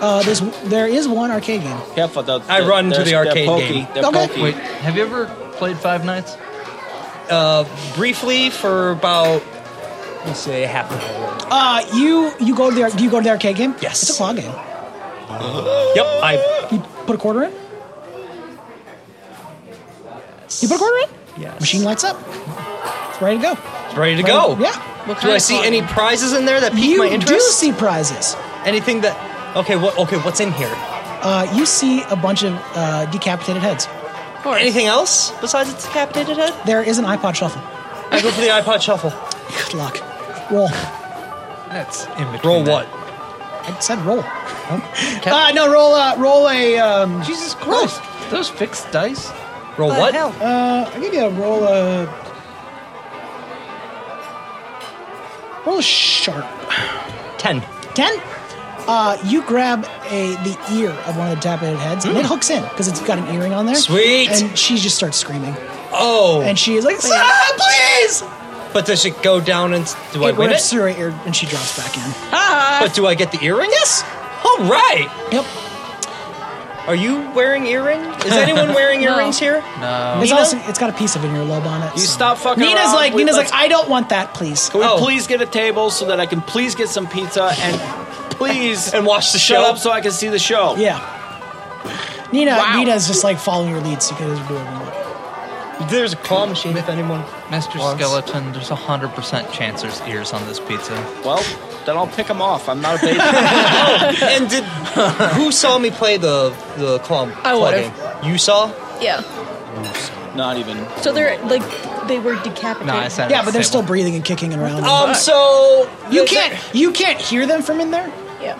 [SPEAKER 1] uh, there's there is one arcade game.
[SPEAKER 5] Careful, the,
[SPEAKER 10] I
[SPEAKER 5] the-
[SPEAKER 10] run to
[SPEAKER 5] there's-
[SPEAKER 10] the
[SPEAKER 5] they're
[SPEAKER 10] arcade
[SPEAKER 5] pokey.
[SPEAKER 10] game.
[SPEAKER 5] They're
[SPEAKER 1] Okay.
[SPEAKER 5] pokey.
[SPEAKER 3] Wait, have you ever played Five Nights?
[SPEAKER 10] Briefly, for about let's say half an hour.
[SPEAKER 1] Uh, you you go to the do you go to the arcade game?
[SPEAKER 10] Yes.
[SPEAKER 1] it's a claw game.
[SPEAKER 10] Yep, I.
[SPEAKER 1] You put a quarter in. You put a quarter in.
[SPEAKER 10] Yes.
[SPEAKER 1] Machine lights up. It's ready to go.
[SPEAKER 10] ready
[SPEAKER 1] Ready-
[SPEAKER 10] to go.
[SPEAKER 1] Yeah.
[SPEAKER 6] What
[SPEAKER 10] Do
[SPEAKER 6] kind
[SPEAKER 10] I
[SPEAKER 6] of
[SPEAKER 10] see
[SPEAKER 6] song?
[SPEAKER 10] any prizes in there that pique my
[SPEAKER 1] You
[SPEAKER 10] interest?
[SPEAKER 1] do see prizes.
[SPEAKER 10] anything that? Okay, what? Okay, what's in here?
[SPEAKER 1] Uh, you see a bunch of uh, decapitated heads.
[SPEAKER 6] Of course.
[SPEAKER 10] Anything else besides its decapitated head?
[SPEAKER 1] There is an iPod shuffle.
[SPEAKER 10] I go for the iPod shuffle.
[SPEAKER 1] Good luck. Roll.
[SPEAKER 3] That's in between.
[SPEAKER 10] Roll
[SPEAKER 3] that.
[SPEAKER 10] what?
[SPEAKER 1] I said roll. Uh, no, roll. Uh, roll a. Um,
[SPEAKER 3] Jesus Christ. Those fixed dice?
[SPEAKER 10] Roll what?
[SPEAKER 1] uh, I'll give you a roll. Uh, roll a sharp.
[SPEAKER 10] Ten.
[SPEAKER 1] Ten. Uh, you grab a the ear of one of the decapitated heads, and it
[SPEAKER 5] Hmm.
[SPEAKER 1] hooks in because it's got an earring on there.
[SPEAKER 10] Sweet.
[SPEAKER 1] And she just starts screaming,
[SPEAKER 10] Oh.
[SPEAKER 1] and she is like, "Ah, please!"
[SPEAKER 10] but does it go down and s- do I
[SPEAKER 1] It
[SPEAKER 10] win
[SPEAKER 1] rips
[SPEAKER 10] it?
[SPEAKER 1] through her ear, and she drops back in.
[SPEAKER 10] But do I get the earring? Yes. All right.
[SPEAKER 1] Yep.
[SPEAKER 10] Are you wearing earring? Is anyone wearing
[SPEAKER 6] *laughs* No.
[SPEAKER 10] earrings here?
[SPEAKER 1] It's
[SPEAKER 10] Nina?
[SPEAKER 1] also it's got a piece of an earlobe on it.
[SPEAKER 5] You
[SPEAKER 1] so-
[SPEAKER 5] stop fucking
[SPEAKER 1] Nina's
[SPEAKER 5] around.
[SPEAKER 1] like
[SPEAKER 5] We-
[SPEAKER 1] Nina's
[SPEAKER 5] let's-
[SPEAKER 1] like I don't want that, please.
[SPEAKER 5] Can we
[SPEAKER 10] Oh.
[SPEAKER 5] please get a table so that I can please get some pizza and please
[SPEAKER 10] *laughs* And watch the
[SPEAKER 5] shut
[SPEAKER 10] show?
[SPEAKER 5] up so I can see the show?
[SPEAKER 1] Yeah. Nina Nina's just like following your lead, so you can just do whatever you want.
[SPEAKER 10] There's a claw machine if anyone.
[SPEAKER 3] Mr.
[SPEAKER 10] Once.
[SPEAKER 3] Skeleton, there's a 100% chance there's ears on this pizza.
[SPEAKER 5] Well, then I'll pick them off. I'm not a
[SPEAKER 10] *laughs*
[SPEAKER 5] baby.
[SPEAKER 10] *laughs* and *laughs* did who saw me play the the claw,
[SPEAKER 6] I
[SPEAKER 10] claw game?
[SPEAKER 6] would've.
[SPEAKER 10] You saw?
[SPEAKER 6] Yeah.
[SPEAKER 5] not even.
[SPEAKER 6] So they're like they were decapitated.
[SPEAKER 3] No, I said
[SPEAKER 1] Yeah, but they're still breathing and kicking and around.
[SPEAKER 10] Um. So
[SPEAKER 1] you
[SPEAKER 10] there's a-
[SPEAKER 1] can't you can't hear them from in there
[SPEAKER 6] Yeah.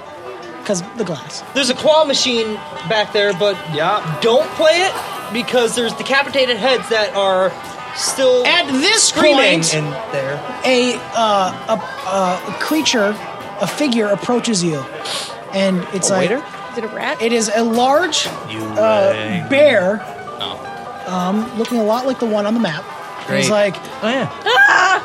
[SPEAKER 1] because the glass.
[SPEAKER 10] There's a claw machine back there, but
[SPEAKER 5] Yeah.
[SPEAKER 10] don't play it because there's decapitated heads that are still
[SPEAKER 1] At this
[SPEAKER 10] screaming
[SPEAKER 1] point,
[SPEAKER 10] in there.
[SPEAKER 1] a uh, a, a creature, a figure approaches you, and it's like
[SPEAKER 10] waiter?
[SPEAKER 6] Is it a rat?
[SPEAKER 1] it is a large uh, bear, um, looking a lot like the one on the map. And He's
[SPEAKER 3] Oh. Great.
[SPEAKER 1] like,
[SPEAKER 3] Oh, yeah.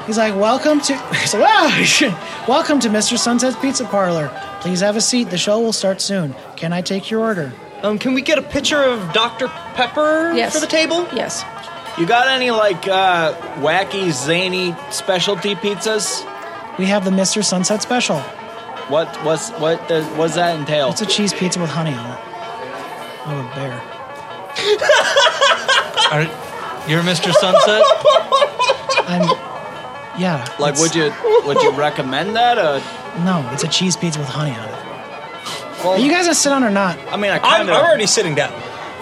[SPEAKER 1] *laughs* He's like, "Welcome to, he's like, "Wow, *laughs* shit. welcome to Mr. Sunset's Pizza Parlor. Please have a seat. The show will start soon. Can I take your order?"
[SPEAKER 10] Um, can we get a picture of Dr. Pepper
[SPEAKER 6] Yes.
[SPEAKER 10] for the table?
[SPEAKER 6] Yes.
[SPEAKER 5] You got any like uh, wacky, zany specialty pizzas?
[SPEAKER 1] We have the Mr. Sunset Special.
[SPEAKER 5] What what's what does what does that entail?
[SPEAKER 1] It's a cheese pizza with honey on it. Oh, a bear.
[SPEAKER 3] Are, you're Mr. Sunset?
[SPEAKER 1] I'm, *laughs* yeah.
[SPEAKER 5] like,
[SPEAKER 1] it's-
[SPEAKER 5] would you would you recommend that? Or
[SPEAKER 1] No, it's a cheese pizza with honey on it.
[SPEAKER 5] well,
[SPEAKER 1] Are you guys gonna sit down or not?
[SPEAKER 5] I mean, I
[SPEAKER 10] *laughs* I'm,
[SPEAKER 5] kind
[SPEAKER 10] I'm
[SPEAKER 5] of.
[SPEAKER 10] already sitting *laughs* down.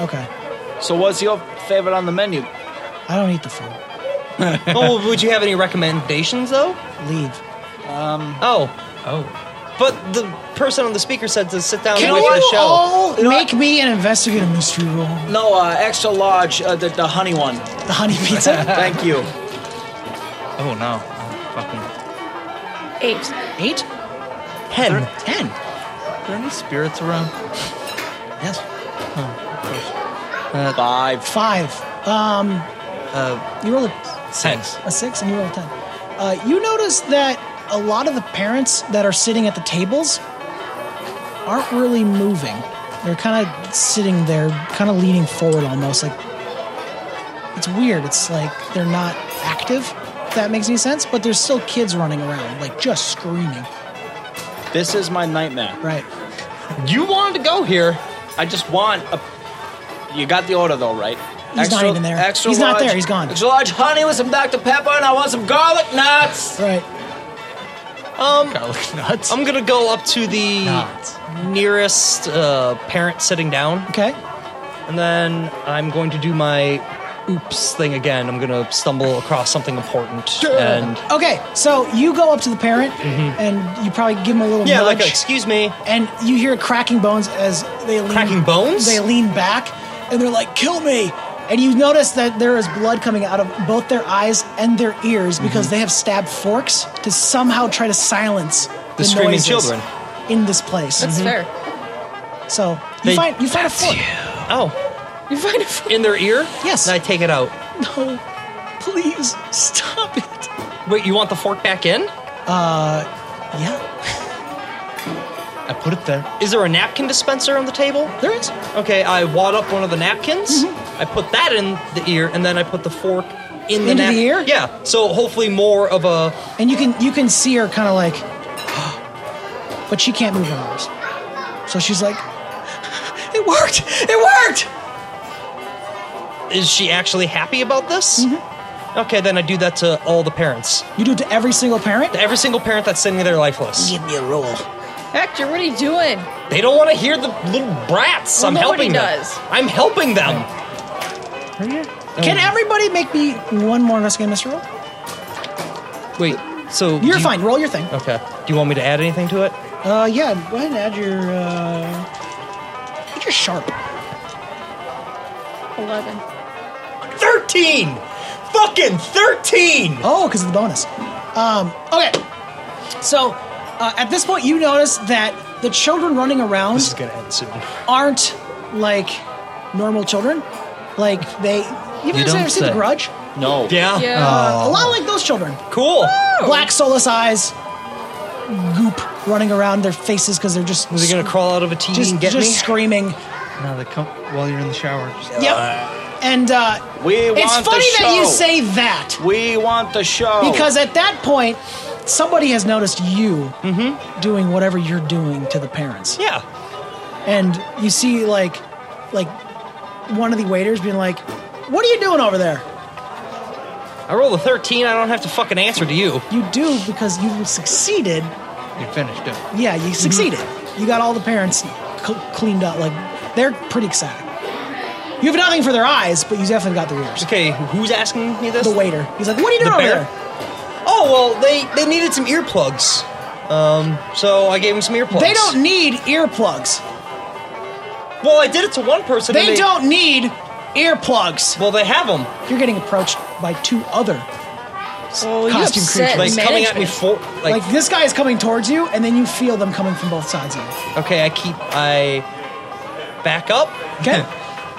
[SPEAKER 1] Okay.
[SPEAKER 5] So, what's your favorite on the menu?
[SPEAKER 1] I don't eat the food.
[SPEAKER 10] oh, would you have any recommendations though?
[SPEAKER 1] Leave.
[SPEAKER 10] Oh,
[SPEAKER 3] Oh.
[SPEAKER 10] but the person on the speaker said to sit down
[SPEAKER 5] Can
[SPEAKER 10] and wait for the
[SPEAKER 5] you
[SPEAKER 10] show.
[SPEAKER 1] all
[SPEAKER 5] You know
[SPEAKER 1] make me an investigative mystery roll?
[SPEAKER 5] No, uh, extra large, uh, the, the honey one.
[SPEAKER 1] The honey pizza.
[SPEAKER 5] Thank you.
[SPEAKER 3] Oh, no. Oh, fucking.
[SPEAKER 6] Eight.
[SPEAKER 1] Eight.
[SPEAKER 10] Ten.
[SPEAKER 1] Ten.
[SPEAKER 3] Are there any spirits around?
[SPEAKER 1] Yes.
[SPEAKER 5] Five.
[SPEAKER 1] Five. Um, you rolled a,
[SPEAKER 3] Sense.
[SPEAKER 1] a six and you rolled a ten. Uh, you notice that a lot of the parents that are sitting at the tables aren't really moving. They're kind of sitting there, kind of leaning forward almost. Like it's weird. It's like they're not active. If that makes any sense. But there's still kids running around, like just screaming.
[SPEAKER 5] This is my nightmare.
[SPEAKER 1] Right.
[SPEAKER 10] You wanted to go here.
[SPEAKER 5] I just want a. You got the order though, right?
[SPEAKER 1] He's not even there.
[SPEAKER 5] Extra
[SPEAKER 1] He's not
[SPEAKER 5] large-
[SPEAKER 1] there. He's gone.
[SPEAKER 5] Extra large honey with some Dr. Pepper, and I want some garlic nuts.
[SPEAKER 1] Right.
[SPEAKER 12] Garlic nuts.
[SPEAKER 3] Um,
[SPEAKER 10] I'm gonna go up to the nearest uh, parent sitting down,
[SPEAKER 1] Okay.
[SPEAKER 10] and then I'm going to do my oops thing again. I'm gonna stumble across something important, and Mm-hmm.
[SPEAKER 1] Okay. So you go up to the parent and you probably give him a little
[SPEAKER 10] yeah,
[SPEAKER 1] nudge,
[SPEAKER 10] like excuse me,
[SPEAKER 1] and you hear cracking bones as they lean,
[SPEAKER 10] Cracking bones?
[SPEAKER 1] They lean back and they're like, "Kill me." And you notice that there is blood coming out of both their eyes and their ears because
[SPEAKER 10] Mm-hmm.
[SPEAKER 1] they have stabbed forks to somehow try to silence the,
[SPEAKER 10] screaming
[SPEAKER 1] noises
[SPEAKER 10] children.
[SPEAKER 1] in this place.
[SPEAKER 3] Mm-hmm.
[SPEAKER 6] That's fair.
[SPEAKER 1] So you
[SPEAKER 10] They-
[SPEAKER 1] find you find a fork.
[SPEAKER 10] oh,
[SPEAKER 1] You find a fork.
[SPEAKER 10] in their ear.
[SPEAKER 1] Yes.
[SPEAKER 10] And I take it out.
[SPEAKER 1] No, please stop it.
[SPEAKER 10] Wait, you want the fork back in?
[SPEAKER 1] Yeah,
[SPEAKER 12] I put it there.
[SPEAKER 10] Is there a napkin dispenser on the table?
[SPEAKER 1] there is.
[SPEAKER 10] Okay, I wad up one of the napkins. I put that in the ear, and then I put the fork in the
[SPEAKER 1] Mm-hmm. Into the
[SPEAKER 10] napkin.
[SPEAKER 1] ear?
[SPEAKER 10] Yeah. So hopefully more of a
[SPEAKER 1] And you can you can see her kind of like, *gasps* but she can't move her arms. So she's like, it worked. It worked.
[SPEAKER 10] is she actually happy about this?
[SPEAKER 1] Mm-hmm.
[SPEAKER 10] Okay, then I do that to all the parents.
[SPEAKER 1] You do it to every single parent.
[SPEAKER 10] To every single parent that's sitting there lifeless.
[SPEAKER 1] Give me a roll.
[SPEAKER 6] Hector, what are you doing?
[SPEAKER 10] They don't want to hear the little brats.
[SPEAKER 6] Well,
[SPEAKER 10] I'm
[SPEAKER 6] nobody
[SPEAKER 10] helping them.
[SPEAKER 6] does.
[SPEAKER 10] I'm helping them.
[SPEAKER 1] Can everybody make me one more investigating mystery roll?
[SPEAKER 10] Wait, so do
[SPEAKER 1] You're
[SPEAKER 10] you- Oh.
[SPEAKER 1] fine. Roll your thing.
[SPEAKER 10] Okay. Do you want me to add anything to it?
[SPEAKER 1] Uh, yeah. Go ahead and add your uh, add your sharp.
[SPEAKER 6] 11.
[SPEAKER 13] 13! Fucking 13!
[SPEAKER 1] Oh, because of the bonus. Um, okay. So uh, at this point, you notice that the children running around
[SPEAKER 10] It's gonna end soon.
[SPEAKER 1] aren't like normal children. Like they, you guys
[SPEAKER 12] don't
[SPEAKER 1] ever seen The
[SPEAKER 12] say.
[SPEAKER 1] Grudge?
[SPEAKER 5] No.
[SPEAKER 3] Oh.
[SPEAKER 10] Yeah.
[SPEAKER 6] Yeah.
[SPEAKER 1] Uh, a lot like those children.
[SPEAKER 10] Cool.
[SPEAKER 1] Black soulless eyes, goop running around their faces because they're just
[SPEAKER 10] Was he gonna crawl out of a TV
[SPEAKER 1] just,
[SPEAKER 10] and get
[SPEAKER 1] just
[SPEAKER 10] me?
[SPEAKER 1] screaming.
[SPEAKER 3] Now they come while you're in the shower. Just,
[SPEAKER 1] Yep. And uh,
[SPEAKER 5] We
[SPEAKER 1] it's
[SPEAKER 5] want
[SPEAKER 1] funny
[SPEAKER 5] the show.
[SPEAKER 1] that you say that.
[SPEAKER 5] We want the show.
[SPEAKER 10] Oh.
[SPEAKER 1] Because at that point, somebody has noticed you
[SPEAKER 10] Mm-hmm.
[SPEAKER 1] doing whatever you're doing to the parents,
[SPEAKER 10] Yeah.
[SPEAKER 1] and you see like, like one of the waiters being like, "What are you doing over there?"
[SPEAKER 10] I rolled a 13. I don't have to fucking answer to you.
[SPEAKER 1] You do because you succeeded.
[SPEAKER 3] you finished it.
[SPEAKER 1] Yeah,
[SPEAKER 10] Mm-hmm.
[SPEAKER 1] you succeeded. You got all the parents c- cleaned up. Like they're pretty excited. You have nothing for their eyes, but you definitely got their ears.
[SPEAKER 10] Okay, who's asking me this?
[SPEAKER 1] The waiter, he's like, "What are you
[SPEAKER 10] The
[SPEAKER 1] doing over
[SPEAKER 10] bear?
[SPEAKER 1] there?"
[SPEAKER 10] Oh well, they they needed some earplugs. Um, so I gave them some earplugs.
[SPEAKER 1] They don't need earplugs.
[SPEAKER 10] Well, I did it to one person. and
[SPEAKER 1] They don't need earplugs.
[SPEAKER 10] Well, they have them.
[SPEAKER 1] You're getting approached by two other
[SPEAKER 6] Oh, you
[SPEAKER 1] costume
[SPEAKER 6] upset
[SPEAKER 1] creatures.
[SPEAKER 10] Like coming at me
[SPEAKER 6] management.
[SPEAKER 10] for like,
[SPEAKER 1] Like, this guy is coming towards you, and then you feel them coming from both sides of you.
[SPEAKER 10] Okay, I keep I back up.
[SPEAKER 1] Okay.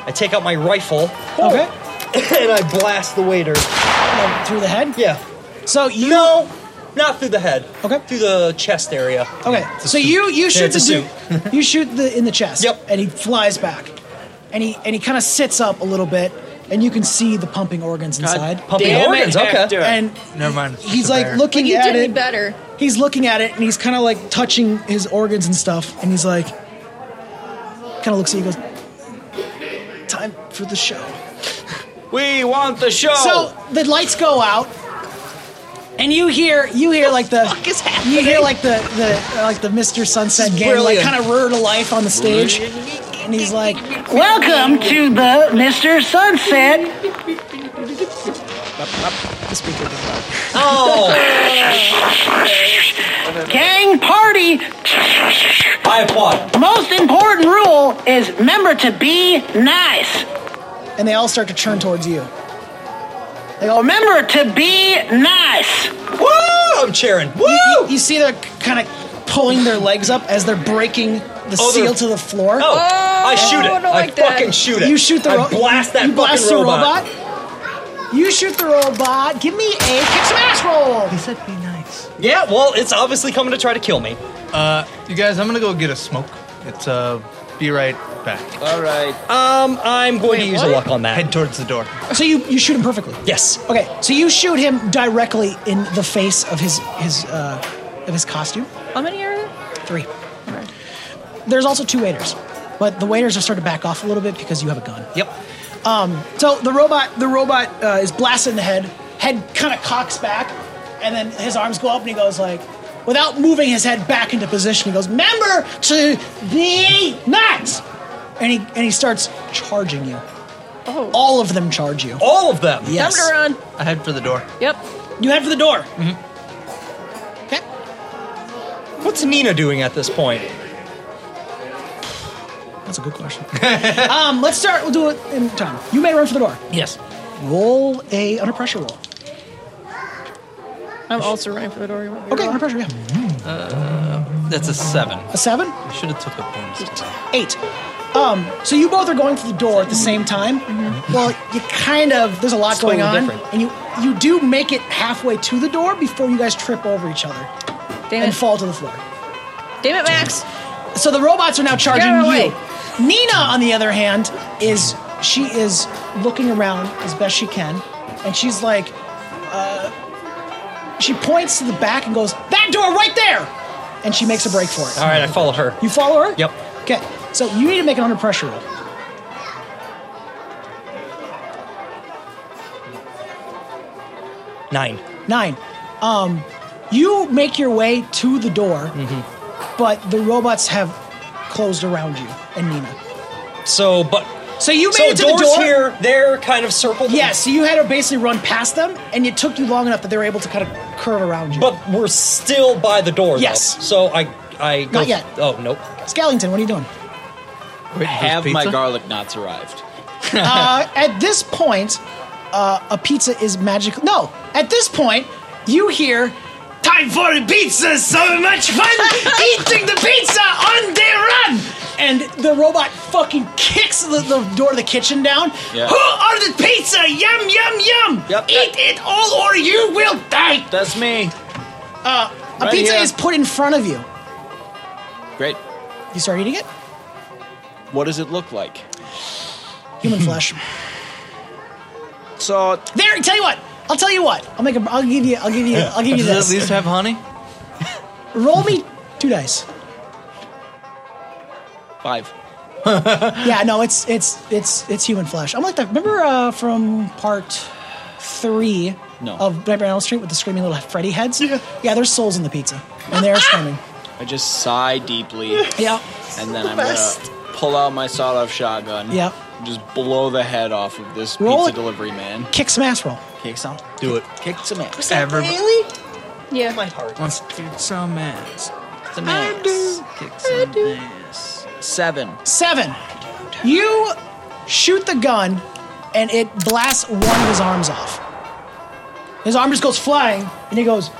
[SPEAKER 10] I take out my rifle
[SPEAKER 1] okay.
[SPEAKER 10] *laughs* and I blast the waiter.
[SPEAKER 1] Like, through the head.
[SPEAKER 10] Yeah.
[SPEAKER 1] So you.
[SPEAKER 10] No, not through the head.
[SPEAKER 1] Okay.
[SPEAKER 10] Through the chest area.
[SPEAKER 1] Okay. So you you shoot
[SPEAKER 10] it's
[SPEAKER 1] the
[SPEAKER 10] a
[SPEAKER 1] dude. you shoot the in the chest.
[SPEAKER 10] Yep.
[SPEAKER 1] And he flies back, and he and he kind of sits up a little bit, and you can see the pumping organs inside.
[SPEAKER 10] Pumping
[SPEAKER 5] Damn it,
[SPEAKER 10] organs. okay.
[SPEAKER 5] Hector.
[SPEAKER 1] and
[SPEAKER 3] Never mind. it's
[SPEAKER 1] he's
[SPEAKER 3] just a
[SPEAKER 1] like
[SPEAKER 3] bear.
[SPEAKER 1] looking
[SPEAKER 6] You
[SPEAKER 1] at
[SPEAKER 6] did me
[SPEAKER 1] it.
[SPEAKER 6] better.
[SPEAKER 1] He's looking at it, and he's kind of like touching his organs and stuff, and he's like, kind of looks at you, and goes, "Time for the show."
[SPEAKER 5] we want the show.
[SPEAKER 10] Oh.
[SPEAKER 1] So the lights go out, and you hear you hear like the you hear like the the uh, like the Mr. Sunset game like
[SPEAKER 10] brilliant.
[SPEAKER 1] kind of roar to life on the stage, and he's like,
[SPEAKER 11] Welcome to the Mr. Sunset.
[SPEAKER 10] Oh,
[SPEAKER 11] Gang party.
[SPEAKER 10] I applaud.
[SPEAKER 11] Most important rule is remember to be nice.
[SPEAKER 1] and they all start to turn towards you. They all
[SPEAKER 11] Remember to be nice.
[SPEAKER 10] Woo! I'm cheering. Woo!
[SPEAKER 1] you, you see they're kind of pulling their legs up as they're breaking the
[SPEAKER 10] Oh, they're-
[SPEAKER 1] seal to the floor.
[SPEAKER 10] Oh, I shoot it.
[SPEAKER 6] I don't
[SPEAKER 10] I
[SPEAKER 6] like that.
[SPEAKER 10] fucking shoot it.
[SPEAKER 1] You shoot the
[SPEAKER 10] I
[SPEAKER 1] ro-
[SPEAKER 10] blast that
[SPEAKER 1] you blast
[SPEAKER 10] fucking
[SPEAKER 1] the
[SPEAKER 10] robot.
[SPEAKER 1] robot. You shoot the robot. Give me a kick some ass roll.
[SPEAKER 3] He said be nice.
[SPEAKER 10] Yeah, well, it's obviously coming to try to kill me.
[SPEAKER 3] Uh, you guys, I'm gonna go get a smoke. It's uh, be right back.
[SPEAKER 5] all right.
[SPEAKER 10] Um, I'm going to use a luck on that.
[SPEAKER 3] Head towards the door.
[SPEAKER 1] So you you shoot him perfectly.
[SPEAKER 10] yes.
[SPEAKER 1] Okay, so you shoot him directly in the face of his his uh, of his costume.
[SPEAKER 6] How many are there?
[SPEAKER 1] Three. There's also two waiters, but the waiters have started to back off a little bit because you have a gun.
[SPEAKER 10] Yep.
[SPEAKER 1] Um, so the robot, the robot uh, is blasted in the head. Head kind of cocks back, and then his arms go up, and he goes like, without moving his head back into position, he goes, "Member to be not," and he and he starts charging you.
[SPEAKER 6] Oh.
[SPEAKER 1] All of them charge you.
[SPEAKER 10] All of them.
[SPEAKER 1] Yes.
[SPEAKER 6] Time to run.
[SPEAKER 3] *laughs* I head for the door.
[SPEAKER 6] Yep.
[SPEAKER 1] You head for the door.
[SPEAKER 10] What's Nina doing at this point?
[SPEAKER 1] That's a good question. um, let's start. We'll do it in time. You may run for the door.
[SPEAKER 10] Yes.
[SPEAKER 1] Roll a under pressure roll.
[SPEAKER 6] I'm also running for the door. You want me to
[SPEAKER 1] Okay,
[SPEAKER 6] roll?
[SPEAKER 1] under pressure. Yeah,
[SPEAKER 3] Uh, That's a seven.
[SPEAKER 1] a seven.
[SPEAKER 3] I should have took a bonus.
[SPEAKER 1] eight. Um, so you both are going for the door at the same time.
[SPEAKER 3] Mm-hmm.
[SPEAKER 1] Well, you kind of there's a lot going on, and you you do make it halfway to the door before you guys trip over each other
[SPEAKER 6] Damn
[SPEAKER 1] and
[SPEAKER 6] it.
[SPEAKER 1] fall to the floor.
[SPEAKER 6] Damn it, Max.
[SPEAKER 1] So the robots are now charging
[SPEAKER 6] Get out of the
[SPEAKER 1] you.
[SPEAKER 6] way.
[SPEAKER 1] Nina, on the other hand, is she is looking around as best she can, and she's like, uh, she points to the back and goes, "That door right there," and she makes a break for it.
[SPEAKER 10] All right, I follow her.
[SPEAKER 1] You follow her?
[SPEAKER 10] Yep.
[SPEAKER 1] Okay. So you need to make an under pressure roll.
[SPEAKER 10] Nine.
[SPEAKER 1] Nine. Um, you make your way to the door,
[SPEAKER 6] Mm-hmm.
[SPEAKER 1] but the robots have closed around you and Nina.
[SPEAKER 10] So, but
[SPEAKER 1] So you made
[SPEAKER 10] so
[SPEAKER 1] it to
[SPEAKER 10] doors
[SPEAKER 1] the door.
[SPEAKER 10] here, there, kind of circled.
[SPEAKER 1] Yeah, so you had to basically run past them, and it took you long enough that they were able to kind of curve around you.
[SPEAKER 10] But we're still by the door. though.
[SPEAKER 1] Yes.
[SPEAKER 10] So I, I go
[SPEAKER 1] Not yet.
[SPEAKER 10] Oh nope.
[SPEAKER 1] Skellington, what are you
[SPEAKER 5] *laughs*
[SPEAKER 1] doing?
[SPEAKER 3] Wait,
[SPEAKER 5] Have my
[SPEAKER 3] pizza?
[SPEAKER 5] garlic knots arrived?
[SPEAKER 1] uh, at this point, uh, a pizza is magical. No, at this point, you hear. Time for a pizza! So much
[SPEAKER 5] *laughs*
[SPEAKER 1] fun eating the pizza on the run! And the robot fucking kicks the, the door of the kitchen down.
[SPEAKER 5] Yeah.
[SPEAKER 1] Who ordered pizza? Yum, yum, yum!
[SPEAKER 5] Yep, that-
[SPEAKER 1] Eat it all or you will die!
[SPEAKER 5] That's me.
[SPEAKER 1] a
[SPEAKER 5] right
[SPEAKER 1] pizza
[SPEAKER 5] here.
[SPEAKER 1] is put in front of you.
[SPEAKER 5] Great.
[SPEAKER 1] You start eating it?
[SPEAKER 5] What does it look like? *laughs*
[SPEAKER 1] Human flesh.
[SPEAKER 5] So
[SPEAKER 1] There, tell you what. I'll tell you what. I'll make a. I'll give you. I'll give you. I'll give you
[SPEAKER 5] *laughs*
[SPEAKER 3] Does it at
[SPEAKER 1] this.
[SPEAKER 3] least have honey?
[SPEAKER 1] Roll me two dice.
[SPEAKER 5] five.
[SPEAKER 1] Yeah, no, it's it's it's it's human flesh. I'm like that. Remember uh, from part three
[SPEAKER 5] No.
[SPEAKER 1] of Nightmare on Elm Street with the screaming little Freddy heads? Yeah, yeah, there's souls in the pizza, and they're screaming.
[SPEAKER 5] I just sigh deeply.
[SPEAKER 1] Yeah,
[SPEAKER 5] And then I'm gonna pull out my sawed-off shotgun.
[SPEAKER 1] Yep.
[SPEAKER 5] and Just blow the head off of this
[SPEAKER 1] Roll
[SPEAKER 5] pizza
[SPEAKER 1] it.
[SPEAKER 5] delivery man.
[SPEAKER 1] kick some ass roll.
[SPEAKER 5] Kick some.
[SPEAKER 3] Do it.
[SPEAKER 5] Kick some ass.
[SPEAKER 3] Everybody
[SPEAKER 6] Yeah.
[SPEAKER 3] wants to kick some ass.
[SPEAKER 5] Some ass.
[SPEAKER 3] Kick some ass.
[SPEAKER 5] Seven.
[SPEAKER 1] Seven. You shoot the gun, and it blasts one of his arms off. His arm just goes flying, and he goes.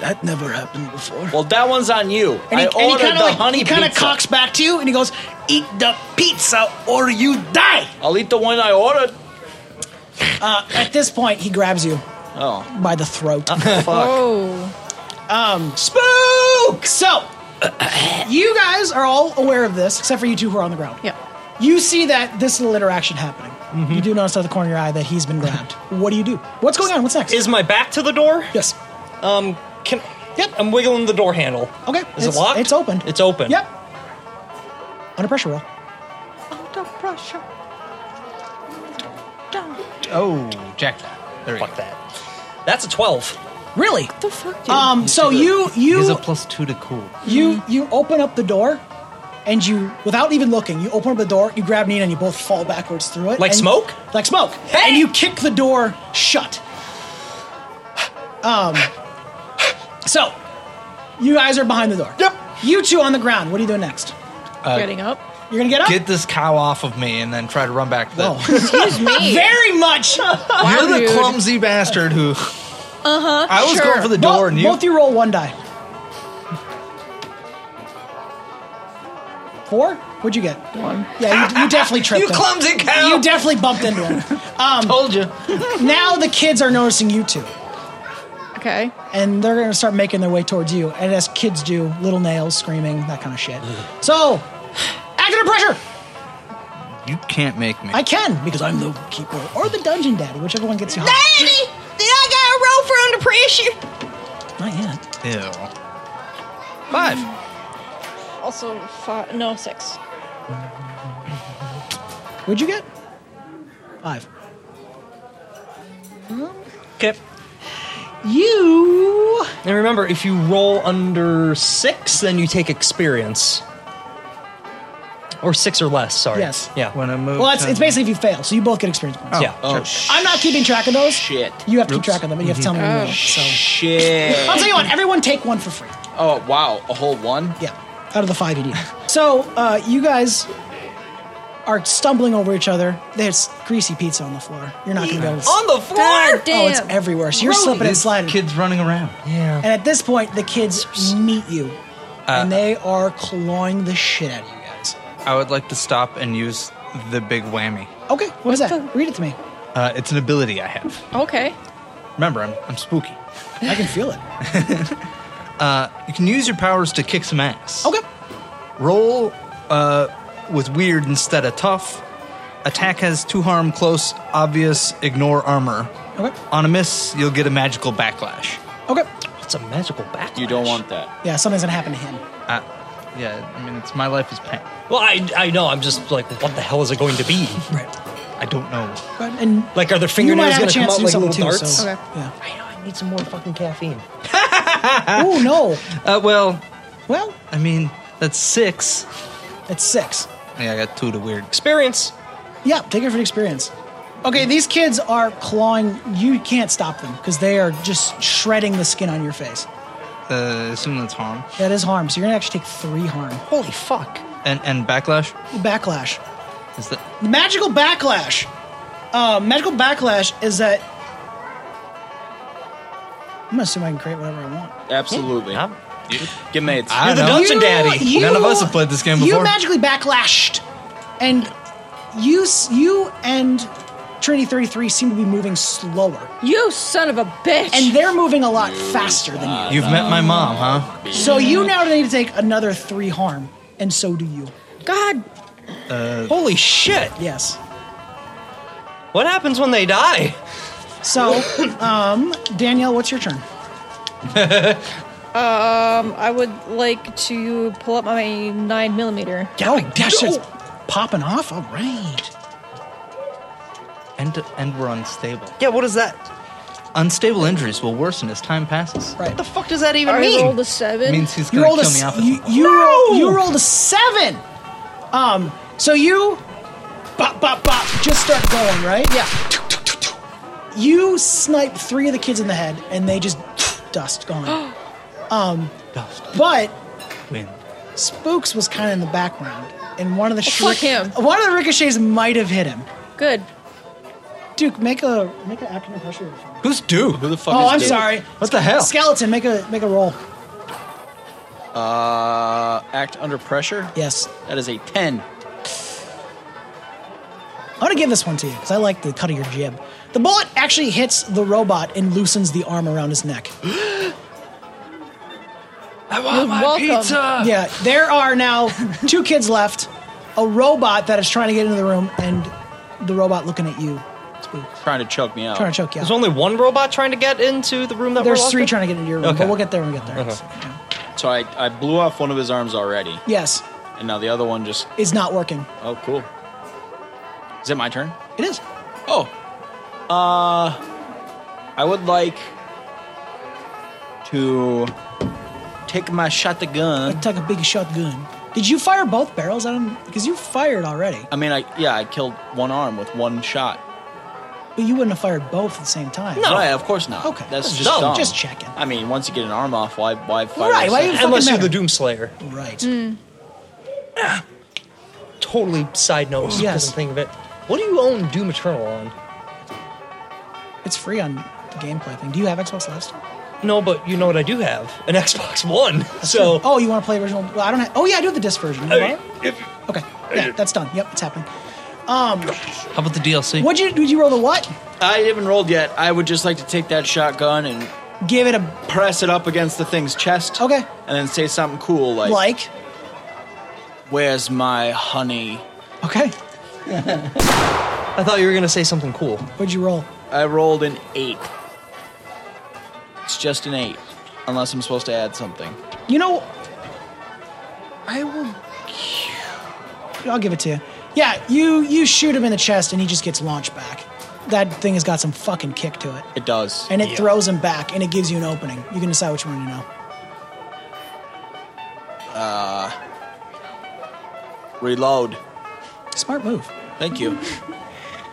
[SPEAKER 1] That never happened before.
[SPEAKER 5] Well, that one's on you.
[SPEAKER 1] And
[SPEAKER 5] I
[SPEAKER 1] he, and he
[SPEAKER 5] ordered
[SPEAKER 1] kind
[SPEAKER 5] the
[SPEAKER 1] of like,
[SPEAKER 5] honey
[SPEAKER 1] he kind of
[SPEAKER 5] pizza.
[SPEAKER 1] cocks back to you, and he goes, "Eat the pizza or you die."
[SPEAKER 5] I'll eat the one I ordered.
[SPEAKER 1] At this point, he grabs you
[SPEAKER 5] Oh,
[SPEAKER 1] by the throat.
[SPEAKER 5] fuck.
[SPEAKER 6] Oh.
[SPEAKER 1] Spook! So, you guys are all aware of this, except for you two who are on the ground.
[SPEAKER 6] Yeah.
[SPEAKER 1] You see that this little interaction happening.
[SPEAKER 10] Mm-hmm.
[SPEAKER 1] You do notice out of the corner of your eye that he's
[SPEAKER 10] *laughs*
[SPEAKER 1] been grabbed. what do you do? What's going on? What's next?
[SPEAKER 10] Is my back to the door?
[SPEAKER 1] yes.
[SPEAKER 10] Can
[SPEAKER 1] Yep.
[SPEAKER 10] I'm wiggling the door handle.
[SPEAKER 1] Okay.
[SPEAKER 10] Um, Is
[SPEAKER 1] it's,
[SPEAKER 10] it locked?
[SPEAKER 1] It's open.
[SPEAKER 10] It's open.
[SPEAKER 1] Yep. Under pressure roll.
[SPEAKER 6] Under pressure. Down. What
[SPEAKER 3] Oh, Jack. There you go.
[SPEAKER 10] Fuck that. That's a twelve.
[SPEAKER 1] Really?
[SPEAKER 6] the fuck, dude?
[SPEAKER 1] Um. So you
[SPEAKER 3] He's a
[SPEAKER 1] you
[SPEAKER 3] plus two to cool.
[SPEAKER 1] you you open up the door, and you without even looking, you open up the door, you grab Nina, and you both fall backwards through it.
[SPEAKER 10] Like
[SPEAKER 1] and-
[SPEAKER 10] smoke?
[SPEAKER 1] Like smoke.
[SPEAKER 10] Hey!
[SPEAKER 1] And you kick the door shut. Um. So, you guys are behind the door. Yep. You two on the ground. What are you doing next?
[SPEAKER 6] Getting up.
[SPEAKER 1] You're gonna get up.
[SPEAKER 3] Get this cow off of me and then try to run back to the.
[SPEAKER 6] Excuse me.
[SPEAKER 1] Very much.
[SPEAKER 3] *laughs* You're the
[SPEAKER 6] Dude.
[SPEAKER 3] clumsy bastard who. Uh huh.
[SPEAKER 1] Uh-huh,
[SPEAKER 3] I was
[SPEAKER 6] sure.
[SPEAKER 3] going for the door
[SPEAKER 1] both,
[SPEAKER 3] and you.
[SPEAKER 1] both you roll one die. Four? What'd you get?
[SPEAKER 6] One.
[SPEAKER 1] Yeah, you, you definitely tripped.
[SPEAKER 3] You
[SPEAKER 1] him.
[SPEAKER 3] clumsy cow!
[SPEAKER 1] You definitely bumped into him.
[SPEAKER 3] told you.
[SPEAKER 1] now the kids are noticing you two,
[SPEAKER 6] Okay.
[SPEAKER 1] and they're gonna start making their way towards you. And as kids do, little nails screaming, that kind of shit. so, act under pressure.
[SPEAKER 3] You can't make me.
[SPEAKER 1] I can because I'm the keeper or the dungeon daddy, whichever one gets you. hot.
[SPEAKER 6] Daddy, did I got a roll for under pressure?
[SPEAKER 1] Not yet.
[SPEAKER 3] Ew. Five.
[SPEAKER 6] Also, five, no, six.
[SPEAKER 1] What'd you get? Five.
[SPEAKER 4] Okay.
[SPEAKER 1] You.
[SPEAKER 4] And remember, if you roll under six, then you take experience. Or six or less, sorry.
[SPEAKER 1] Yes.
[SPEAKER 4] Yeah.
[SPEAKER 3] When I move,
[SPEAKER 1] Well, it's,
[SPEAKER 3] to-
[SPEAKER 1] it's basically if you fail, so you both get experience points.
[SPEAKER 4] yeah.
[SPEAKER 5] Oh, sh-
[SPEAKER 1] I'm not keeping track of those.
[SPEAKER 5] Shit.
[SPEAKER 1] You have to keep track of them, and you have to tell me when
[SPEAKER 6] Mm-hmm.
[SPEAKER 1] you roll.
[SPEAKER 6] Oh,
[SPEAKER 1] So *laughs*
[SPEAKER 5] shit.
[SPEAKER 1] I'll tell you what. Everyone take one for free.
[SPEAKER 5] Oh, wow. A whole one?
[SPEAKER 1] Yeah, out of the five you need. So uh, you guys are stumbling over each other. There's greasy pizza on the floor. You're not gonna be able to.
[SPEAKER 4] On the floor!
[SPEAKER 6] God Oh, damn.
[SPEAKER 1] Oh, it's everywhere. So you're slipping and
[SPEAKER 3] These
[SPEAKER 1] sliding.
[SPEAKER 3] Kids running around.
[SPEAKER 1] And at this point, the kids meet you,
[SPEAKER 4] Uh,
[SPEAKER 1] and they are clawing the shit out of you guys.
[SPEAKER 3] I would like to stop and use the big whammy.
[SPEAKER 1] Okay, what is that? Read it to me.
[SPEAKER 3] Uh, it's an ability I have.
[SPEAKER 6] Okay.
[SPEAKER 3] Remember, I'm, I'm spooky.
[SPEAKER 1] I can feel it.
[SPEAKER 3] You can use your powers to kick some ass.
[SPEAKER 1] Okay.
[SPEAKER 3] Roll uh, with weird instead of tough. Attack has two harm, close, obvious, ignore armor.
[SPEAKER 1] Okay.
[SPEAKER 3] On a miss, you'll get a magical backlash.
[SPEAKER 1] Okay.
[SPEAKER 4] It's a magical backlash.
[SPEAKER 5] You don't want that.
[SPEAKER 1] Yeah, something's gonna happen to him.
[SPEAKER 3] Uh, yeah, I mean, it's my life is pain.
[SPEAKER 4] Well, I, I know. I'm just like, what the hell is it going to be?
[SPEAKER 1] Right.
[SPEAKER 3] I don't know.
[SPEAKER 1] But, and
[SPEAKER 4] Like, are their
[SPEAKER 1] you
[SPEAKER 4] fingernails
[SPEAKER 1] might have a
[SPEAKER 4] going to come out
[SPEAKER 1] chance to do
[SPEAKER 4] like
[SPEAKER 1] something
[SPEAKER 4] little
[SPEAKER 1] too.
[SPEAKER 4] darts?
[SPEAKER 1] So,
[SPEAKER 6] Okay.
[SPEAKER 1] yeah.
[SPEAKER 4] I know. I need some more fucking caffeine. Ah.
[SPEAKER 1] Oh no.
[SPEAKER 3] Uh, well,
[SPEAKER 1] Well,
[SPEAKER 3] I mean, that's six.
[SPEAKER 1] it's six.
[SPEAKER 3] Yeah, I got two to weird.
[SPEAKER 4] Experience.
[SPEAKER 1] Yeah, take it for the experience. Okay, these kids are clawing. You can't stop them because they are just shredding the skin on your face.
[SPEAKER 3] Uh, assume that's harm.
[SPEAKER 1] That is harm. So you're gonna actually take three harm.
[SPEAKER 4] Holy fuck.
[SPEAKER 3] And and backlash
[SPEAKER 1] Backlash.
[SPEAKER 3] is that
[SPEAKER 1] Magical backlash. Uh, magical backlash is that. I'm gonna assume I can create whatever I want.
[SPEAKER 5] Absolutely.
[SPEAKER 4] Huh?
[SPEAKER 5] Get mates.
[SPEAKER 3] I
[SPEAKER 4] the
[SPEAKER 3] don't know.
[SPEAKER 4] dungeon daddy.
[SPEAKER 3] None of us have played this game
[SPEAKER 1] You
[SPEAKER 3] before.
[SPEAKER 1] magically backlashed, and you s- you and Trinity 33 seem to be moving slower,
[SPEAKER 6] You son of a bitch.
[SPEAKER 1] and they're moving a lot faster than you.
[SPEAKER 3] You've met my mom, huh?
[SPEAKER 1] So you now need to take another three harm, and so do you.
[SPEAKER 6] God.
[SPEAKER 4] Holy shit.
[SPEAKER 1] Yes.
[SPEAKER 4] What happens when they die?
[SPEAKER 1] *laughs* So, um, Danielle, what's your turn?
[SPEAKER 6] Um, I would like to pull up my nine millimeter.
[SPEAKER 1] Yeah, oh, that shit's popping off. All right.
[SPEAKER 3] And and we're unstable.
[SPEAKER 4] Yeah, what is that?
[SPEAKER 3] Unstable injuries will worsen as time passes.
[SPEAKER 1] Right.
[SPEAKER 4] The fuck does that even
[SPEAKER 6] I
[SPEAKER 4] mean?
[SPEAKER 6] rolled a seven.
[SPEAKER 3] means he's
[SPEAKER 1] you
[SPEAKER 3] gonna
[SPEAKER 1] rolled
[SPEAKER 3] kill
[SPEAKER 1] a
[SPEAKER 3] me
[SPEAKER 1] s-
[SPEAKER 3] off. at
[SPEAKER 1] you,
[SPEAKER 3] some point.
[SPEAKER 1] you, rolled, you rolled a seven. Um, so you bop bop bop just start going right.
[SPEAKER 6] Yeah.
[SPEAKER 1] You snipe three of the kids in the head, and they just dust gone.
[SPEAKER 6] *gasps*
[SPEAKER 1] um, but
[SPEAKER 3] Win.
[SPEAKER 1] Spooks was kind of in the background, and one of the
[SPEAKER 6] fuck him.
[SPEAKER 1] one of the ricochets might have hit him.
[SPEAKER 6] Good.
[SPEAKER 1] Duke, make a make an acronym pressure. roll for me.
[SPEAKER 3] Who's Duke? Who the fuck?
[SPEAKER 1] Oh, I'm sorry.
[SPEAKER 3] What the hell?
[SPEAKER 1] Skeleton, make a make a roll.
[SPEAKER 5] Uh, act under pressure?
[SPEAKER 1] Yes,
[SPEAKER 5] That is a 10.
[SPEAKER 1] I'm gonna give this one to you because I like the cut of your jib. The bullet actually hits the robot and loosens the arm around
[SPEAKER 4] *gasps*
[SPEAKER 1] his neck.
[SPEAKER 6] You're welcome.
[SPEAKER 1] yeah, there are now two kids left, a robot that is trying to get into the room, and the robot looking at you,
[SPEAKER 5] Trying to choke me out.
[SPEAKER 1] trying to choke you
[SPEAKER 4] There's
[SPEAKER 1] out.
[SPEAKER 4] only one robot trying to get into the room that we're
[SPEAKER 1] There's
[SPEAKER 4] locked
[SPEAKER 1] three
[SPEAKER 4] in?
[SPEAKER 1] trying to get into your room,
[SPEAKER 4] Okay. Uh-huh.
[SPEAKER 1] but we'll get there when we get there.
[SPEAKER 5] So I, I blew off one of his arms already,
[SPEAKER 1] Yes,
[SPEAKER 5] and now the other one just.
[SPEAKER 1] it's not working.
[SPEAKER 5] Oh, cool. Is it my turn?
[SPEAKER 1] It is.
[SPEAKER 5] Oh. Uh, I would like to take my shotgun.
[SPEAKER 1] It's like a big shotgun. Did you fire both barrels at him? Because you fired already,
[SPEAKER 5] I mean, I yeah, I killed one arm with one shot.
[SPEAKER 1] but you wouldn't have fired both at the same time.
[SPEAKER 5] No, right, of course not.
[SPEAKER 1] Okay.
[SPEAKER 5] that's
[SPEAKER 1] That's
[SPEAKER 5] just
[SPEAKER 1] dumb.
[SPEAKER 5] dumb.
[SPEAKER 1] Just checking.
[SPEAKER 5] I mean, once you get an arm off, why why fire?
[SPEAKER 1] Right,
[SPEAKER 5] a
[SPEAKER 1] why
[SPEAKER 5] second?
[SPEAKER 1] you-
[SPEAKER 4] Unless you're
[SPEAKER 1] Fucking
[SPEAKER 4] the Doomslayer.
[SPEAKER 1] Right.
[SPEAKER 6] Mm-hmm.
[SPEAKER 4] Totally side note.
[SPEAKER 1] Yes.
[SPEAKER 4] Yes. Think of it. What do you own Doom Eternal on?
[SPEAKER 1] It's free on the gameplay thing. Do you have Xbox Last?
[SPEAKER 4] No, but you know what I do have? An *laughs* Xbox One. so
[SPEAKER 1] Oh, you want to play original? Well, I don't. Have, oh yeah, I do have the disc version. You want it?
[SPEAKER 4] if-
[SPEAKER 1] okay, yeah, that's done. Yep, it's happening.
[SPEAKER 3] How about the DLC?
[SPEAKER 1] What'd you? Did you roll the what?
[SPEAKER 5] I haven't rolled yet. I would just like to take that shotgun and
[SPEAKER 1] Give it a
[SPEAKER 5] press it up against the thing's chest.
[SPEAKER 1] Okay.
[SPEAKER 5] And then say something cool like,
[SPEAKER 1] like.
[SPEAKER 5] "Where's my honey?"
[SPEAKER 1] Okay.
[SPEAKER 4] I thought you were gonna say something cool.
[SPEAKER 1] What'd you roll?
[SPEAKER 5] I rolled an eight. It's just an eight, unless I'm supposed to add something.
[SPEAKER 1] You know, I will. I'll give it to you. Yeah, Yeah, you you shoot him in the chest and he just gets launched back. That thing has got some fucking kick to it.
[SPEAKER 5] It does.
[SPEAKER 1] And it throws him back and it gives you an opening. You can decide which one you know.
[SPEAKER 5] Reload.
[SPEAKER 1] Smart move. *laughs*
[SPEAKER 5] Thank you.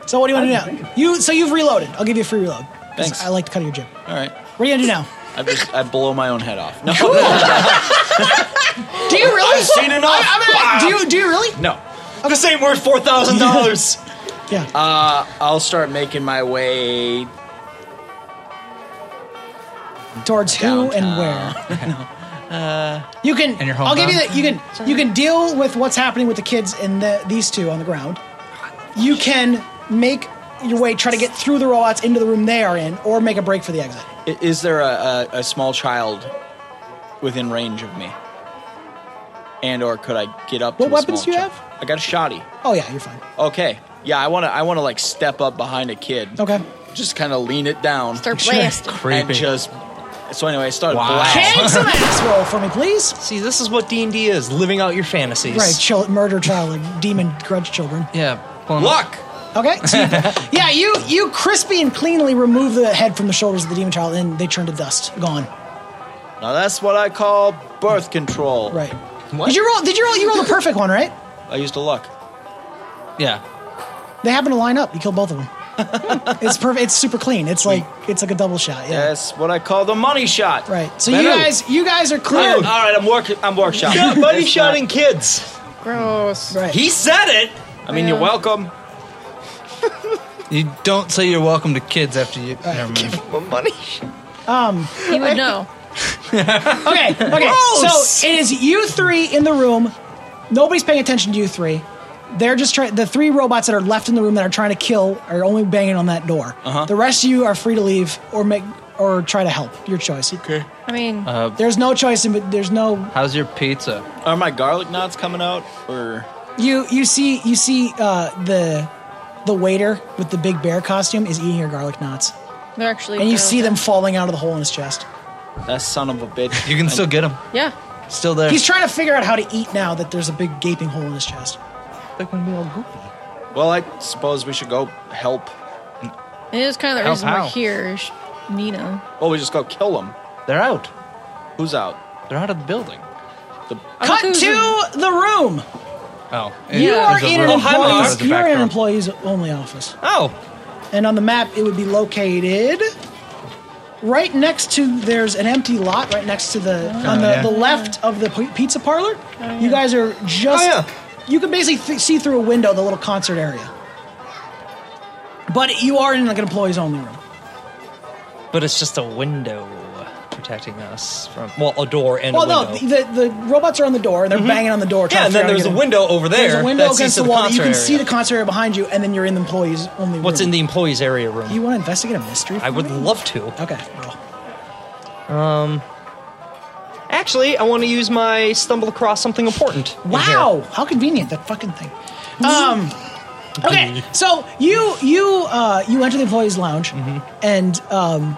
[SPEAKER 1] So what do you want to do now? You so you've reloaded. I'll give you a free reload. 'Cause
[SPEAKER 5] Thanks.
[SPEAKER 1] I like to cut your jib. What
[SPEAKER 5] All right.
[SPEAKER 1] are you gonna do now?
[SPEAKER 5] I just I blow my own head off. No.
[SPEAKER 1] *laughs* Do you really?
[SPEAKER 10] I've seen enough.
[SPEAKER 1] I, I mean, I- do you do you really?
[SPEAKER 5] No.
[SPEAKER 10] This ain't worth four thousand dollars.
[SPEAKER 1] Yeah.
[SPEAKER 3] Uh,
[SPEAKER 5] I'll start making my way.
[SPEAKER 1] Towards who and
[SPEAKER 3] *laughs*
[SPEAKER 1] where? Uh, you can.
[SPEAKER 3] And your
[SPEAKER 1] I'll give you
[SPEAKER 3] hometown?
[SPEAKER 1] that. You can. You can deal with what's happening with the kids and the, these two on the ground. You can make your way, try to get through the robots into the room they are in, or make a break for the exit.
[SPEAKER 5] I- Is there a, a, a small child within range of me? And or could I get up?
[SPEAKER 1] What
[SPEAKER 5] to a
[SPEAKER 1] weapons
[SPEAKER 5] small
[SPEAKER 1] do you
[SPEAKER 5] child?
[SPEAKER 1] have?
[SPEAKER 5] I got a shoddy.
[SPEAKER 1] Oh yeah, you're fine.
[SPEAKER 5] Okay. Yeah, I wanna I wanna like step up behind a kid.
[SPEAKER 1] Okay.
[SPEAKER 5] Just kind of lean it down. *laughs*
[SPEAKER 6] Start blasting.
[SPEAKER 5] and
[SPEAKER 3] Creepy.
[SPEAKER 5] just. So anyway, I started
[SPEAKER 3] Wow.
[SPEAKER 5] blasting.
[SPEAKER 1] Make some ass roll for me, please.
[SPEAKER 4] See, this is what D and D is: living out your fantasies.
[SPEAKER 1] Right, chill, murder child, like demon grudge children.
[SPEAKER 3] Yeah. Pulling
[SPEAKER 5] Luck.
[SPEAKER 1] Okay. So you- yeah, you you crispy and cleanly remove the head from the shoulders of the demon child, and they turn to dust, gone.
[SPEAKER 5] Now that's what I call birth control.
[SPEAKER 1] Right.
[SPEAKER 4] What?
[SPEAKER 1] Did you roll? Did you roll? You rolled a perfect one, right?
[SPEAKER 5] I used a luck.
[SPEAKER 3] Yeah.
[SPEAKER 1] They happen to line up. You kill both of them. it's perfect. It's super clean. It's like it's like a double shot. Yeah.
[SPEAKER 5] That's what I call the money shot.
[SPEAKER 1] Right. So you
[SPEAKER 5] Better. Oh.
[SPEAKER 1] guys, you guys are
[SPEAKER 5] All right,
[SPEAKER 1] cleared.
[SPEAKER 5] all right, I'm working. I'm workshopping. *laughs*
[SPEAKER 10] Stop money
[SPEAKER 5] It's not-
[SPEAKER 10] shotting kids.
[SPEAKER 6] Gross.
[SPEAKER 1] Right.
[SPEAKER 10] He said it.
[SPEAKER 5] I mean, you're welcome.
[SPEAKER 3] You don't say you're welcome to kids after you. Never mind.
[SPEAKER 6] He would know.
[SPEAKER 1] okay. Okay. So it is you three in the room. Nobody's paying attention to you three. They're just trying. The three robots that are left in the room that are trying to kill are only banging on that door. Uh-huh. The rest of you are free to leave or make or try to help. Your choice. Okay.
[SPEAKER 6] I mean,
[SPEAKER 1] There's no choice, in, but there's no
[SPEAKER 3] How's your pizza?
[SPEAKER 5] Are my garlic knots coming out? Or
[SPEAKER 1] You you see you see uh, the the waiter with the big bear costume is eating your garlic knots,
[SPEAKER 6] they're actually.
[SPEAKER 1] and you
[SPEAKER 6] gross.
[SPEAKER 1] see them falling out of the hole in his chest.
[SPEAKER 5] that son of a bitch?
[SPEAKER 3] You can still get them.
[SPEAKER 6] Yeah.
[SPEAKER 3] Still there.
[SPEAKER 1] He's trying to figure out how to eat now that there's a big gaping hole in his chest.
[SPEAKER 3] They're gonna be all goopy.
[SPEAKER 5] Well, I suppose we should go help.
[SPEAKER 6] It is kind of the
[SPEAKER 3] How-
[SPEAKER 6] reason
[SPEAKER 3] how?
[SPEAKER 6] we're here. is Nina.
[SPEAKER 5] Well, we just go kill them.
[SPEAKER 3] They're out.
[SPEAKER 5] Who's out?
[SPEAKER 3] They're out of the building.
[SPEAKER 6] I
[SPEAKER 1] Cut
[SPEAKER 6] think it
[SPEAKER 1] to the room.
[SPEAKER 3] Oh.
[SPEAKER 1] You
[SPEAKER 6] Yeah.
[SPEAKER 1] are
[SPEAKER 6] There's
[SPEAKER 1] in an
[SPEAKER 3] Oh, hi, Mark.
[SPEAKER 1] employee's,
[SPEAKER 3] The
[SPEAKER 1] you
[SPEAKER 3] back
[SPEAKER 1] are in an
[SPEAKER 3] door.
[SPEAKER 1] employee's only office,
[SPEAKER 3] Oh.
[SPEAKER 1] and on the map it would be located right next to. There's an empty lot right next to the on the,
[SPEAKER 3] yeah.
[SPEAKER 1] the left of the p- pizza parlor. You guys are just.
[SPEAKER 10] Oh, yeah.
[SPEAKER 1] You can basically th- see through a window the little concert area. But you are in like an employees only room.
[SPEAKER 4] But it's just a window protecting us from well, a door and
[SPEAKER 1] Well,
[SPEAKER 4] a
[SPEAKER 1] no,
[SPEAKER 4] window.
[SPEAKER 1] the, the, the robots are on the door and they're banging on the door. trying to
[SPEAKER 10] Yeah, and then
[SPEAKER 1] figure out
[SPEAKER 10] there's
[SPEAKER 1] how
[SPEAKER 10] a
[SPEAKER 1] to get in.
[SPEAKER 10] window over there.
[SPEAKER 1] There's a window
[SPEAKER 10] that sees
[SPEAKER 1] against
[SPEAKER 10] to
[SPEAKER 1] the wall. that you can
[SPEAKER 10] concert
[SPEAKER 1] see
[SPEAKER 10] area.
[SPEAKER 1] the concert area behind you, and then you're in the employees only.
[SPEAKER 4] What's
[SPEAKER 1] room.
[SPEAKER 4] in the employees area room?
[SPEAKER 1] You want to investigate a mystery?
[SPEAKER 4] I
[SPEAKER 1] for
[SPEAKER 4] would
[SPEAKER 1] me?
[SPEAKER 4] love to.
[SPEAKER 1] Okay, roll.
[SPEAKER 4] Actually, I want to use my stumble across something important. in *laughs*
[SPEAKER 1] Wow, how convenient that fucking thing. Um, okay, so you you uh, you enter the employees' lounge,
[SPEAKER 4] Mm-hmm.
[SPEAKER 1] and um,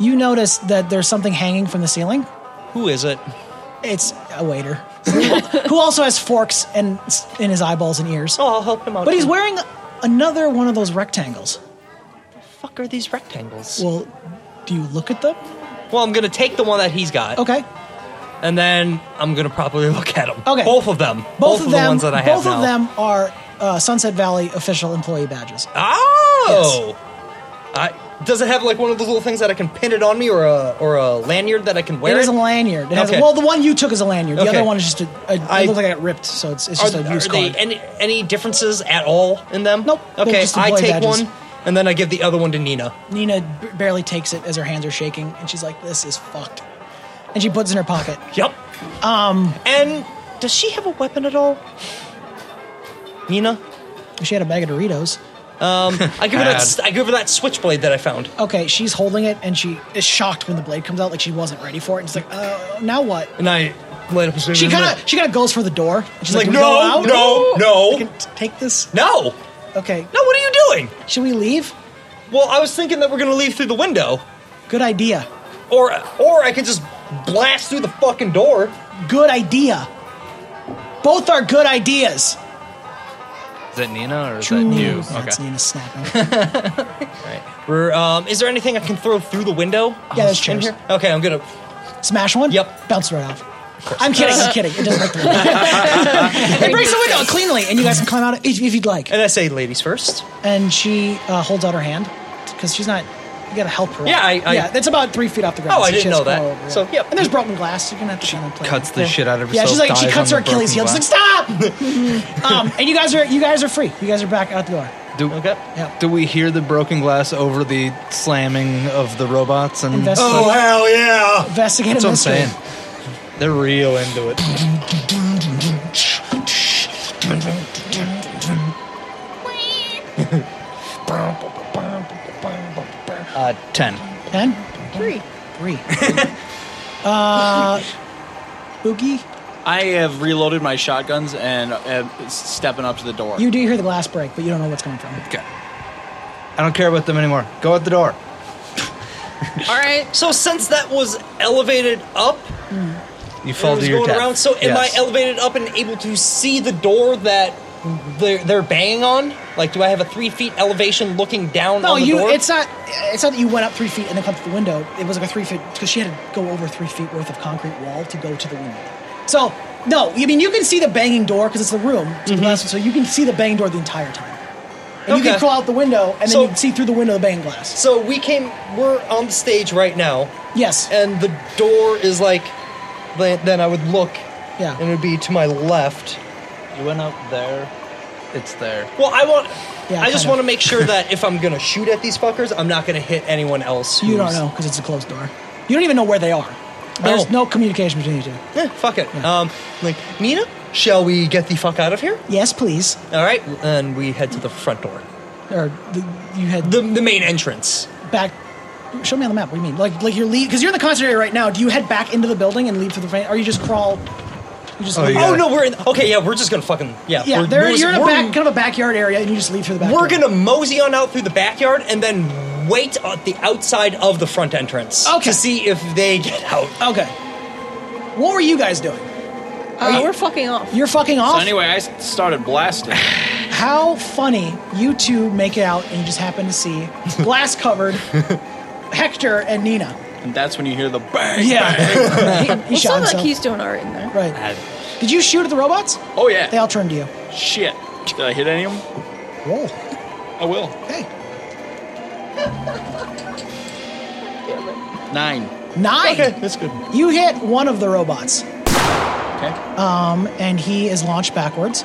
[SPEAKER 1] you notice that there's something hanging from the ceiling.
[SPEAKER 4] here. Who is it?
[SPEAKER 1] It's a waiter
[SPEAKER 4] *laughs*
[SPEAKER 1] who also has forks and s- in his eyeballs and ears,
[SPEAKER 4] Oh, I'll help him out.
[SPEAKER 1] but he's
[SPEAKER 4] What
[SPEAKER 1] wearing another one of those rectangles.
[SPEAKER 4] the fuck are these rectangles? Well,
[SPEAKER 1] Well, do you look at them?
[SPEAKER 4] I'm gonna take the one that he's got,
[SPEAKER 1] Okay,
[SPEAKER 4] and then I'm gonna probably look at them.
[SPEAKER 1] Okay.
[SPEAKER 4] both of them. Both,
[SPEAKER 1] both, of them.
[SPEAKER 4] the ones that I have
[SPEAKER 1] both of
[SPEAKER 4] now.
[SPEAKER 1] them are uh, Sunset Valley official employee badges.
[SPEAKER 4] Oh.
[SPEAKER 10] I, does it have like one of those little things that I can pin it on me, or a or a lanyard that I can wear?
[SPEAKER 1] It is a lanyard. It has
[SPEAKER 10] Okay.
[SPEAKER 1] well, the one you took is a lanyard. The
[SPEAKER 10] Okay.
[SPEAKER 1] other one is just a. a
[SPEAKER 10] I-
[SPEAKER 1] it looked like I got ripped, so it's, it's
[SPEAKER 4] Are,
[SPEAKER 1] just a
[SPEAKER 4] are
[SPEAKER 1] used
[SPEAKER 4] they
[SPEAKER 1] card.
[SPEAKER 4] any, any differences at all in them?
[SPEAKER 1] Nope, they're
[SPEAKER 4] Okay,
[SPEAKER 1] just
[SPEAKER 4] I
[SPEAKER 1] employee
[SPEAKER 4] take
[SPEAKER 1] badges.
[SPEAKER 4] one, and then I give the other one to Nina.
[SPEAKER 1] Nina b- barely takes it as her hands are shaking, and she's like, "This is fucked," and she puts it in her pocket.
[SPEAKER 4] Yep. Um. And does she have a weapon at all? Nina,
[SPEAKER 1] She had a bag of Doritos.
[SPEAKER 4] I give her that. I give her that switchblade that I found.
[SPEAKER 1] Okay, she's holding it, and she is shocked when the blade comes out, like she wasn't ready for it. And it's like, "Uh, now what?"
[SPEAKER 4] And I light up.
[SPEAKER 1] She kind of she kind of goes for the door. and She's
[SPEAKER 10] Like,
[SPEAKER 1] like, "Do we go
[SPEAKER 10] no,
[SPEAKER 1] out?
[SPEAKER 10] no,
[SPEAKER 1] I
[SPEAKER 10] no,
[SPEAKER 1] can t- take this.
[SPEAKER 10] no,
[SPEAKER 1] Okay,
[SPEAKER 10] no. What are you doing?
[SPEAKER 1] should we leave?
[SPEAKER 10] Well, I was thinking that we're gonna leave through the window,
[SPEAKER 1] Good idea.
[SPEAKER 10] or or I could just blast through the fucking door.
[SPEAKER 1] Good idea. Both are good ideas.
[SPEAKER 3] Is that Nina or is that
[SPEAKER 1] Nina.
[SPEAKER 3] you?
[SPEAKER 1] Yeah, It's
[SPEAKER 3] Okay.
[SPEAKER 1] Nina snapping.
[SPEAKER 10] We're, um, is there anything I can throw through the window?
[SPEAKER 1] Yeah, there's
[SPEAKER 10] In
[SPEAKER 1] chairs.
[SPEAKER 10] here? Okay, I'm gonna.
[SPEAKER 1] Smash one?
[SPEAKER 10] Yep.
[SPEAKER 1] Bounce right off. I'm kidding, I'm kidding. It doesn't break the window. it breaks the window cleanly, and you guys can climb out if, if you'd like.
[SPEAKER 10] And I say, ladies first.
[SPEAKER 1] And she uh, holds out her hand, because she's not. You gotta help her.
[SPEAKER 10] Yeah,
[SPEAKER 1] out.
[SPEAKER 10] I- I-
[SPEAKER 1] yeah, that's about three feet off the ground.
[SPEAKER 10] Oh, I
[SPEAKER 1] so she
[SPEAKER 10] didn't
[SPEAKER 1] has
[SPEAKER 10] know
[SPEAKER 1] to
[SPEAKER 10] that.
[SPEAKER 1] go over, yeah.
[SPEAKER 10] So, yep.
[SPEAKER 1] And there's broken glass. You're gonna have to she kind of play.
[SPEAKER 3] Cuts
[SPEAKER 1] with
[SPEAKER 3] the
[SPEAKER 1] it.
[SPEAKER 3] shit out of
[SPEAKER 1] Yeah,
[SPEAKER 3] herself.
[SPEAKER 1] she's like she
[SPEAKER 3] dies
[SPEAKER 1] cuts her
[SPEAKER 3] on the
[SPEAKER 1] Achilles heel.
[SPEAKER 3] broken
[SPEAKER 1] She's like, stop!
[SPEAKER 3] *laughs*
[SPEAKER 1] um, and you guys are you guys are free. You guys are back out the door.
[SPEAKER 3] glass. Do,
[SPEAKER 10] Okay.
[SPEAKER 1] Yeah.
[SPEAKER 3] do we hear the broken glass over the slamming of the robots and? Oh,
[SPEAKER 1] Invest-
[SPEAKER 10] Oh, hell yeah!
[SPEAKER 1] investigate
[SPEAKER 3] That's
[SPEAKER 1] a
[SPEAKER 3] what I'm
[SPEAKER 1] mystery.
[SPEAKER 3] saying. They're real into it. Uh, ten.
[SPEAKER 1] Ten,
[SPEAKER 6] Three.
[SPEAKER 3] *laughs*
[SPEAKER 1] three. uh, Boogie,
[SPEAKER 5] I have reloaded my shotguns and am stepping up to the door.
[SPEAKER 1] you do hear the glass break, but you don't know what's coming from.
[SPEAKER 3] Okay. I don't care about them anymore. Go out the door.
[SPEAKER 6] All right.
[SPEAKER 10] So, since that was elevated up,
[SPEAKER 3] You
[SPEAKER 10] and
[SPEAKER 3] fall
[SPEAKER 10] it was
[SPEAKER 3] to your
[SPEAKER 10] going
[SPEAKER 3] death.
[SPEAKER 10] around. So, am
[SPEAKER 3] Yes.
[SPEAKER 10] I elevated up and able to see the door that they're, they're banging on? Like, do I have a three feet elevation looking down
[SPEAKER 1] No,
[SPEAKER 10] on the
[SPEAKER 1] you.
[SPEAKER 10] door?
[SPEAKER 1] It's not. It's not that you went up three feet and then come to the window. It was like a three feet because she had to go over three feet worth of concrete wall to go to the window. So no, I mean you can see the banging door because it's the room. It's the glass, so you can see the banging door the entire time. And you
[SPEAKER 10] Mm-hmm. Okay.
[SPEAKER 1] can crawl out the window, and then
[SPEAKER 10] So-
[SPEAKER 1] you can see through the window the banging glass.
[SPEAKER 10] so, we came, we're on the stage right now,
[SPEAKER 1] Yes.
[SPEAKER 10] and the door is like, then then I would look,
[SPEAKER 1] Yeah.
[SPEAKER 10] and it would be to my left.
[SPEAKER 3] You went out there. It's there.
[SPEAKER 10] Well, I want.
[SPEAKER 1] Yeah,
[SPEAKER 10] I
[SPEAKER 1] kind
[SPEAKER 10] just
[SPEAKER 1] of.
[SPEAKER 10] want to make sure that if I'm gonna shoot at these fuckers, I'm not gonna hit anyone else.
[SPEAKER 1] you don't
[SPEAKER 10] who's-
[SPEAKER 1] know because it's a closed door. You don't even know where they are. There's
[SPEAKER 10] Oh.
[SPEAKER 1] no communication between you two.
[SPEAKER 10] Eh, fuck it. Um, like Nina, shall we get the fuck out of here?
[SPEAKER 1] Yes, please.
[SPEAKER 10] All right, and we head to the front door,
[SPEAKER 1] Or the, you had
[SPEAKER 10] the the main entrance.
[SPEAKER 1] back. Show me on the map. What do you mean? Like, like you're leave because you're in the concert area right now. Do you head back into the building and leave through the front, or you just crawl? You just
[SPEAKER 3] Oh, you gotta-
[SPEAKER 10] Oh no, we're in. Okay, yeah, we're just gonna fucking yeah.
[SPEAKER 1] Yeah,
[SPEAKER 10] we're,
[SPEAKER 1] there,
[SPEAKER 10] we're-
[SPEAKER 1] you're in a
[SPEAKER 10] we're-
[SPEAKER 1] back, kind of a backyard area, and you just leave through the back.
[SPEAKER 10] We're
[SPEAKER 1] door.
[SPEAKER 10] gonna mosey on out through the backyard and then wait at the outside of the front entrance
[SPEAKER 1] Okay.
[SPEAKER 10] to see if they get out.
[SPEAKER 1] Okay. What were you guys doing?
[SPEAKER 6] Uh, we're fucking off.
[SPEAKER 1] You're fucking
[SPEAKER 5] So
[SPEAKER 1] off.
[SPEAKER 5] anyway, I s- started blasting.
[SPEAKER 1] How funny you two make it out and you just happen to
[SPEAKER 10] *laughs*
[SPEAKER 1] see glass covered Hector and Nina.
[SPEAKER 5] and that's when you hear the bang.
[SPEAKER 1] Yeah. he, he
[SPEAKER 6] It
[SPEAKER 1] shot
[SPEAKER 6] sounds like
[SPEAKER 1] himself.
[SPEAKER 6] he's doing all right in there.
[SPEAKER 1] right. Did you shoot at the robots?
[SPEAKER 5] Oh yeah.
[SPEAKER 1] They all turned to you.
[SPEAKER 5] Shit. Did I hit any of them?
[SPEAKER 1] Roll.
[SPEAKER 5] I will.
[SPEAKER 1] *laughs* Okay.
[SPEAKER 5] Nine.
[SPEAKER 1] Nine.
[SPEAKER 5] that's good.
[SPEAKER 1] You hit one of the robots, Um,
[SPEAKER 5] Okay.
[SPEAKER 1] and he is launched backwards.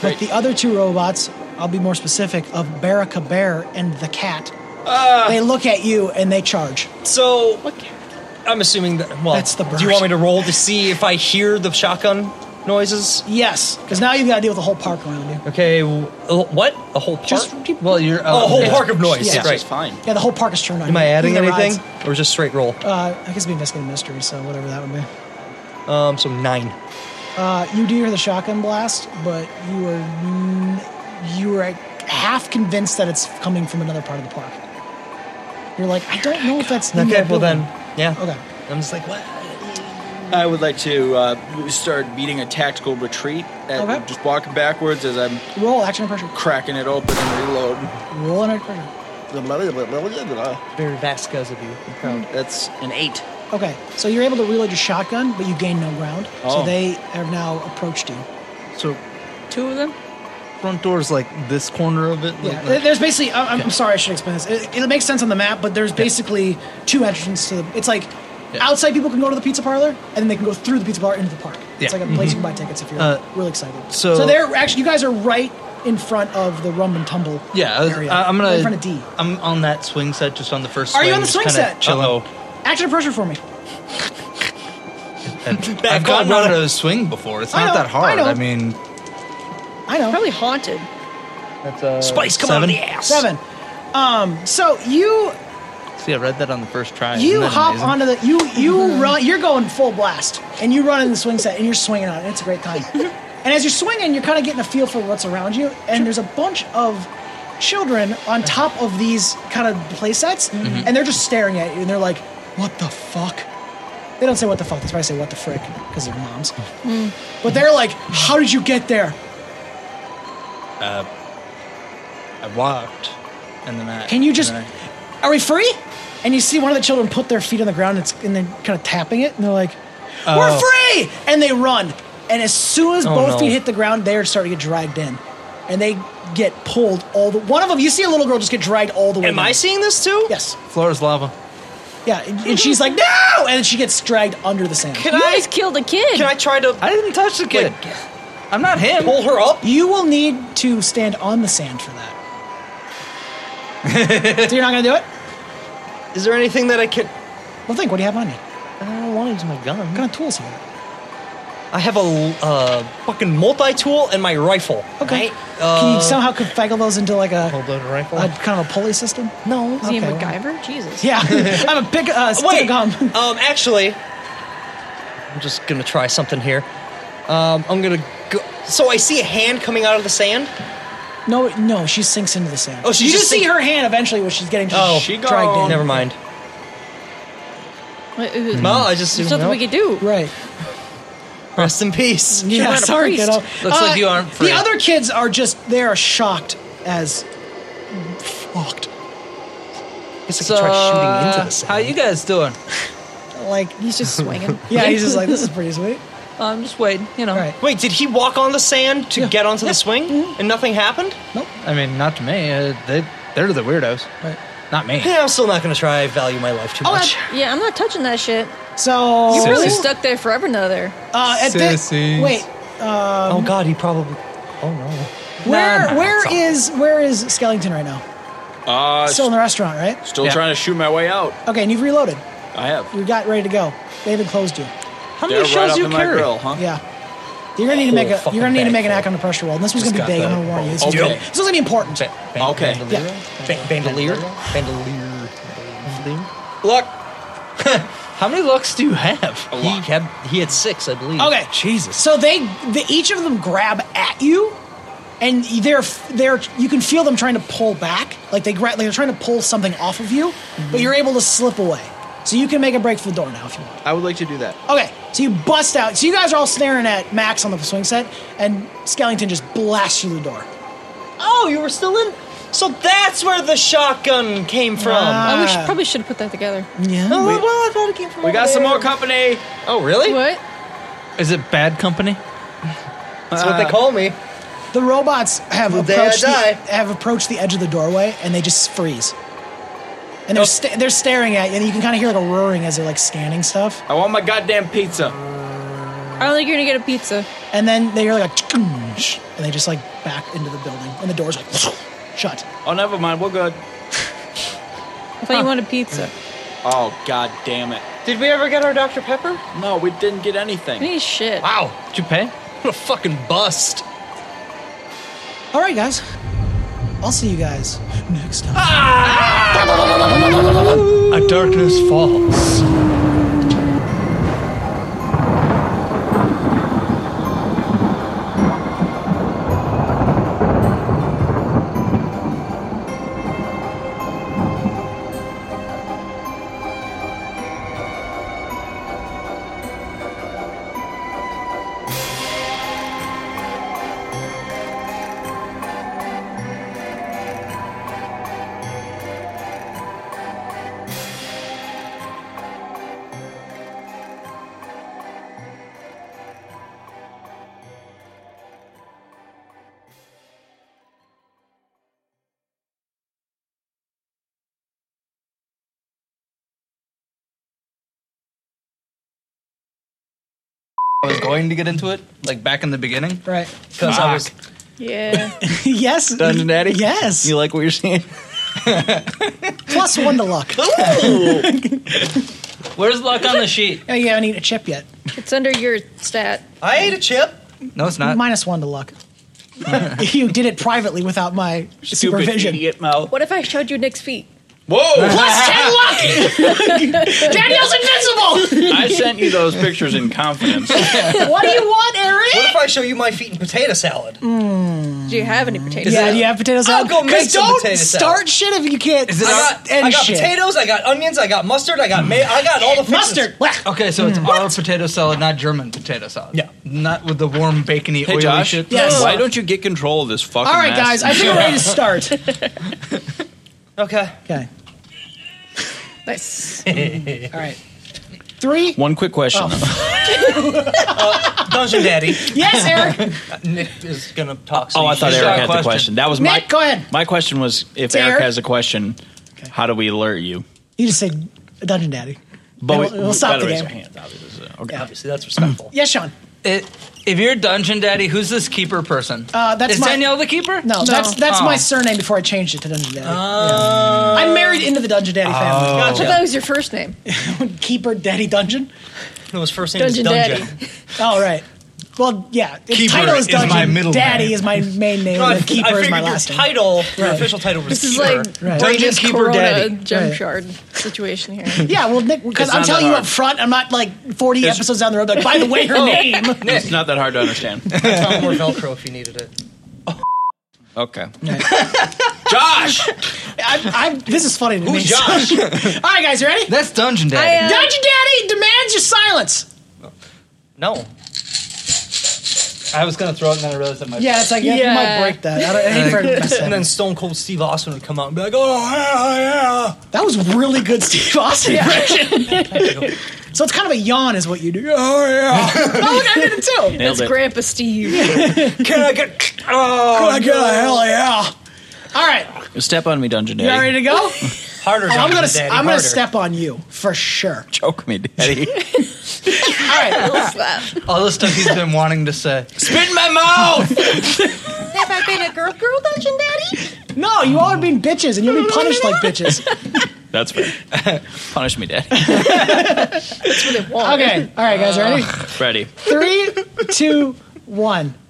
[SPEAKER 1] But the other two robots, I'll be more specific, of Baraka Bear and the cat, they look at you and they charge.
[SPEAKER 10] So I'm assuming that. Well,
[SPEAKER 1] That's the
[SPEAKER 10] do you
[SPEAKER 1] bird.
[SPEAKER 10] want me to roll to see if I hear the shotgun noises?
[SPEAKER 1] Yes, because now you've got to deal with a whole park around you.
[SPEAKER 3] Okay. Well,
[SPEAKER 10] A wh- uh, what? A whole park?
[SPEAKER 1] Just
[SPEAKER 3] well you're out.
[SPEAKER 10] oh, a whole
[SPEAKER 3] yeah.
[SPEAKER 10] park of noise.
[SPEAKER 1] Yeah.
[SPEAKER 5] It's
[SPEAKER 10] Right.
[SPEAKER 5] just fine.
[SPEAKER 1] Yeah, the whole park is turned on.
[SPEAKER 10] Am
[SPEAKER 1] you.
[SPEAKER 10] I adding
[SPEAKER 1] Either
[SPEAKER 10] anything,
[SPEAKER 1] rides.
[SPEAKER 10] or just straight roll?
[SPEAKER 1] Uh, I guess we investigating mystery, so whatever that would be.
[SPEAKER 10] Um, so nine.
[SPEAKER 1] Uh, you do hear the shotgun blast, but you were mm, you were half convinced that it's coming from another part of the park. You're like, I don't know if that's in
[SPEAKER 10] Okay,
[SPEAKER 1] that
[SPEAKER 10] well then,
[SPEAKER 1] building.
[SPEAKER 10] yeah.
[SPEAKER 1] Okay.
[SPEAKER 10] I'm just like, what?
[SPEAKER 5] I would like to uh, start beating a tactical retreat. At,
[SPEAKER 1] Okay.
[SPEAKER 5] Just walking backwards as I'm
[SPEAKER 1] Roll action pressure.
[SPEAKER 5] cracking it open and reload.
[SPEAKER 1] Roll an action pressure.
[SPEAKER 10] Very Vasquez of you. I'm proud.
[SPEAKER 5] That's an eight.
[SPEAKER 1] Okay, so you're able to reload your shotgun, but you gain no ground. So
[SPEAKER 5] Oh.
[SPEAKER 1] they have now approached you.
[SPEAKER 3] So
[SPEAKER 6] Two of them.
[SPEAKER 3] front door's like this corner of it.
[SPEAKER 1] Yeah,
[SPEAKER 3] Like-
[SPEAKER 1] there's basically. I- I'm, I'm sorry, I should explain this. It, it makes sense on the map, but there's basically two entrances to the. It's like outside people can go to the pizza parlor, and then they can go through the pizza bar into the park. It's
[SPEAKER 3] Yeah.
[SPEAKER 1] like a place you can buy tickets if you're
[SPEAKER 3] Uh,
[SPEAKER 1] really excited.
[SPEAKER 3] so-
[SPEAKER 1] they're actually you guys are right in front of the rum and tumble.
[SPEAKER 3] yeah. I was-
[SPEAKER 1] area.
[SPEAKER 3] I, am gonna.
[SPEAKER 1] Right in front of D.
[SPEAKER 3] I'm on that swing set, just on the first.
[SPEAKER 1] Are
[SPEAKER 3] swing,
[SPEAKER 1] you on the
[SPEAKER 3] just
[SPEAKER 1] swing
[SPEAKER 3] kinda
[SPEAKER 1] set?
[SPEAKER 3] Chilling.
[SPEAKER 1] Action pressure for me.
[SPEAKER 3] I've gotten on a swing before. It's
[SPEAKER 1] I know,
[SPEAKER 3] not that hard.
[SPEAKER 1] I know.
[SPEAKER 3] I, mean,
[SPEAKER 1] I know.
[SPEAKER 6] Probably haunted.
[SPEAKER 3] that's uh,
[SPEAKER 10] Spice, come
[SPEAKER 3] seven.
[SPEAKER 10] on the ass.
[SPEAKER 1] Seven. Um. So you
[SPEAKER 3] See, I read that on the first try.
[SPEAKER 1] You
[SPEAKER 3] Isn't that
[SPEAKER 1] hop
[SPEAKER 3] amazing?
[SPEAKER 1] onto the you you run. You're going full blast, and you run in the swing set, and you're swinging on it. It's a great time. and as you're swinging, you're kind of getting a feel for what's around you. And there's a bunch of children on top of these kind of play sets, and they're just staring at you, and they're like, "What the fuck." They don't say what the fuck. They probably say what the frick because they're moms. But they're like, "How did you get there?"
[SPEAKER 5] uh, I walked, and then I
[SPEAKER 1] Can you just?
[SPEAKER 5] and
[SPEAKER 1] Are we free? And you see one of the children put their feet on the ground and, it's, and they're kind of tapping it, and they're like, "We're free!" And they run. And as soon as both
[SPEAKER 5] no.
[SPEAKER 1] feet hit the ground, they're starting to get dragged in, and they get pulled all the. One of them, you see a little girl just get dragged all the way.
[SPEAKER 10] Am
[SPEAKER 1] down.
[SPEAKER 10] I seeing this too?
[SPEAKER 1] Yes.
[SPEAKER 3] Flora's lava.
[SPEAKER 1] Yeah, and, and she's like, "No!" And she gets dragged under the sand.
[SPEAKER 10] Can
[SPEAKER 6] You
[SPEAKER 10] I?
[SPEAKER 6] guys killed a kid.
[SPEAKER 10] Can I try to
[SPEAKER 3] I didn't touch the kid. I'm not him.
[SPEAKER 10] pull her up?
[SPEAKER 1] You will need to stand on the sand for that. so you're not gonna do it?
[SPEAKER 10] Is there anything that I can?
[SPEAKER 1] Well, think. What do you have on you?
[SPEAKER 10] I don't want to use my
[SPEAKER 1] What
[SPEAKER 10] gun.
[SPEAKER 1] kind of tools you got?
[SPEAKER 10] I have a uh, fucking multi-tool and my rifle.
[SPEAKER 1] Okay.
[SPEAKER 10] right?
[SPEAKER 1] Can you somehow configure those into like a,
[SPEAKER 3] Full-blown rifle.
[SPEAKER 1] a kind of a pulley system?
[SPEAKER 10] No.
[SPEAKER 6] Is he
[SPEAKER 1] Okay,
[SPEAKER 6] a
[SPEAKER 1] well.
[SPEAKER 6] MacGyver? Jesus.
[SPEAKER 1] *laughs* Yeah, I'm a big uh, *laughs* stick
[SPEAKER 10] Wait.
[SPEAKER 1] of gum.
[SPEAKER 10] um, actually, I'm just gonna try something here. Um, I'm gonna go. So I see a hand coming out of the sand.
[SPEAKER 1] No, no, she sinks into the sand.
[SPEAKER 10] Oh, she
[SPEAKER 1] you
[SPEAKER 10] just
[SPEAKER 1] just see
[SPEAKER 10] sinks-
[SPEAKER 1] her hand eventually when she's getting
[SPEAKER 10] Oh,
[SPEAKER 1] she
[SPEAKER 5] she
[SPEAKER 1] dragged in.
[SPEAKER 5] gone.
[SPEAKER 10] Never mind.
[SPEAKER 6] Wait, who-
[SPEAKER 10] Well, I just
[SPEAKER 6] There's nothing we could do.
[SPEAKER 1] Right.
[SPEAKER 10] rest in peace.
[SPEAKER 1] Yeah,
[SPEAKER 6] went a
[SPEAKER 1] sorry,
[SPEAKER 6] priest.
[SPEAKER 1] kiddo. Uh,
[SPEAKER 3] Looks like you aren't free.
[SPEAKER 1] The other kids are just, they are shocked as fucked.
[SPEAKER 10] Guess I could try shooting into the sand.
[SPEAKER 3] How you guys doing?
[SPEAKER 1] Like,
[SPEAKER 6] He's just swinging.
[SPEAKER 1] *laughs* yeah, he's just like, this is pretty *laughs* sweet.
[SPEAKER 6] I'm just waiting, you know.
[SPEAKER 1] All right.
[SPEAKER 10] Wait, did he walk on the sand to get onto
[SPEAKER 1] Yeah.
[SPEAKER 10] the swing and nothing happened?
[SPEAKER 3] I mean, not to me. Uh, they they're the weirdos.
[SPEAKER 1] Right.
[SPEAKER 3] Not me.
[SPEAKER 10] Yeah, I'm still not gonna try. I value my life too
[SPEAKER 1] Oh,
[SPEAKER 10] much.
[SPEAKER 1] I-
[SPEAKER 6] Yeah, I'm not touching that shit.
[SPEAKER 1] So,
[SPEAKER 6] You're really
[SPEAKER 3] Sissy.
[SPEAKER 6] stuck there forever now there.
[SPEAKER 1] uh, at this,
[SPEAKER 3] Sissies.
[SPEAKER 1] wait,
[SPEAKER 10] oh God, he probably. Oh no.
[SPEAKER 1] where,
[SPEAKER 6] Nah,
[SPEAKER 1] where is, where is Skellington right now?
[SPEAKER 5] I, uh,
[SPEAKER 1] Still in the restaurant, right?
[SPEAKER 5] still
[SPEAKER 3] Yeah.
[SPEAKER 5] trying to shoot my way out.
[SPEAKER 1] Okay, and you've reloaded.
[SPEAKER 5] I have.
[SPEAKER 1] You got ready to go. They haven't closed you.
[SPEAKER 3] How
[SPEAKER 5] They're right up in my grill, huh?
[SPEAKER 1] Yeah. You're gonna need to make a
[SPEAKER 10] fucking
[SPEAKER 1] you're gonna need to
[SPEAKER 10] bag
[SPEAKER 1] make an
[SPEAKER 10] full.
[SPEAKER 1] act on the pressure roll. And this was gonna be
[SPEAKER 10] got
[SPEAKER 1] big. I'm
[SPEAKER 10] that
[SPEAKER 1] gonna warn you. This was
[SPEAKER 5] Okay.
[SPEAKER 1] gonna, this was gonna be important.
[SPEAKER 5] Okay.
[SPEAKER 1] Yeah.
[SPEAKER 10] Oh, Ba- bandolier. Bandolier. Look,
[SPEAKER 3] How many looks do you have?
[SPEAKER 5] A
[SPEAKER 10] he
[SPEAKER 5] lot.
[SPEAKER 10] had he had six, I believe.
[SPEAKER 1] Okay.
[SPEAKER 3] Jesus.
[SPEAKER 1] So they, the, each of them grab at you, and they're they're you can feel them trying to pull back. Like they gra- like they're trying to pull something off of you,
[SPEAKER 3] Mm-hmm.
[SPEAKER 1] but you're able to slip away. So you can make a break for the door now if you want.
[SPEAKER 5] I would like to do that.
[SPEAKER 1] Okay, so you bust out. So you guys are all staring at Max on the swing set, and Skellington just blasts through the door.
[SPEAKER 10] Oh, you were still in. So that's where the shotgun came from.
[SPEAKER 1] Ah.
[SPEAKER 6] Oh, we should, probably should have put that together.
[SPEAKER 1] Yeah.
[SPEAKER 10] Oh, well, I thought it came from
[SPEAKER 5] We
[SPEAKER 10] over
[SPEAKER 5] got some
[SPEAKER 10] there.
[SPEAKER 5] more company.
[SPEAKER 10] Oh, really?
[SPEAKER 6] What?
[SPEAKER 3] Is it bad company?
[SPEAKER 10] That's what they call me.
[SPEAKER 1] The robots have
[SPEAKER 10] The day I
[SPEAKER 1] approached the,
[SPEAKER 10] die.
[SPEAKER 1] have approached the edge of the doorway and they just freeze. And they're sta- they're staring at you, and you can kind of hear like a roaring as they're like scanning stuff.
[SPEAKER 5] I want my goddamn pizza.
[SPEAKER 6] I don't think you're gonna get a pizza.
[SPEAKER 1] And then they hear like a tsk-oonsh, and they just like back into the building, and the door's like *sniffs* shut.
[SPEAKER 5] Oh, never mind. We're good.
[SPEAKER 6] I thought you wanted pizza.
[SPEAKER 5] Oh, god damn it.
[SPEAKER 10] Did we ever get our Dr. Pepper?
[SPEAKER 5] No, we didn't get anything.
[SPEAKER 6] Hey, shit.
[SPEAKER 10] Wow,
[SPEAKER 3] Did you pay?
[SPEAKER 10] what a fucking bust.
[SPEAKER 1] All right, guys, I'll see you guys next time.
[SPEAKER 3] A darkness falls. I was going to get into it, like back in the beginning,
[SPEAKER 1] Right?
[SPEAKER 3] because I was
[SPEAKER 6] Yeah.
[SPEAKER 1] *laughs* yes.
[SPEAKER 5] Dungeon Daddy?
[SPEAKER 1] Yes.
[SPEAKER 5] You like what you're seeing?
[SPEAKER 1] Plus one to luck. *laughs*
[SPEAKER 4] Where's luck on the sheet?
[SPEAKER 1] Oh, you haven't eaten a chip yet.
[SPEAKER 6] it's under your stat.
[SPEAKER 10] I ate a chip.
[SPEAKER 3] no, it's not.
[SPEAKER 1] Minus one to luck. *laughs* you did it privately without my
[SPEAKER 5] Stupid
[SPEAKER 1] supervision.
[SPEAKER 5] idiot mouth.
[SPEAKER 6] What if I showed you Nick's feet?
[SPEAKER 5] Whoa!
[SPEAKER 1] Plus ten luck. Daniel's invincible.
[SPEAKER 5] I sent you those pictures in
[SPEAKER 10] *laughs*
[SPEAKER 5] confidence.
[SPEAKER 1] what do you want,
[SPEAKER 10] What
[SPEAKER 1] Eric?
[SPEAKER 10] if I show you my feet in potato salad?
[SPEAKER 6] Do you have any potatoes?
[SPEAKER 1] Yeah, do you have potato salad?
[SPEAKER 10] go make
[SPEAKER 1] 'Cause
[SPEAKER 10] some
[SPEAKER 1] don't
[SPEAKER 10] potato salad.
[SPEAKER 1] start shit if you can't.
[SPEAKER 3] Is it
[SPEAKER 10] I
[SPEAKER 3] our-
[SPEAKER 10] got,
[SPEAKER 1] end
[SPEAKER 10] I got
[SPEAKER 1] shit.
[SPEAKER 10] potatoes, I got onions, I got mustard, I got ma- I got all the fixes.
[SPEAKER 1] Mustard. Whack.
[SPEAKER 3] Okay, so it's our potato salad, not German potato salad.
[SPEAKER 10] Yeah.
[SPEAKER 3] N- not with the warm bacony
[SPEAKER 5] Hey,
[SPEAKER 3] oily
[SPEAKER 5] Josh.
[SPEAKER 3] shit.
[SPEAKER 1] Yes.
[SPEAKER 5] Why don't you get control of this fucking?
[SPEAKER 1] All right, guys,
[SPEAKER 5] mask and
[SPEAKER 1] I think
[SPEAKER 5] shit?
[SPEAKER 1] we're ready to
[SPEAKER 10] *laughs*
[SPEAKER 1] start.
[SPEAKER 10] Okay.
[SPEAKER 1] Okay.
[SPEAKER 6] Nice.
[SPEAKER 1] All right. Three.
[SPEAKER 5] One quick question. Oh,
[SPEAKER 10] Dungeon Daddy
[SPEAKER 5] *laughs*
[SPEAKER 1] Yes, Eric.
[SPEAKER 10] Nick is gonna talk. So
[SPEAKER 5] Oh, I
[SPEAKER 10] you
[SPEAKER 5] thought
[SPEAKER 10] should-
[SPEAKER 5] Eric had the
[SPEAKER 3] question.
[SPEAKER 5] question. That was my.
[SPEAKER 1] Nick, go ahead.
[SPEAKER 5] My question was if
[SPEAKER 1] To
[SPEAKER 5] Eric
[SPEAKER 1] Eric?
[SPEAKER 5] has a question, how do we alert you?
[SPEAKER 1] You just say Dungeon Daddy.
[SPEAKER 5] But
[SPEAKER 1] we'll- we'll stop
[SPEAKER 5] gotta
[SPEAKER 1] the
[SPEAKER 5] raise
[SPEAKER 1] game.
[SPEAKER 5] our hands, obviously. Okay.
[SPEAKER 1] Yeah.
[SPEAKER 10] Obviously, that's respectful.
[SPEAKER 1] Yes, Sean.
[SPEAKER 3] Mm. It- if you're Dungeon Daddy, who's this keeper person?
[SPEAKER 1] Uh, that's
[SPEAKER 3] is
[SPEAKER 1] my-
[SPEAKER 3] Danielle the keeper?
[SPEAKER 1] No, that's that's
[SPEAKER 3] Oh.
[SPEAKER 1] my surname before I changed it to Dungeon
[SPEAKER 10] Oh.
[SPEAKER 1] Daddy. Yeah. I'm married into the Dungeon Daddy family.
[SPEAKER 6] I thought that was your first name.
[SPEAKER 5] Oh.
[SPEAKER 1] Keeper Daddy Dungeon.
[SPEAKER 10] No, his first name
[SPEAKER 6] Dungeon
[SPEAKER 10] is
[SPEAKER 6] Daddy.
[SPEAKER 10] Dungeon.
[SPEAKER 1] Oh right. Well, yeah. Its
[SPEAKER 3] Keeper
[SPEAKER 1] title is
[SPEAKER 3] is
[SPEAKER 1] Dungeon.
[SPEAKER 3] my middle
[SPEAKER 1] Daddy
[SPEAKER 3] name.
[SPEAKER 1] is my main name.
[SPEAKER 10] I,
[SPEAKER 1] and Keeper
[SPEAKER 10] I
[SPEAKER 1] is
[SPEAKER 10] figured
[SPEAKER 1] my
[SPEAKER 10] your
[SPEAKER 1] last name.
[SPEAKER 10] title, your
[SPEAKER 1] Right.
[SPEAKER 10] official title was
[SPEAKER 6] This is
[SPEAKER 10] Keeper.
[SPEAKER 6] like
[SPEAKER 1] Right.
[SPEAKER 6] Dungeon
[SPEAKER 3] Keeper
[SPEAKER 6] Corona
[SPEAKER 3] Daddy.
[SPEAKER 6] gem
[SPEAKER 1] Right.
[SPEAKER 6] shard situation here.
[SPEAKER 1] Yeah, well, Nick, because
[SPEAKER 5] It's
[SPEAKER 1] I'm
[SPEAKER 5] not
[SPEAKER 1] telling
[SPEAKER 5] that
[SPEAKER 1] you
[SPEAKER 5] hard.
[SPEAKER 1] up front, I'm not like 40 episodes down the road. Like, by the
[SPEAKER 10] *laughs*
[SPEAKER 1] way, her name.
[SPEAKER 5] It's not that hard to understand.
[SPEAKER 10] It's not more Velcro if you needed it.
[SPEAKER 5] *laughs*
[SPEAKER 1] *laughs*
[SPEAKER 5] okay. Josh.
[SPEAKER 1] I'm, I'm, this is funny to me.
[SPEAKER 10] Who's Josh?
[SPEAKER 1] *laughs* All right, guys, you ready?
[SPEAKER 3] That's Dungeon Daddy.
[SPEAKER 6] I, uh,
[SPEAKER 1] Dungeon Daddy demands your silence.
[SPEAKER 10] no.
[SPEAKER 3] I was gonna throw it and then I realized that my
[SPEAKER 1] Yeah, it's like yeah. you
[SPEAKER 6] Yeah.
[SPEAKER 1] might break that. I, don't, I hate for it to mess
[SPEAKER 10] And
[SPEAKER 1] up.
[SPEAKER 10] then Stone Cold Steve Austin would come out and be like, "Oh yeah,
[SPEAKER 1] *laughs* That was really good, Steve Austin impression. *laughs* so it's kind of a yawn, is what you do. Oh yeah. *laughs* oh look, I did it *laughs* too.
[SPEAKER 5] Nailed
[SPEAKER 6] That's
[SPEAKER 5] it.
[SPEAKER 6] Grandpa Steve.
[SPEAKER 10] yeah." Can I get? *laughs* Oh,
[SPEAKER 1] I get a hell yeah. All right,
[SPEAKER 5] Step on me, Dungeon
[SPEAKER 1] you all
[SPEAKER 5] Daddy.
[SPEAKER 1] ready to go?
[SPEAKER 10] harder.
[SPEAKER 1] I'm gonna
[SPEAKER 10] Daddy,
[SPEAKER 1] I'm gonna
[SPEAKER 10] harder.
[SPEAKER 1] step on you for sure.
[SPEAKER 5] *laughs* Choke
[SPEAKER 1] *laughs*
[SPEAKER 5] me, Daddy.
[SPEAKER 1] All right,
[SPEAKER 3] all the stuff he's been wanting to say.
[SPEAKER 5] Spit in my mouth.
[SPEAKER 6] Have I been a girl, girl Dungeon Daddy?
[SPEAKER 1] no, you all are being bitches, and you'll be punished like bitches.
[SPEAKER 5] That's fair.
[SPEAKER 1] *laughs*
[SPEAKER 5] Punish me, Daddy.
[SPEAKER 1] Okay, all right, guys, ready?
[SPEAKER 5] Ready.
[SPEAKER 1] Three, two, one.